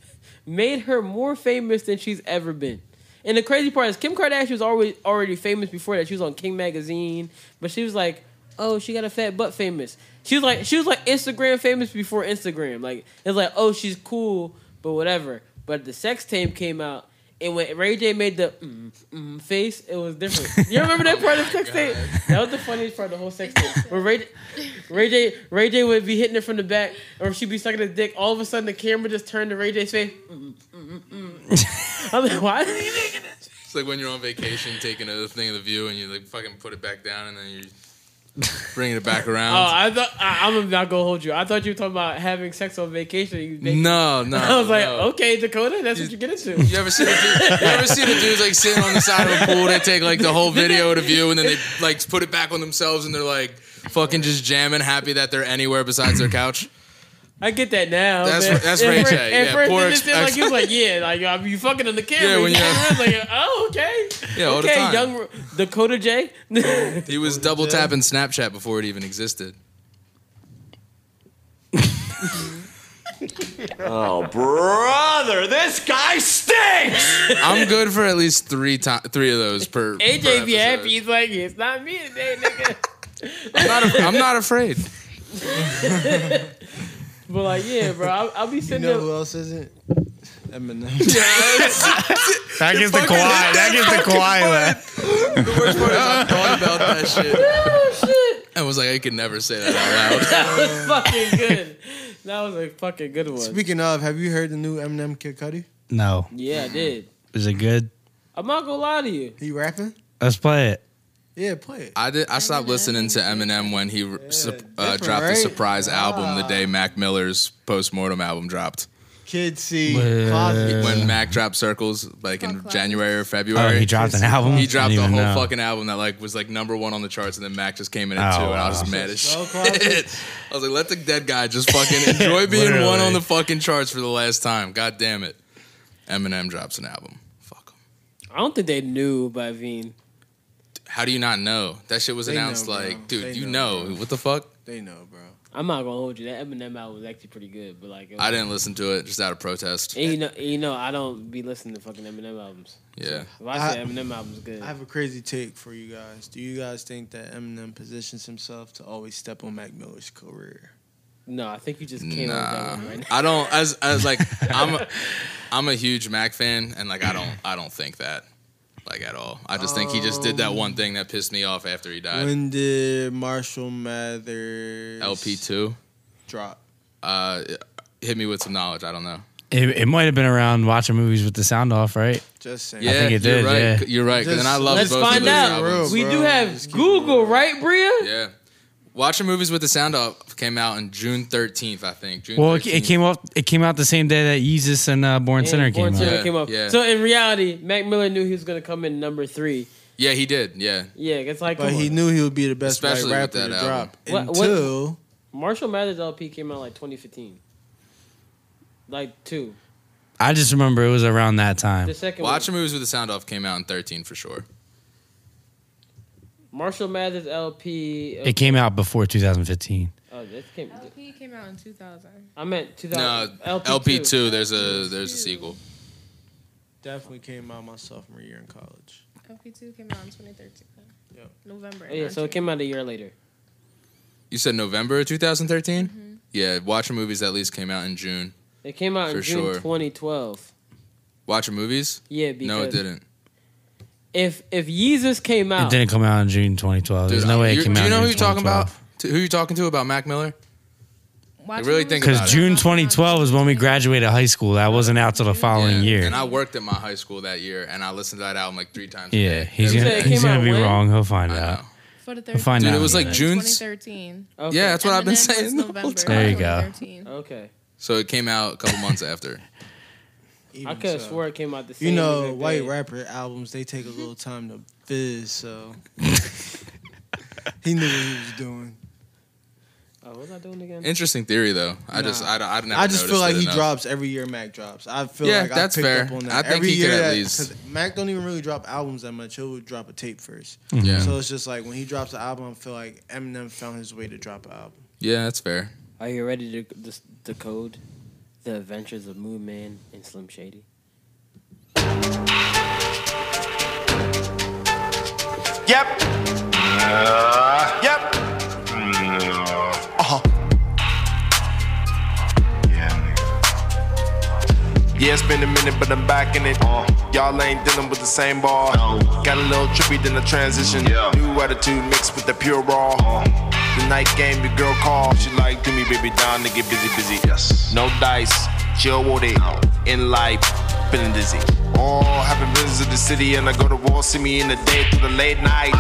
B: made her more famous than she's ever been. And the crazy part is Kim Kardashian was already already famous before that. She was on King magazine, but she was like, "Oh, she got a fat butt famous." She was like, she was like Instagram famous before Instagram. Like it's like, "Oh, she's cool, but whatever." But the sex tape came out, and when Ray J made the mm, mm face, it was different. You remember that part of the sex tape? That was the funniest part of the whole sex tape. Where Ray, Ray J, Ray J would be hitting it from the back, or she'd be sucking his dick. All of a sudden, the camera just turned to Ray J's face. Mm, mm, mm, mm. I'm like, why? is he making it?
F: It's like when you're on vacation taking a thing of the view and you like fucking put it back down and then [laughs] you bringing it back
B: Oh,
F: around.
B: I thought I, I'm not gonna hold you. I thought you were talking about having sex on vacation. You naked.
F: No,
B: [laughs]
F: no,
B: I was like,
F: no.
B: okay, Dakota, that's what you get into.
F: You ever see? You ever see the dudes like sitting on the side of a pool? They take like the
B: [laughs]
F: whole video of the view and then they like put it back on themselves and they're like fucking just jamming, happy that they're anywhere besides
B: [laughs]
F: their couch.
B: I get that now.
F: That's-
B: man.
F: that's
B: At
F: Ray
B: first-
F: J,
B: At
F: yeah,
B: first,
F: poor
B: it
F: ex-
B: just seemed like he was like, yeah, like uh, you fucking on the camera.
F: Yeah, when
B: you
F: you're-
B: [laughs] I was like, oh, okay,
F: Yeah, all the
B: okay,
F: time.
B: young Dakota J.
F: [laughs] He was double tapping Snapchat before it even existed.
J: [laughs] Oh, brother, this guy stinks.
F: I'm good for at least three to- three of those per.
B: AJ be happy. He's like, it's not me today, nigga.
F: [laughs] I'm not, af- I'm not afraid.
B: [laughs] but like, yeah, bro, I'll, I'll be
C: You
B: sitting
C: know
B: there.
C: who else isn't? Eminem.
B: [laughs]
E: That gives the Kawhi. That gives the Kawhi.
F: [laughs] The worst part is I thought about that shit.
B: Oh shit.
F: I was like, I could never say that out loud.
B: that [laughs] was fucking good. That was a fucking good one.
C: Speaking of, have you heard the new Eminem Kid Cudi?
E: No,
B: yeah, I did.
E: is it good?
B: I'm not gonna lie to you.
C: He rapping?
E: Let's play it.
C: Yeah, play it.
F: I did. I stopped listening to Eminem when he r- sup- uh, dropped the
C: right?
F: surprise
B: Ah.
F: album the day Mac Miller's postmortem album dropped.
C: Kid C.
E: Well-
C: Closet.
F: When Mac dropped Circles, like in January or February,
E: Oh, he dropped an album?
F: He dropped
E: I
F: the
E: didn't
F: whole
E: even know.
F: fucking album that like was like number one on the charts, and then Mac just came in at
E: Oh,
F: two, and I was
E: wow.
F: just mad as
E: So
F: shit. [laughs] I was like, let the dead guy just
E: [laughs]
F: fucking enjoy being one on the fucking charts for the last time. God damn it, Eminem drops an album.
B: I don't think they knew by Veen.
F: How do you not know? That shit was
B: They
F: announced
B: know,
F: like,
B: bro.
F: dude,
B: They
F: you
B: know,
F: know what the fuck?
C: They know, bro.
B: I'm not gonna hold you. That Eminem album was actually pretty good, but like, it was-
F: I didn't listen to it just out of protest.
B: And you know, and you know, I don't be listening to fucking Eminem albums.
F: Yeah.
B: If I say
C: I-
B: Eminem albums good,
C: I have a crazy take for you guys. Do you guys think that Eminem positions himself to always step on Mac Miller's career?
B: no, I think you just came up with that one right now.
F: I don't as
B: [laughs]
F: as like I'm a, I'm a huge Mac fan and like I don't I don't think that like at all. I just think he just did that one thing that pissed me off after he died.
C: When did Marshall Mathers
F: LP two
C: drop?
F: Uh, hit me with some knowledge. I don't know.
E: It, it might have been around watching movies with the sound off, right?
C: Just saying.
E: I think it
F: you're
E: did,
F: right.
E: yeah.
F: C- You're right. 'cause then I
E: Just-
F: love
E: let's
F: both of
E: find
F: those
E: out.
F: albums.
B: we do have Google, right, Bria?
F: Yeah. Watching movies with the sound off came out on June 13th, I think. June
E: Well, it,
F: 13th.
E: it came off. It came out the same day that Yeezus and uh, Born Center
B: Born
E: came
B: Sinner
E: out.
B: came up.
F: yeah.
B: So in reality, Mac Miller knew he was gonna come in number three.
F: Yeah, he did. Yeah.
B: Yeah, it's like,
C: But
B: come
C: he
B: on.
C: knew he would be the best white
F: Especially with
C: rapper
F: that
C: to
F: album.
C: drop
B: What- what-
C: until
B: Marshall Mathers LP came out like 2015, like two.
E: I just remember it was around that time.
B: The second
F: Watching movies with the sound off came out in 13 for sure.
B: Marshall Mathers LP.
E: It came out before 2015.
B: Oh, this came.
D: LP came out in 2000.
B: I meant 2000.
F: No, LP two. There's a there's a sequel.
C: Definitely came out my sophomore year in college.
D: LP2 came out in 2013.
C: Yep.
D: November.
B: Oh, yeah, so it came out a year later.
F: You said November 2013.
D: Mm-hmm.
F: Yeah, Watcher movies at least came out in June.
B: It came out in
F: For
B: June
F: sure.
B: 2012.
F: Watcher movies?
B: Yeah,
F: no, it
B: because-
F: didn't.
B: If if Yeezus came out,
E: It didn't come out in June 2012. There's
F: Dude,
E: no way
F: you-
E: it came
F: do
E: out.
F: you know
E: in
F: who you're talking about?
E: 2012.
F: To- who you talking to about Mac Miller? I really think about
E: Because June 2012 is when we graduated high school. That wasn't out till the following
F: it.
E: year.
F: And I worked at my high school that year, and I listened to that album like three times. a
E: Yeah,
F: day.
E: he's
F: Every
E: gonna
F: day.
E: he's gonna be wrong. He'll find out.
D: For the
E: He'll find
F: Dude,
E: out.
F: it was like
E: yeah.
F: June.
D: 2013.
F: Yeah, that's what I've been
D: Eminem was
F: saying. the whole
D: November
F: time.
E: There you go.
B: Okay.
F: So it came out a couple
B: [laughs]
F: months after.
B: I could have swore it came out the same.
C: You know,
B: exact
C: white
B: day. Mm-hmm.
C: rapper albums they take a little time to
B: [laughs]
C: fizz, so he knew what he was doing.
B: Oh, what was I doing again?
F: Interesting theory, though. I just
C: Nah.
F: I don't I, never
C: I just feel
F: noticed
C: like
F: it
C: he
F: enough.
C: drops every year. Mac drops. I feel
F: Yeah,
C: like I
F: that's
C: picked
F: fair.
C: up on that.
F: I think
C: every
F: he could
C: year
F: at
C: that-
F: least-
C: 'cause Mac don't even really drop albums that much. He'll drop a tape first.
F: Mhm. Yeah.
C: So it's just like when he drops an album, I feel like Eminem found his way to drop an album.
F: Yeah, that's fair.
B: Are you ready to dis- decode the adventures of Moon Man and Slim Shady?
J: Yep. yep.
I: Uh-huh.
J: Uh huh. Yeah, it's been a minute, but I'm back in it. Y'all ain't dealing with the same ball. Got a little trippy, then I transition. New attitude mixed with the pure raw. The night game, your girl call. She like, give me baby down to get busy, busy. Yes. No dice, chill with it. In life, feeling dizzy. Oh, having visits to the city and I go to war. See me in the day through the late night.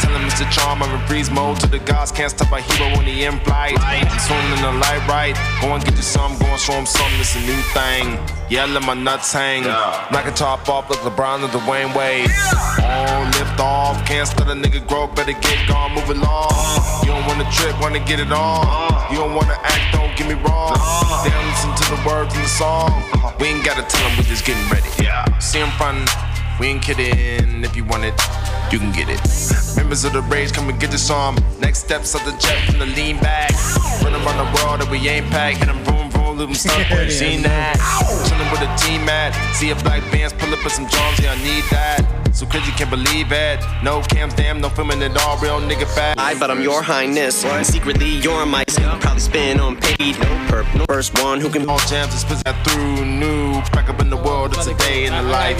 J: Tell him it's a charm, I'm in freeze mode to the gods. Can't stop a hero when he in flight. Soon in the light, right? Go and get you some, go and show him something. It's a new thing. Yeah, let my nuts hang. Knock a top off like LeBron or Dwayne Wade. Oh, lift off. Can't stop a nigga grow, better get gone, move along. You don't wanna trip, wanna get it on. You don't wanna act, don't get me wrong. They don't listen to the words in the song. We ain't gotta tell them, we just getting ready. See in front, we ain't kidding. If you want it, you can get it. Members of the rage, come and get this on. Next steps of the jet from the lean back. Run around the world that we ain't packed. Hit 'em vroom vroom, leave 'em stuck where you seen that. Chillin' with a team at. See a black bands pull up with some drums, yeah, I need that. So crazy, can't believe it. No cams, damn, no filming at all. Real nigga fat.
P: I, but I'm your highness. And secretly, you're my Probably spin on paid. No perp, no first one who can
J: all jams and spits that through new. Back up in the world, it's a day in the life.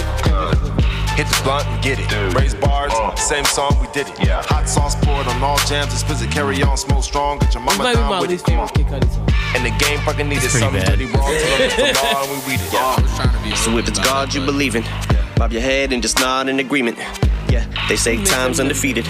J: Hit the blunt and get it. Raise bars, same song, we did it. Hot sauce poured on all jams and spits it. Carry on, smoke strong, get your mama
B: might be
J: down
B: my
J: with
B: least
J: it. Come on. And the game fucking needed
P: It's pretty
J: something
P: bad.
J: pretty wrong. Tell 'em
P: [laughs]
J: it's a law and we read it.
P: So if it's God you believe in, bob your head and just nod in agreement. Yeah, they say time's undefeated.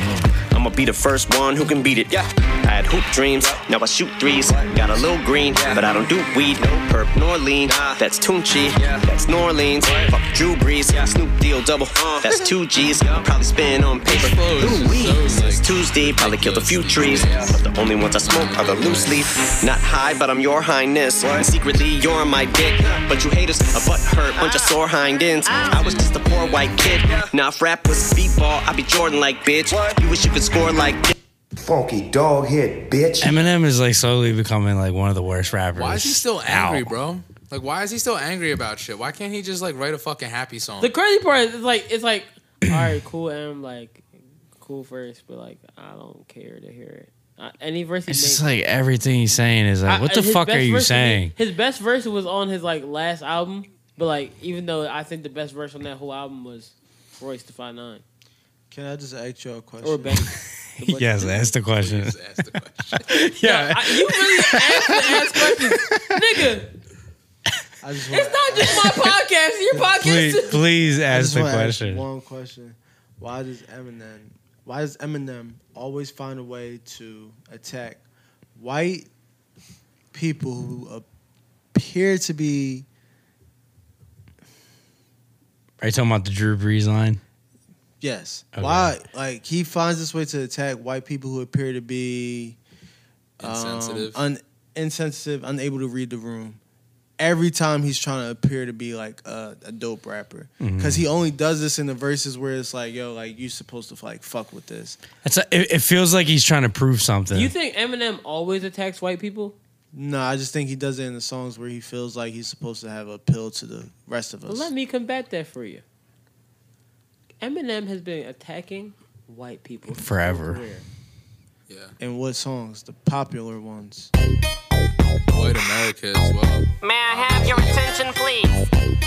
P: I'ma be the first one who can beat it. Yeah, I had hoop dreams, now I shoot threes. Got a little green, but I don't do weed. No perp nor lean. That's Tunchi, that's New Orleans. Fuck Drew Brees, Snoop Deal double. That's two G's. Probably spin on paper. Ooh, wee. Since Tuesday, probably killed a few trees. But the only ones I smoke are the loose leaf. Not high, but I'm your highness. And secretly, you're my dick. But you haters, a butt hurt, bunch of sore hind ends. I was just a poor white kid. Now if rap was b-ball, I'd be Jordan like bitch. You wish you could score like this.
Q: Funky dog head, bitch.
E: Eminem is like slowly becoming like one of the worst rappers.
F: Why is he still angry,
E: out.
F: bro? Like, why is he still angry about shit? Why can't he just like write a fucking happy song?
B: The crazy part is like it's
J: [clears throat]
B: like, all right, cool, Em, like cool first, but like I don't care to hear it. Uh, any verse he
E: It's
B: made,
E: just like everything he's saying is like,
B: I-
E: what the
B: his
E: fuck
B: best
E: are you
B: verse to me-
E: saying?
F: [laughs]
B: his best verse was on his like last album, but like even though I think the best verse on that whole album was Royce to Five Nine
C: Can I just ask you a question?
B: or
C: [laughs]
B: Bang.
E: [laughs] Yes, ask the question. [laughs]
B: yeah, I, you really ask to ask questions, nigga.
C: I just
B: it's not just my
C: [laughs]
B: podcast. Your
F: [laughs]
B: podcast.
E: Please,
B: too.
E: please
C: I just
E: ask the
C: wanna ask
E: question.
C: one question: Why does Eminem? Why does Eminem always find a way to attack white people who appear to be?
E: Are you talking about the Drew Brees line?
C: Yes. Why? Like he finds this way to attack white people who appear to be um,
F: Insensitive.
C: un, insensitive, unable to read the room. every time he's trying to appear to be like a, a dope rapper
E: Mm-hmm.
C: because he only does this in the verses where it's like, yo, like you supposed to like fuck with this.
E: It's a, it, it feels like he's trying to prove something.
B: You think Eminem always attacks white people?
C: No, I just think he does it in the songs where he feels like he's supposed to have appeal to the rest of
B: Well,
C: us.
B: let me combat that for you. Eminem has been attacking white people his whole
E: Forever.
B: career.
C: Yeah. And what songs? The popular ones.
F: White America as well.
M: May I have your attention, please?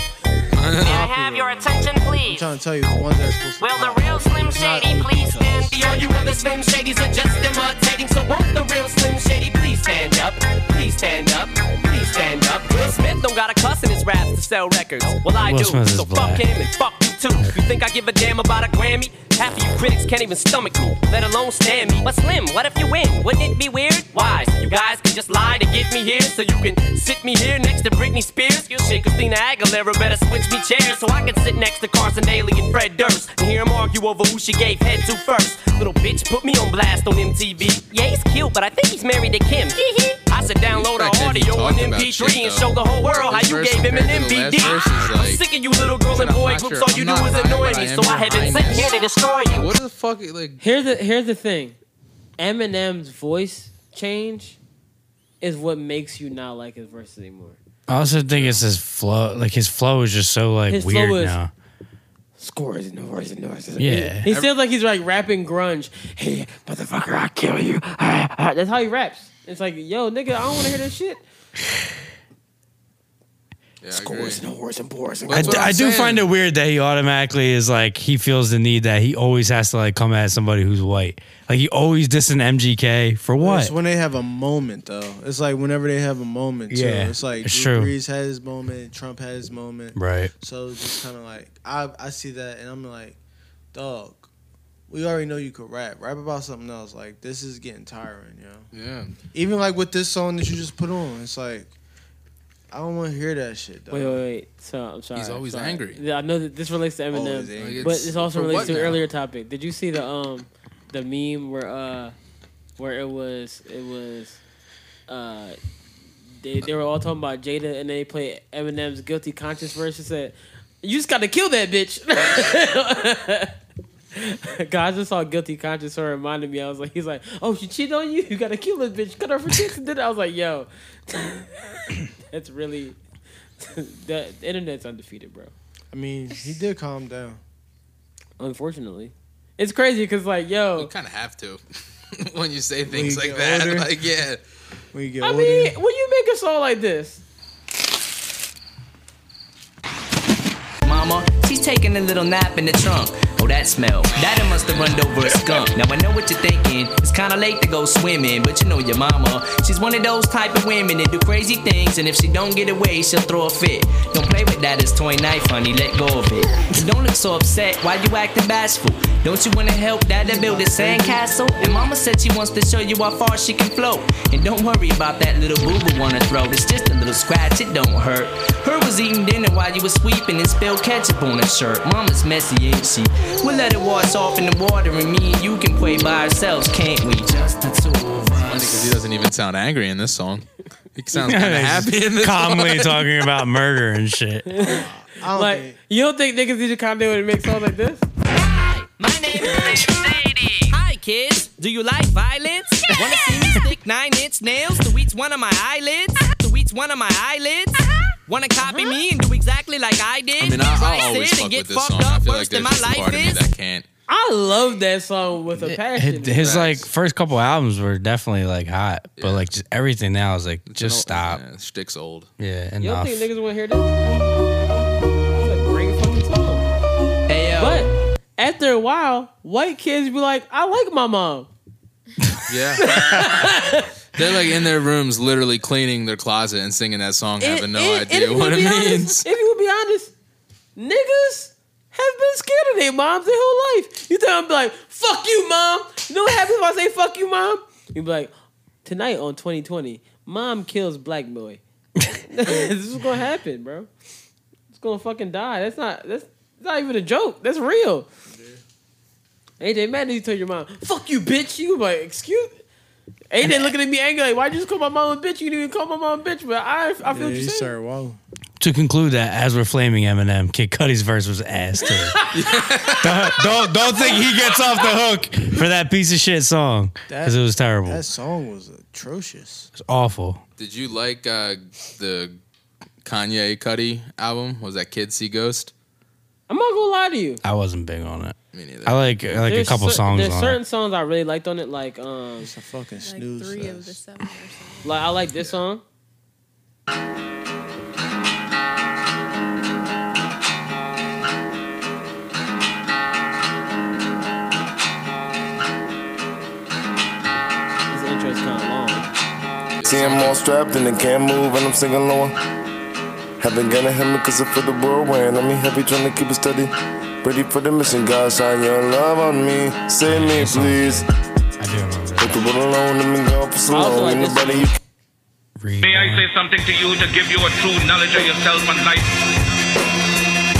M: May I have your attention,
C: I'm
M: please?
C: trying to tell you the ones that are supposed to.
M: Will the real Slim Shady please stand?
R: All you other Slim Shadys are just imitating, so won't the real Slim Shady please stand up? Please stand up. Please stand up. Will Smith don't got a cuss in his raps to sell records. Well, I
E: Will
R: do.
E: Smith is
R: So
E: black.
R: fuck him and fuck you too. You think I give a damn about a Grammy? Half of you critics can't even stomach me, let alone stand me. But Slim, what if you win? Wouldn't it be weird? Wise, you guys can just lie to get me here, so you can sit me here next to Britney Spears. You shit, Christina Aguilera better switch me chairs, so I can sit next to Carson Daly and Fred Durst and hear 'em argue over who she gave head to first. Little bitch put me on blast on MTV. Yeah, he's cute, but I think he's married to Kim. I should download
F: Back
R: her
F: then he
R: audio on
F: talked about shit,
R: MP3 and
F: though.
R: show the whole world how
F: His
R: you
F: verse
R: gave him an
F: compared to the
R: MVP.
F: last verse is
R: [laughs] I'm
F: like-
R: sick of you little girl and boy groups. All you do is annoy me, so I had to sit here to destroy you.
F: What the fuck? Like
B: Here's the here's the thing. Eminem's voice change is what makes you not like his verse anymore.
E: I also think it's his flow. Like his flow is just so like
B: His flow
E: weird
B: is-
E: now.
B: Scores and noises and noises.
E: Yeah.
B: He sounds like he's like rapping grunge. Hey, motherfucker, I kill you. [laughs] That's how he raps. It's like, yo, nigga, I don't want to hear that shit. Scores and whores and bores.
E: I, d- I do find it weird that he automatically is like he feels the need that he always has to like come at somebody who's white. Like he always dissing MGK for
C: It's
E: what?
C: when they have a moment, though. It's like whenever they have a moment, too.
E: Yeah,
C: It's like
E: it's
C: Drew
E: true.
C: Brees had his moment, Trump had his moment.
E: Right.
C: So it's just kind of like, I, I see that and I'm like, dog, we already know you could rap. Rap about something else. Like, this is getting tiring, yo.
F: Yeah.
C: Even like with this song that you just put on, it's like, I don't want to hear that shit, dog.
B: Wait, wait, wait. So I'm sorry.
F: He's always
B: sorry.
F: angry.
B: Yeah, I know that this relates to
F: Always
B: Eminem,
F: angry.
B: but
F: It's-
B: this also
F: for
B: relates
F: what
B: to an
F: now?
B: earlier topic. Did you see the um the meme where uh where it was it was uh they they were all talking about Jada and they played Eminem's guilty conscience verse and said you just got to kill that bitch. [laughs] God, I just saw guilty conscience. So it reminded me. I was like, he's like, oh, she cheated on you. You gotta kill this bitch. Cut her for chicks and did it. I was like, yo, [coughs] that's really [coughs] the, the internet's undefeated, bro.
C: I mean, he did calm down.
B: Unfortunately, it's crazy because like, yo,
F: you kind of have to [laughs] when you say things
B: you
F: like
B: get
F: that.
B: older.
F: Like yeah,
C: when you get
B: I mean, when you make a song like this,
R: Mama, she's taking a little nap in the trunk. Oh, that smell. That done must have run over a skunk. Now I know what you're thinking. It's kinda late to go swimming, but you know your mama. She's one of those type of women that do crazy things, and if she don't get away, she'll throw a fit. Don't play with that as toy knife, honey. Let go of it. So don't look so upset. Why you acting bashful? Don't you wanna help Dada build a sandcastle? And mama said she wants to show you how far she can float. And don't worry about that little boo-boo on her throat. It's just a little scratch, it don't hurt. Her was eating dinner while you was sweeping and spilled ketchup on her shirt. Mama's messy, ain't she? We'll let her wash off in the water and me and you can play by ourselves, can't we? Just the two of
F: because he doesn't even sound angry in this song. He sounds kind of
E: He's
F: happy in this
E: calmly
F: [laughs] one.
E: talking about murder and shit.
B: like, you don't think niggas need to calm down and make songs like this?
R: Hi, kids. Do you like violence? Wanna see me stick nine inch nails to each one of my eyelids? To each one of my eyelids? Wanna copy me and do exactly like I did?
F: I mean, I,
R: Try
F: I always
R: sin
F: fuck
R: and
F: with
R: get
F: this song.
R: fucked
F: I
R: up
F: feel like
R: worse than
F: there's
R: my
F: just a
R: life
F: part of me
R: is?
F: that can't.
B: I love that song with a passion.
E: His like first couple albums were definitely like hot, but like just everything now is like just stop.
F: Yeah, shtick's old.
E: Yeah,
B: you don't
E: enough.
B: think niggas want to hear this? It's a great fucking song.
R: Hey, yo.
B: But after a while, white kids be like, I like my mom.
F: Yeah. [laughs] They're like in their rooms, literally cleaning their closet and singing that song, having no
B: And- and
F: idea what
B: if
F: it
B: you would be
F: means.
B: honest- if you would be honest, niggas have been scared of their moms their whole life. You think I'm like, fuck you, mom. You know what happens if I say fuck you, mom? You be like, tonight on 2020, mom kills black boy. [laughs] this is gonna happen, bro. It's gonna fucking die. That's not that's, that's not even a joke. That's real. AJ, mad that you tell your mom, fuck you, bitch. You like, excuse AJ looking at me angry like, why'd you just call my mom a bitch? You didn't even call my mom a bitch, but I I feel what you said.
C: Sir, wow.
E: To conclude that, as we're flaming Eminem, Kid Cudi's verse was
C: [laughs]
E: ass too. [laughs] don't, don't don't think he gets off the hook for that piece of shit song because it was terrible.
C: That song was atrocious.
E: It's awful.
F: Did you like uh, the Kanye Cuddy album? Was that Kids See Ghost?
B: I'm not gonna lie to you.
E: I wasn't big on it.
F: Me neither.
E: I like I like
B: There's
E: a couple
B: cer-
E: songs
B: There's
E: on
B: certain songs I really liked on it, like um
C: It's a fucking
D: snooze. Three of the seven.
B: Like I like this song. This intro's kind of long.
L: See, I'm all strapped and I can't move and I'm singing along. Heaven gonna hit me cause I feel the world weighing on me. Heavy trying to keep it steady. Ready for the mission, God, shine your love on me. Save me, please. I do remember that. Put the world alone and me go for so long. Ain't nobody you
S: May I say something to you to give you a true knowledge of yourself and life?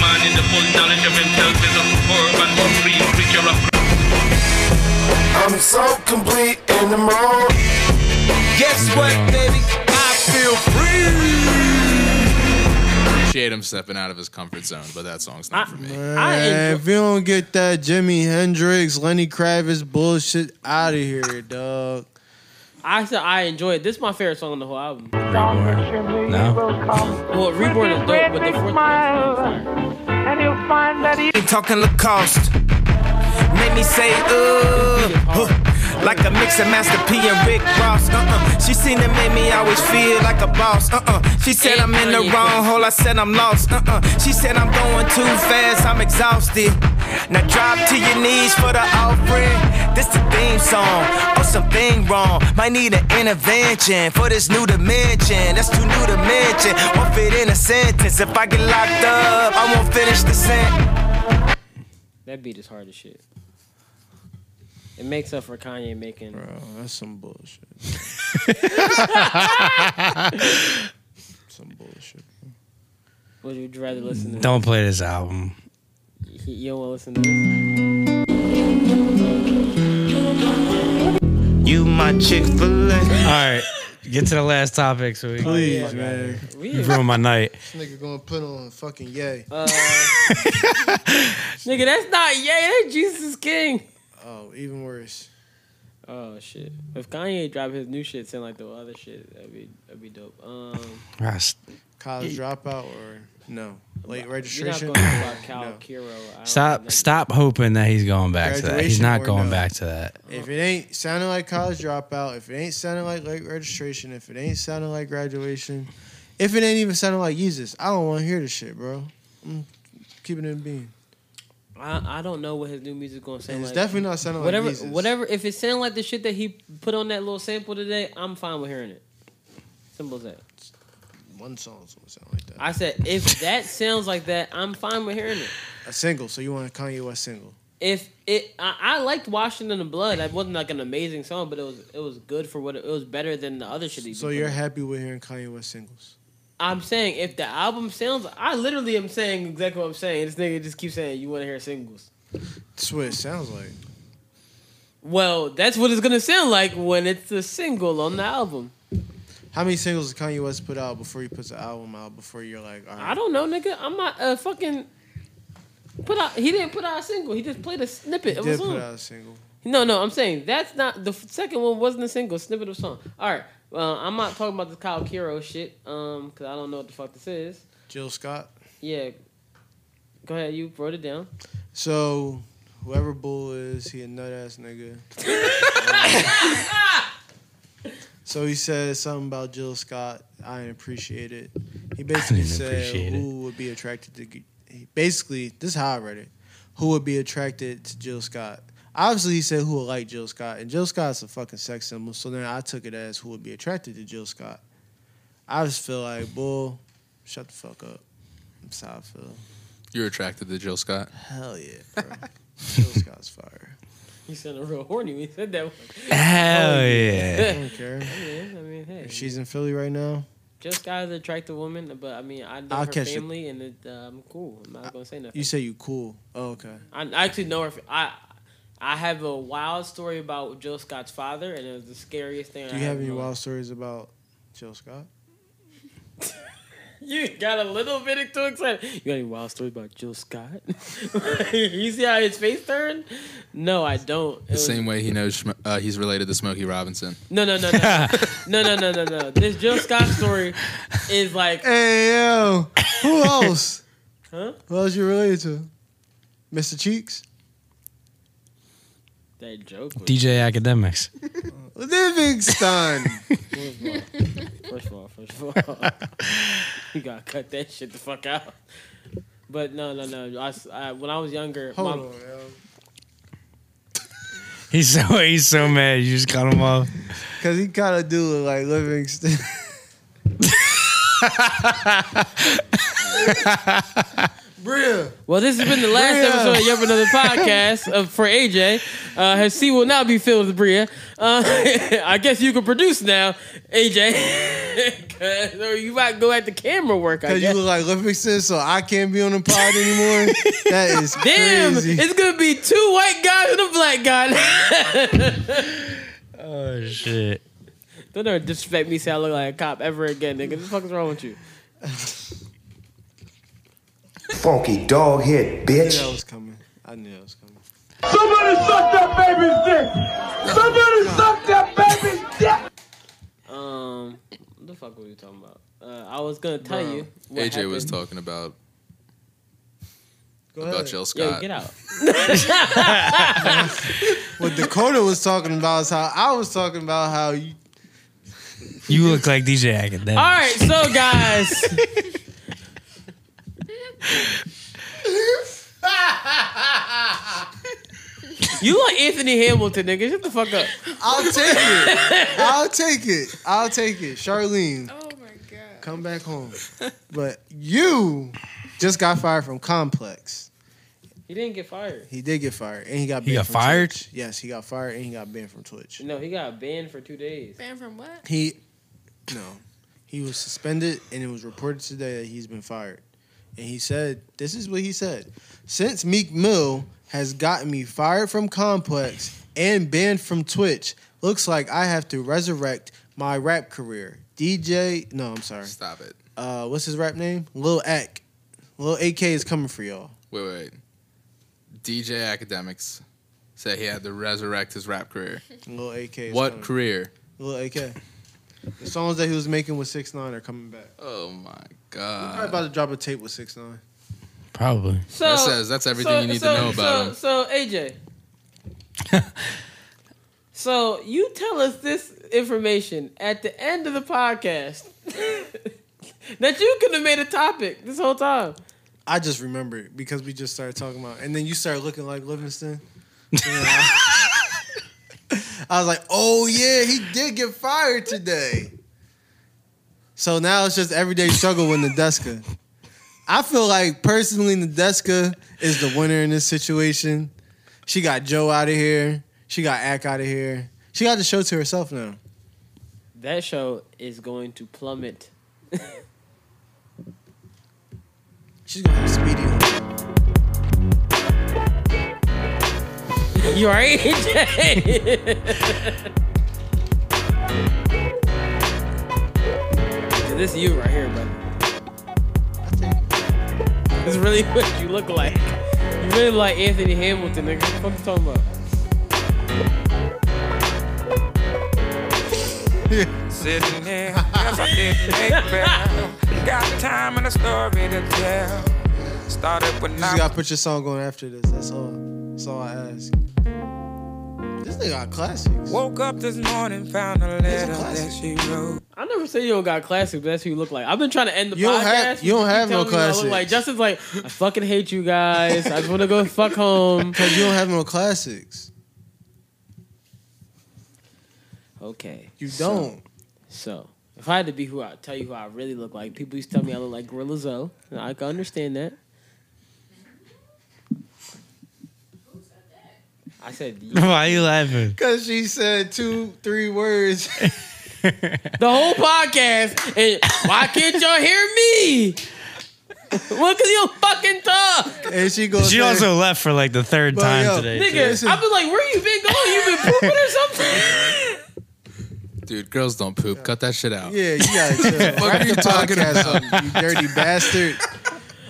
S: Man in the full knowledge of himself is a superb and supreme creature of
L: I'm so complete in the mode. Guess what, baby? I feel free.
F: Appreciate him stepping out of his comfort zone, but that song's
C: Ah,
F: not for me.
C: Man, if you don't get that Jimi Hendrix, Lenny Kravitz bullshit out of here, dog.
B: I said I enjoy it. This is my favorite song on the whole album.
E: it. No,
B: Well, Reborn is dope, but the fourth one.
M: And you'll find that he
K: Talking the cost. Made me say, ooh. huh, Like a mix of Master P and Rick Ross. Uh-uh. She seen it made me always feel like a boss. Uh-uh. She said I'm in the wrong hole. I said I'm lost. Uh-uh. She said I'm going too fast. I'm exhausted. Now drop to your knees for the offering. This the theme song. Oh, something wrong. Might need an intervention for this new dimension. That's too new to mention. Won't fit in a sentence. If I get locked up, I won't finish the sentence.
B: That beat is hard as shit. It makes up for Kanye making. Bro,
C: that's some
B: [laughs]
E: [laughs]
C: bullshit.
B: some bullshit. Would you rather listen to?
E: don't play this album.
B: He- You don't want to listen to this.
E: You my Chick Fil A. All right, get to the last topic so we
C: Please, Oh, yeah. man.
E: You ruined my night.
C: This nigga gonna put on fucking yay.
B: Uh, Nigga, that's not Ye. That's Jesus King.
C: oh, even worse.
B: Oh shit! If Kanye drop his new shit, sound like the other shit, that'd be that'd be dope. Um,
E: Ross,
C: College dropout or no? Late registration?
B: You're not
C: [laughs]
B: going about Cal Kiro. uh, I don't-
E: Stop stop hoping that he's going back to that. He's
C: Graduation
E: not
C: or
E: going
C: no?
E: back to that.
C: If it ain't sounding like college dropout, if it ain't sounding like late registration, if it ain't sounding like graduation, if it ain't even sounding like Jesus, I don't want to hear this shit, bro. I'm keeping it being.
B: I, I don't know what his new music gonna sound
C: And it's
B: like.
C: definitely not sounding like
B: whatever,
C: Jesus.
B: Whatever, if it sound like the shit that he put on that little sample today, I'm fine with hearing it. Simple as that.
C: One song's gonna sound like that.
B: I said if that sounds like that, I'm fine with hearing it.
C: A single, so you want a Kanye West single?
B: If it, I, I liked Washington in Blood. That wasn't like an amazing song, but it was it was good for what it, it was better than the other shit. He
C: So
B: put
C: you're
B: out.
C: happy with hearing Kanye West singles?
B: I'm saying if the album sounds, I literally am saying exactly what I'm saying. This nigga just keeps saying you want to hear singles.
C: That's what it sounds like.
B: Well, that's what it's gonna sound like when it's a single on the album.
C: How many singles does Kanye West put out before he puts an album out? Before you're like, all right,
B: I don't know, nigga. I'm not uh, fucking put out. He didn't put out a single. He just played a snippet
C: he
B: of a
C: did
B: song.
C: put out a single.
B: No, no, I'm saying that's not the f- second one wasn't a single snippet of song. All right, well, I'm not talking about the Kyle Kiro shit, um, because I don't know what the fuck this is.
C: Jill Scott.
B: Yeah, go ahead. You wrote it down.
C: So whoever Bull is, he a nut ass [laughs] nigga. so he says something about Jill Scott. I didn't appreciate it. He basically
E: didn't
C: said
E: appreciate it.
C: who would be attracted to. g- he- Basically, this is how I read it. Who would be attracted to Jill Scott? Obviously, he said who would like Jill Scott, and Jill Scott's a fucking sex symbol. So then I took it as who would be attracted to Jill Scott. I just feel like, bull, shut the fuck up. That's how I feel.
F: You're attracted to Jill Scott.
C: Hell yeah, bro. [laughs] Jill Scott's fire.
B: You sounded real horny when you said
C: [laughs]
B: that. One.
E: Hell
C: Oh, I
B: [laughs]
E: yeah.
C: don't care.
B: I mean, I mean, hey,
C: If she's in Philly right now,
B: just guys attract a woman, but I mean, I know
C: I'll
B: her
C: catch it.
B: family, um, and it, uh, I'm cool. I'm not gonna say nothing.
C: you say you cool. Oh, okay.
B: I I actually know her. fa- I I have a wild story about Joe Scott's father, and it was the scariest thing.
C: Do
B: I
C: you have
B: ever
C: any
B: known.
C: wild stories about Jill Scott?
B: You got a little bit too excited. You got any wild stories about Jill Scott? [laughs] you see how his face turned? No, I don't. It
F: The
B: was-
F: same way he knows Schm- uh, he's related to Smokey Robinson.
B: No, no, no,
C: [laughs]
B: no, no, no, no, no, no. This Jill Scott story is like,
C: Hey yo, [laughs] who else?
B: huh?
C: Who else you related to? Mr. Cheeks,
B: That joke. was-
E: DJ Academics.
C: [laughs] Livingston.
B: First of all, first of all, first of all, [laughs] you gotta cut that shit the fuck out. But no, no, no. I, s- I- when I was younger,
C: Hold
B: my,
C: on, yo.
E: He's so he's so mad. You just cut him off.
C: Cause he kind of do look like [laughs] Livingston. Bria.
B: Well, this has been the last
C: Bria.
B: episode of Yep Another Podcast of, for AJ. Uh, his seat will now be filled with Bria. Uh, [laughs] I guess you can produce now, AJ. [laughs] 'Cause- or you might go at the camera work, I
C: Cause you
B: guess.
C: look like Livingston, so I can't be on the pod anymore. that is
B: [laughs] Damn,
C: crazy.
B: it's gonna be two white guys and a black
C: [laughs]
B: guy.
E: Oh shit.
B: Don't ever disrespect me, say I look like a cop ever again, nigga. What the fuck is wrong with you?
Q: Funky dog head bitch.
C: I knew that was coming. I knew that was coming.
N: Somebody suck that baby's dick. Somebody suck that baby's dick.
B: Um, what the fuck were you talking about? Uh, I was gonna tell you. what
F: AJ was
B: happened.
F: talking about
B: Go
F: about
B: ahead.
F: Jill
B: Yo,
F: Scott.
B: get
C: [laughs]
B: out. [laughs]
C: What Dakota was talking about is how I was talking about how
E: [laughs]
C: you
E: You look like DJ Academics.
B: All right, so guys, [laughs] you like Anthony Hamilton, nigga. Shut the fuck up.
C: I'll take it. I'll take it. I'll take it. Charlene. Oh my god. Come back home. But you just got fired from Complex.
B: He didn't get fired.
C: He did get fired, and he got banned
E: He got
C: from
E: fired?
C: Twitch. Yes, he got fired, and he got banned from Twitch.
B: No, he got banned for two days. Banned from what?
C: He, no, he was suspended, and it was reported today that he's been fired. And he said, "This is what he said: Since Meek Mill has gotten me fired from Complex and banned from Twitch, looks like I have to resurrect my rap career." DJ, no, I'm sorry.
F: Stop it.
C: Uh, what's his rap name? Lil Ak. Lil AK is coming for y'all.
F: [laughs] Wait, wait, wait. DJ Academics said he had to resurrect his rap career.
C: Lil AK. Is
F: what
C: coming.
F: career?
C: Lil AK. The songs that he was making with Six Nine are coming back.
F: Oh my
C: He's
F: god.
C: probably about to drop a tape with Six Nine.
E: Probably.
B: So
F: That says- that's everything you need to know about
B: so, So AJ,
F: [laughs]
B: so you tell us this information at the end of the podcast [laughs] that you could have made a topic this whole time.
C: I just remembered because we just started talking about, and then you started looking like Livingston. And I, [laughs] I was like, "Oh yeah, he did get fired today." So now it's just everyday struggle with Nadeska. I feel like personally, Nadeska is the winner in this situation. She got Joe out of here. She got Ack out of here. She got the show to herself now.
B: That show is going to plummet.
C: She's gonna have speedy.
B: You [laughs] alright, AJ? this is you right here, brother. This is really [laughs] what you look like. You really look like Anthony Hamilton, nigga. What the fuck you talking about?
N: Sitting there, as I did make bell. Got time and a story to tell. Started when
C: You
N: I
C: just gotta put your song on after this. That's all. That's all I ask. This nigga got classics.
N: Woke up this morning, found a letter that she wrote.
B: I never said you don't got classics, but that's who you look like. I've been trying to end the
C: You
B: podcast.
C: don't have- you don't
B: keep
C: have
B: telling me
C: no
B: what I look
C: classics.
B: Like Justin's like, I fucking hate you guys.
C: [laughs]
B: I just want to go fuck home.
C: Cause you don't have no classics.
B: Okay.
C: You
B: so-
C: don't.
B: So, if I had to be who I tell you who I really look like, people used to tell me I look like Gorilla Zoe. and I can understand that. I said you.
E: [laughs] Why
B: [laughs]
E: you laughing?
C: [laughs] Cause she said two, three words.
B: the whole podcast. And why can't y'all hear me? Well, cause you don't fucking talk.
C: And she goes.
E: She also left for like the third
C: But
E: time
C: yo,
F: [laughs]
E: today. too.
B: Nigga, I've been like, where you been going? You been pooping or something?
F: Dude, girls don't poop. Cut that shit out.
C: Yeah, you gotta chill.
F: What
C: Wrap
F: are you
C: the
F: talking
C: podcast
F: about?
C: up, you
F: [laughs]
C: dirty bastard.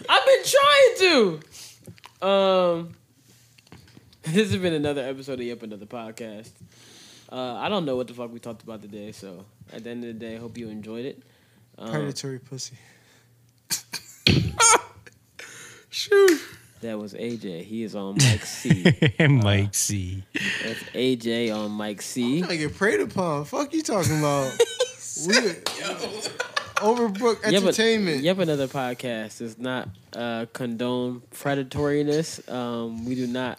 B: I've been trying to. Um, this has been another episode of Yep Another Podcast. Uh, I don't know what the fuck we talked about today, so at the end of the day, I hope you enjoyed it. Um,
C: Predatory pussy.
B: Shoot. That was AJ. He is on Mike
C: [laughs]
B: C.
E: [laughs] Mike C.
B: That's AJ on Mike C.
C: I get preyed upon. Fuck
B: [laughs]
C: you talking about. we [laughs] Overbrook Entertainment.
B: Yep, another podcast does not uh, condone predatoriness. Um, we do not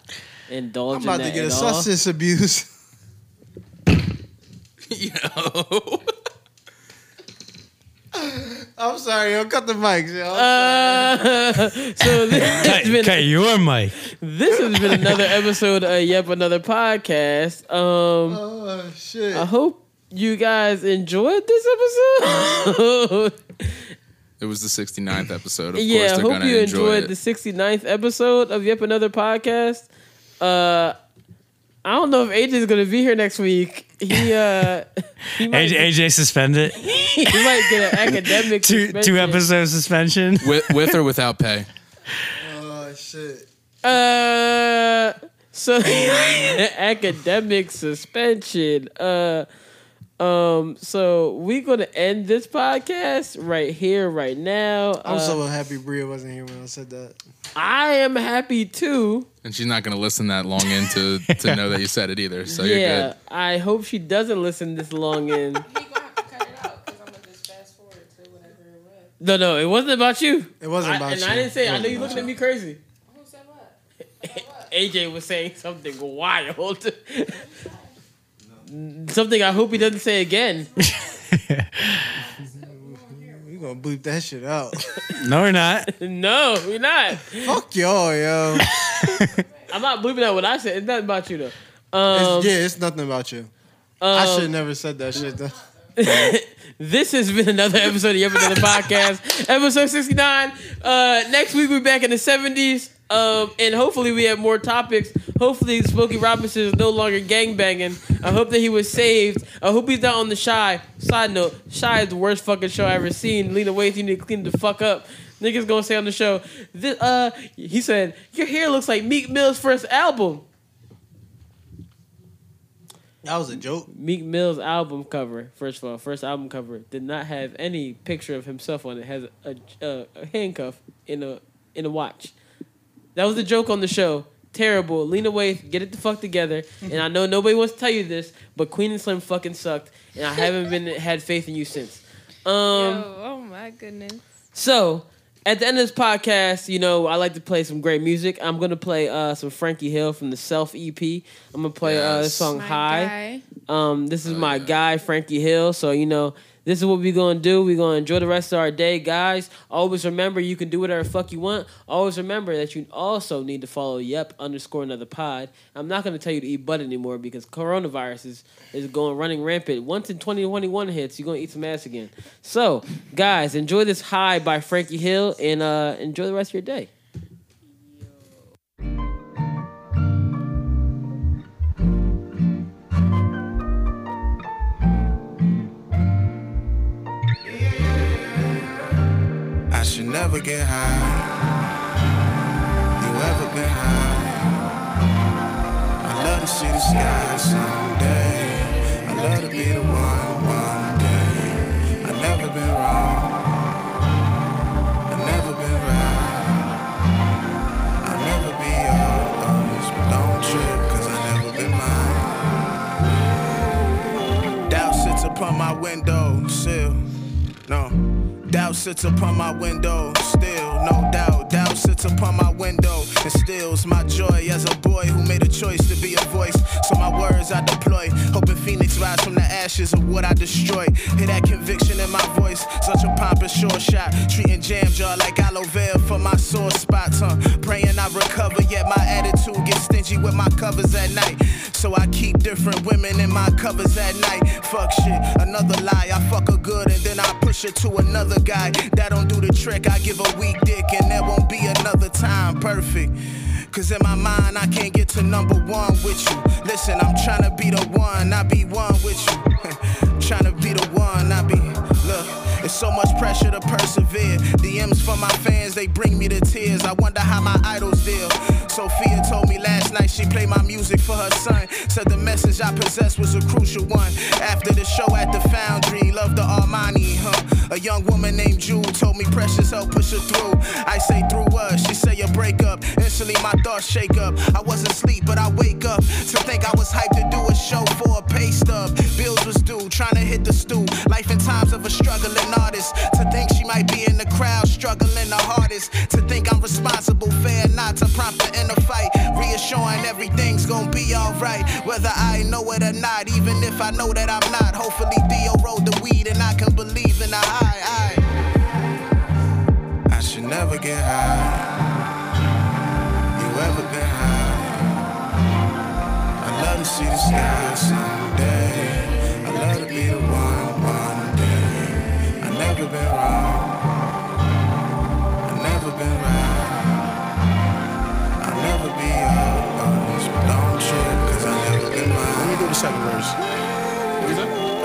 B: indulge
C: I'm
B: in
C: about to
B: that
C: get a
B: at all. [laughs]
C: substance abuse. [laughs] I'm sorry, yo. Cut the mics, yo.
B: [laughs] Uh, so this
E: Cut,
B: has been
E: cut your mic.
B: this has been another episode of Yep Another Podcast. Um,
C: oh shit!
B: I hope you guys enjoyed this episode. [laughs]
F: It was the 69th episode. Of
B: yeah,
F: course,
B: I
F: they're
B: hope
F: gonna
B: you
F: enjoy
B: enjoyed the
F: it.
B: 69th episode of Yep Another Podcast. Uh, I don't know if AJ's gonna be here next week. He uh, [laughs] he might,
E: AJ, AJ suspended.
B: he might get an academic
E: Two
B: suspension.
E: two episode suspension.
F: With, with or without pay.
C: Oh shit!
B: Uh, so [laughs] academic suspension. Uh, um, so we're gonna end this podcast right here, right now.
C: I'm
B: Uh,
C: so happy Bria wasn't here when I said that.
B: I am happy too.
F: And she's not going to listen that long in to, to know that you said it either. So you're
B: yeah,
F: good.
B: I hope she doesn't listen this long in. No, no, it wasn't about you.
C: It wasn't
B: I-
C: about
B: and
C: you.
B: I didn't say.
C: It
B: I know
C: wasn't
B: you
C: about
B: looking at me crazy. AJ was saying something wild. [laughs] something I hope he doesn't say
C: [laughs]
B: again.
C: We gonna bleep that
B: [laughs]
C: shit out.
E: No, we're not.
B: no, we're not.
C: Fuck y'all, yo.
B: I'm not bleeping out what I said. It's nothing about you though. Um,
C: It's- yeah, it's nothing about you. I
B: um,
C: should have never said that shit. Though.
B: [laughs] this has been another episode of Yep Another Podcast, episode 69. Uh, next week, we're back in the 70s. Um, and hopefully, we have more topics. Hopefully, Smokey Robinson is no longer gangbanging. I hope that he was saved. I hope he's not on the Shy. Side note Shy is the worst fucking show i ever seen. Lena Waithe, you need to clean the fuck up. Niggas gonna say on the show, this, uh, he said, Your hair looks like Meek Mill's first album.
C: That was a joke.
B: Meek Mill's album cover, first of all, first album cover did not have any picture of himself on it. it has a, a, a handcuff in a in a watch. That was the joke on the show. Terrible. Lena Waithe, get it the fuck together. And I know nobody wants to tell you this, but Queen and Slim fucking sucked, and I haven't been [laughs] had faith in you since. Um,
D: Yo, oh my goodness.
B: so, at the end of this podcast, you know, I like to play some great music. I'm going to play uh, some Frankie Hill from the Self EP. I'm going to play uh, the
D: Yes.
B: song
D: My
B: High. Um, this is my guy, Frankie Hill. So, you know, this is what we're going to do. We're going to enjoy the rest of our day, guys. Always remember you can do whatever the fuck you want. Always remember that you also need to follow Yep underscore another pod. I'm not going to tell you to eat butt anymore because coronavirus is, is going running rampant. Once in 2021 hits, you're going to eat some ass again. So, guys, enjoy this high by Frankie Hill and uh, enjoy the rest of your day.
G: I should never get high. You ever been high? I love to see the sky someday. I love to be the one one day. I never been wrong. I never been right. I never be all those, but don't trip, cause I never been mine. Doubt sits upon my window, sill. No. Doubt sits upon my window, still, no doubt. Doubt sits upon my window and steals my joy as a boy who made a choice to be a voice. So my words I deploy, hoping Phoenix rise from the ashes of what I destroy. Hear that conviction in my voice, such a pompous short shot. Treating jam jar like aloe vera for my sore spots, huh? Praying I recover, yet my attitude gets stingy with my covers at night.
T: So I keep different women in my covers at night. Fuck shit, another lie. I fuck her good and then I push her to another guy. That don't do the trick. I give a weak dick and there won't be another time. Perfect. Cause in my mind, I can't get to number one with you. Listen, I'm trying to be the one, I be one with you. trying to be the one, I be. Look, it's so much pressure to persevere. DMs from my fans, they bring me to tears. I wonder how my idols deal. Sophia told me last night she played my music for her son. Said the message I possessed was a crucial one. After the show at the Foundry, love the Armani, huh? A young woman named Jude told me precious help push her through. I say through what? She say a breakup. Instantly my thoughts shake up. I wasn't asleep, but I wake up to think I was hyped to do a show for a pay stub. Bills was due, trying to hit the stool. Life and times of a struggling artist. To think she might be in the crowd, struggling the hardest. To think I'm responsible, fair not to prompt her in a fight. Reassuring everything's gonna be alright. Whether I know it or not, even if I know that I'm not. Hopefully Theo rolled the weed and I can believe in the high. I,
G: I should never get high. You ever been high? I love to see the sky someday. I love to be the one one day. I never been wrong. I never been right. I'll never be out honest. But don't trip, cause I never been mine. Let me do the second verse.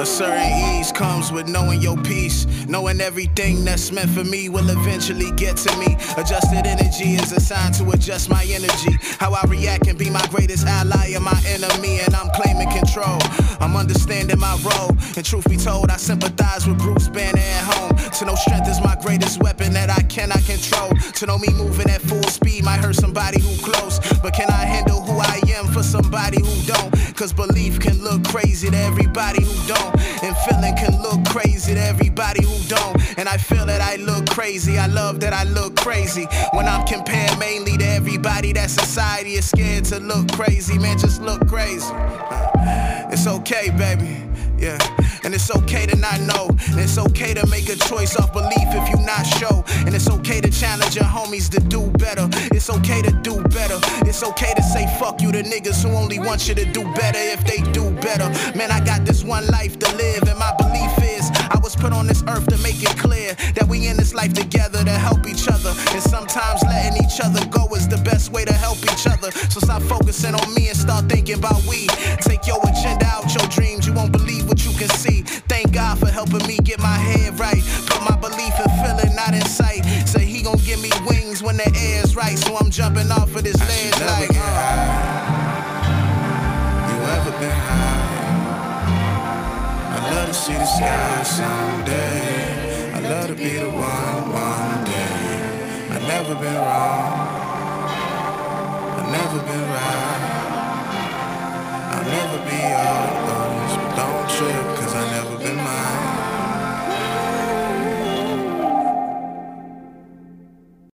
T: A certain ease comes with knowing your peace. Knowing everything that's meant for me will eventually get to me. Adjusted energy is a sign to adjust my energy. How I react can be my greatest ally and my enemy, and I'm claiming control. I'm understanding my role. And truth be told, I sympathize with Bruce Banner at home. To know strength is my greatest weapon that I cannot control. To know me moving at full speed might hurt somebody who close. But can I handle who I am for somebody who don't? Cause belief can look crazy to everybody who don't. And feeling can look crazy to everybody who don't. And I feel that I look crazy. I love that I look crazy. When I'm compared mainly to everybody that society is scared to look crazy, man, just look crazy. It's okay, baby. Yeah. And it's okay to not know. And it's okay to make a choice off belief if you not show. And it's okay to challenge your homies to do better. It's okay to do better. It's okay to say fuck you to niggas who only want you to do better if they do better. Man, I got this one life to live, and my belief is I was put on this earth to make it clear that we in this life together to help each other. And sometimes letting each other go is the best way to help each other. So stop focusing on me and start thinking about we. Take your agenda out your dreams. You won't believe what you can see. Thank God for helping me get my head right. Put my belief in feeling not in sight. Say he gon' give me wings when the air's right. So I'm jumping off of this Uh. ledge like.
G: You ever been high? I love to see the sky someday. I love to be the one one day. I never been wrong. I never been right. I'll never be all honest, but don't trip, cause I never been mine.